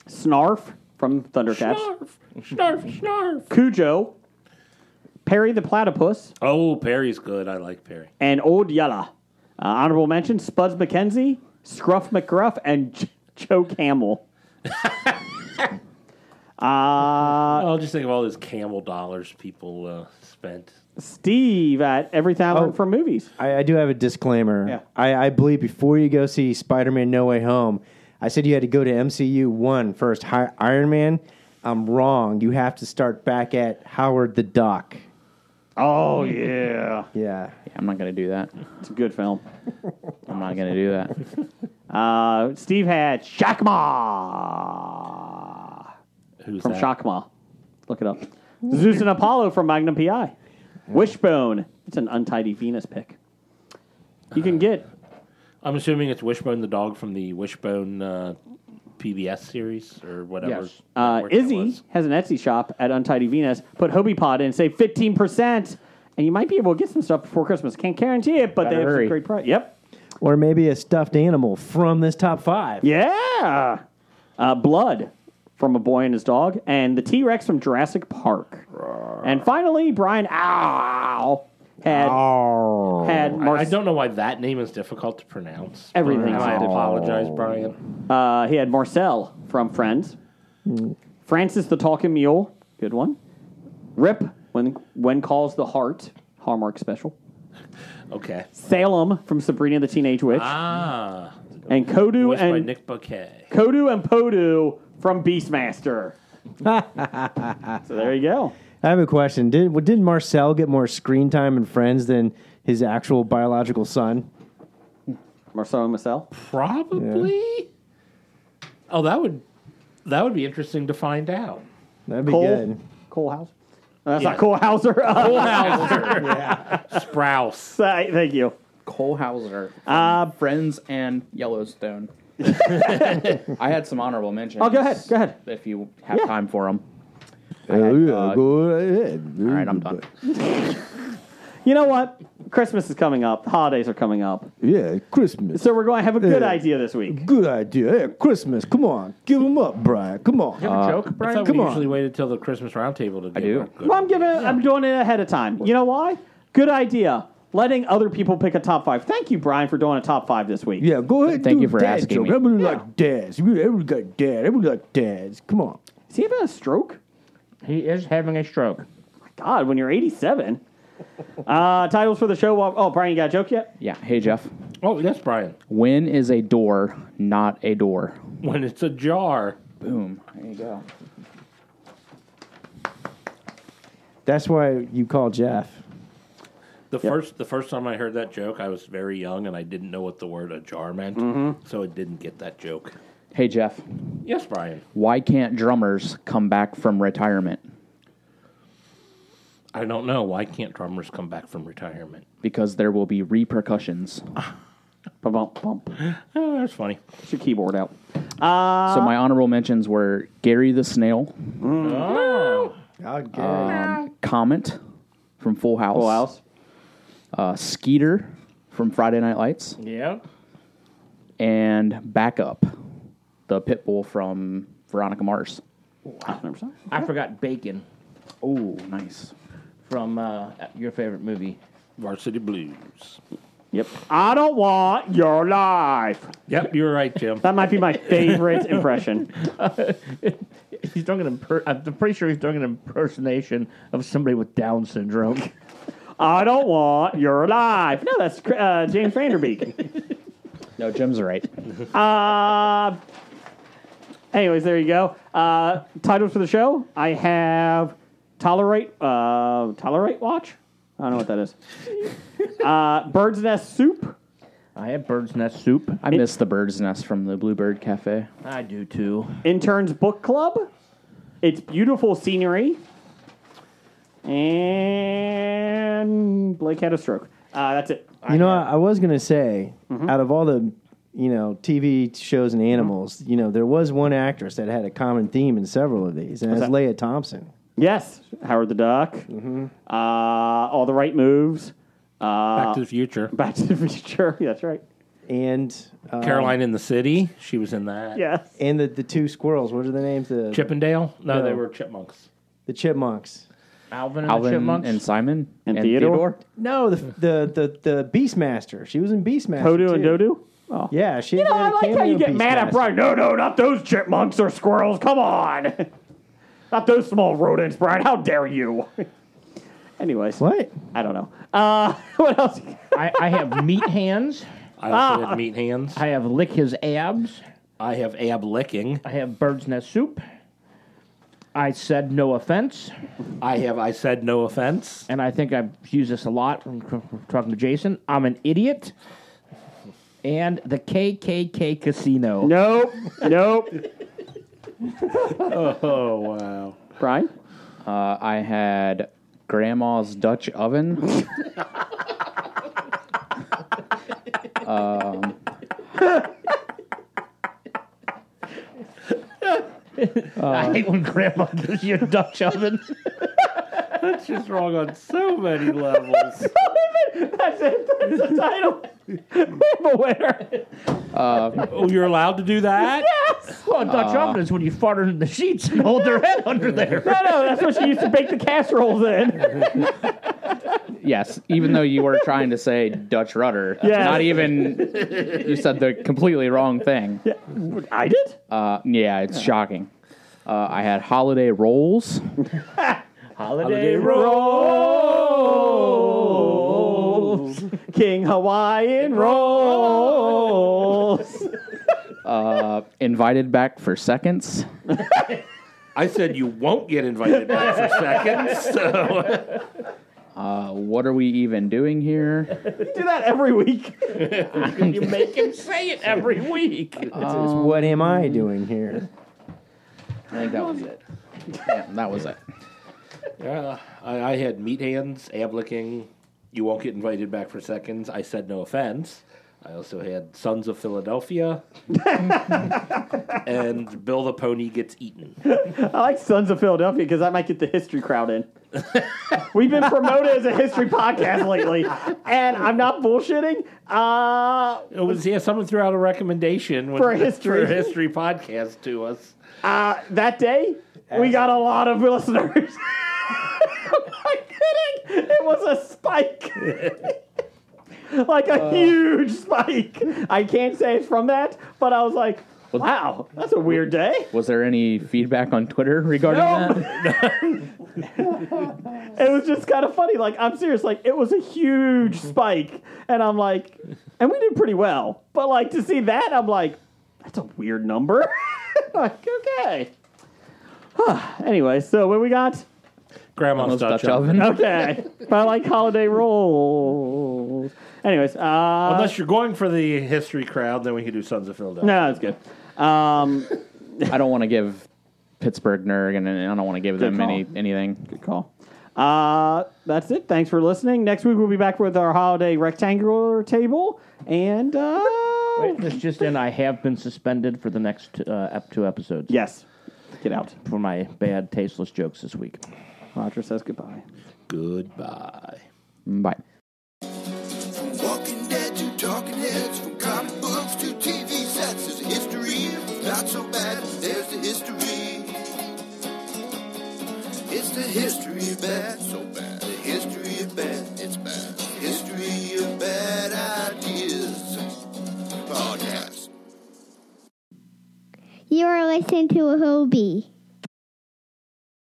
Snarf from Thundercats. Snarf, snarf, snarf. Cujo. Perry the Platypus. Oh, Perry's good. I like Perry. And Old Yella. Uh, honorable mention Spuds McKenzie, Scruff McGruff, and J- Joe Camel. I'll just think of all those camel dollars people uh, spent. Steve at Everything I Learned Oh. from Movies. I, I do have a disclaimer. Yeah. I, I believe before you go see Spider Man No Way Home, I said you had to go to MCU 1 first. Hi, Iron Man, I'm wrong. You have to start back at Howard the Duck. Oh yeah, Yeah. Yeah, I'm not gonna do that. it's a good film. I'm not gonna do that. Uh, Steve had Shakma Who's from that? Shakma. Look it up. Zeus and Apollo from Magnum PI. Wishbone. It's an untidy Venus pick. You can get I'm assuming it's Wishbone the dog from the Wishbone uh, PBS series or whatever. Yes. uh, network that Izzy was. has an Etsy shop at Untidy Venus. Put Hobie Pod in, say fifteen percent, and you might be able to get some stuff before Christmas. Can't guarantee it, but they Better have some hurry. great price. Yep. Or maybe a stuffed animal from this top five. Yeah. Uh, blood from a boy and his dog, and the T Rex from Jurassic Park. And finally, Brian ah, Ow had had I, I Mars- don't know why that name is difficult to pronounce. Everything's And I difficult. apologize, Brian. uh, he had Marcel from Friends, Francis the Talking Mule, good one. Rip when when calls the heart, Hallmark special. Okay. Salem from Sabrina the Teenage Witch, Ah, and Kodu voiced by and Nick Bouquet. Kodu and Podu from Beastmaster. so there you go. I have a question. Did well, did Marcel get more screen time and friends than his actual biological son? Marcel and Marcel. Probably. Oh, that would that would be interesting to find out. That'd be Cole? good. Cole House. That's Yeah. not Cole Hauser. Uh, Sprouse. sorry, thank you. Cole Hauser, uh, Friends and Yellowstone. I had some honorable mentions. Oh, go ahead, go ahead. If you have Yeah. time for them. Oh, yeah, uh, go ahead. All right, I'm done. You know what? Christmas is coming up. The holidays are coming up. Yeah, Christmas. So we're going to have a good Yeah. idea this week. Good idea. Hey, Christmas. Come on. Give him up, Brian. Come on. Uh, You have a joke, I Brian? thought come we on. usually waited till the Christmas roundtable to do. do. one. Good. Well, I'm giving. I'm doing it ahead of time. You know why? Good idea. Letting other people pick a top five. Thank you, Brian, for doing a top five this week. yeah, go ahead. Thank do you for dad asking joke. me. Everybody Yeah. like dads. Everybody everybody like dad. Everybody like dads. Come on. Is he having a stroke? He is having a stroke. God, when you're 87. Uh, titles for the show. while- Oh, Brian, you got a joke yet? Yeah. Hey, Jeff. Oh, that's Brian. When is a door not a door? When it's a jar. Boom. There you go. That's why you call Jeff. The first the first time I heard that joke, I was very young and I didn't know what the word ajar meant, so I didn't get that joke. Hey, Jeff. Yes, Brian. Why can't drummers come back from retirement? I don't know why can't drummers come back from retirement. Because there will be repercussions. Bump, bump. Oh, that's funny. Get your keyboard out. so my honorable mentions were Gary the Snail, Oh. Um, Okay. Comet from Full House, Full house. Uh, Skeeter from Friday Night Lights, Yeah. and Backup, the pit bull from Veronica Mars. Never saw. I forgot Bacon Oh, nice. from uh, your favorite movie. Varsity Blues. Yep. I don't want your life. Yep, you were right, Jim. That might be my favorite impression. He's doing an imper- I'm pretty sure he's doing an impersonation of somebody with Down syndrome. I don't want your life. No, that's uh, James Vanderbeek. No, Jim's right. Uh, anyways, there you go. Uh, titles for the show. I have tolerate uh, tolerate watch. I don't know what that is. Uh, Bird's nest soup. I have bird's nest soup. I miss the bird's nest from the Bluebird Cafe. I do too. Interns Book Club. It's beautiful scenery. And Blake had a stroke. Uh, that's it. You know, I was gonna say, Mm-hmm. out of all the you know TV shows and animals, Mm-hmm. you know, there was one actress that had a common theme in several of these, and that's that? Leia Thompson. Yes, Howard the Duck. Mm-hmm. Uh, all the right moves. Uh, Back to the Future. Back to the Future. That's right. And Um, uh, Caroline in the City. She was in that. Yes. and the, the two squirrels. What are the names? The Chippendale? No, No. they were chipmunks. the chipmunks. Alvin and the Alvin Chipmunks. and Simon And Theodore. No, the the the, the Beastmaster. She was in Beastmaster. Hodu and too. Dodu. Yeah, she. You know, I like how you get mad at Brian. No, no, not those chipmunks or squirrels. Come on. not those small rodents, Brian. How dare you? Anyways. What? I don't know. Uh, what else? I, I have meat hands. I also had meat hands. I have lick his abs. I have ab licking. I have bird's nest soup. I said no offense, I have I said no offense. and I think I've used this a lot when c- talking to Jason. I'm an idiot. And the KKK casino. Nope. Nope. Oh wow. Brian? Uh, I had Grandma's Dutch Oven. um, Um, I hate when Grandma gives you a Dutch oven. That's just wrong on so many levels. That's it. That's the title. we have a winner. oh, you're allowed to do that? Well, a Dutch oven is when you fart under the sheets and hold their head under there. No, no, that's what she used to bake the casseroles in. yes, even though you were trying to say Dutch rudder, Yes. not even you said the completely wrong thing. Yeah, I did? uh, yeah it's shocking. Uh, I had holiday rolls. Holiday Oh. rolls. King Hawaiian rolls. invited back for seconds. I said you won't get invited back for seconds. So Uh, what are we even doing here? Do that every week. You make him say it every week. It's what am I Um, doing here? I think that was it. Yeah, that was it. yeah, Uh, I, I had meat hands, ab licking. You won't get invited back for seconds. I said no offense. I also had Sons of Philadelphia and Bill the Pony gets eaten. I like Sons of Philadelphia because I might get the history crowd in. We've been promoted as a history podcast lately, and I'm not bullshitting. Uh, It was yeah. Someone threw out a recommendation when- For history. for a history podcast to us. uh, that day, we got a lot of listeners. I'm not kidding. It was a spike. like a huge spike. I can't say it's from that, but I was like, wow, that's a weird day. Was there any feedback on Twitter regarding No. that? it was just kind of funny. Like, I'm serious. Like, it was a huge spike. And I'm like, and we did pretty well. But, like, to see that, I'm like, that's a weird number. like, okay. anyway, so what we got? Grandma's Dutch, Dutch oven. oven. Okay. but I like holiday rolls. Anyways, uh, Unless you're going for the history crowd, then we can do Sons of Philadelphia. no, that's good. Um, I don't want to give Pittsburgh Nerg, and I don't want to give them any anything. good call. Uh, that's it. Thanks for listening. Next week we'll be back with our holiday rectangular table and uh, This just in, I have been suspended for the next uh, ep- two episodes yes, get out. for my bad, tasteless jokes this week. Roger says goodbye. Goodbye. Bye. From Walking Dead to Talking Heads, from comic books to TV sets, there's a history. Not so bad, there's the history. It's the history of bad, so bad. The history of bad, it's bad. History of bad ideas. Podcast. You are listening to a Hobie.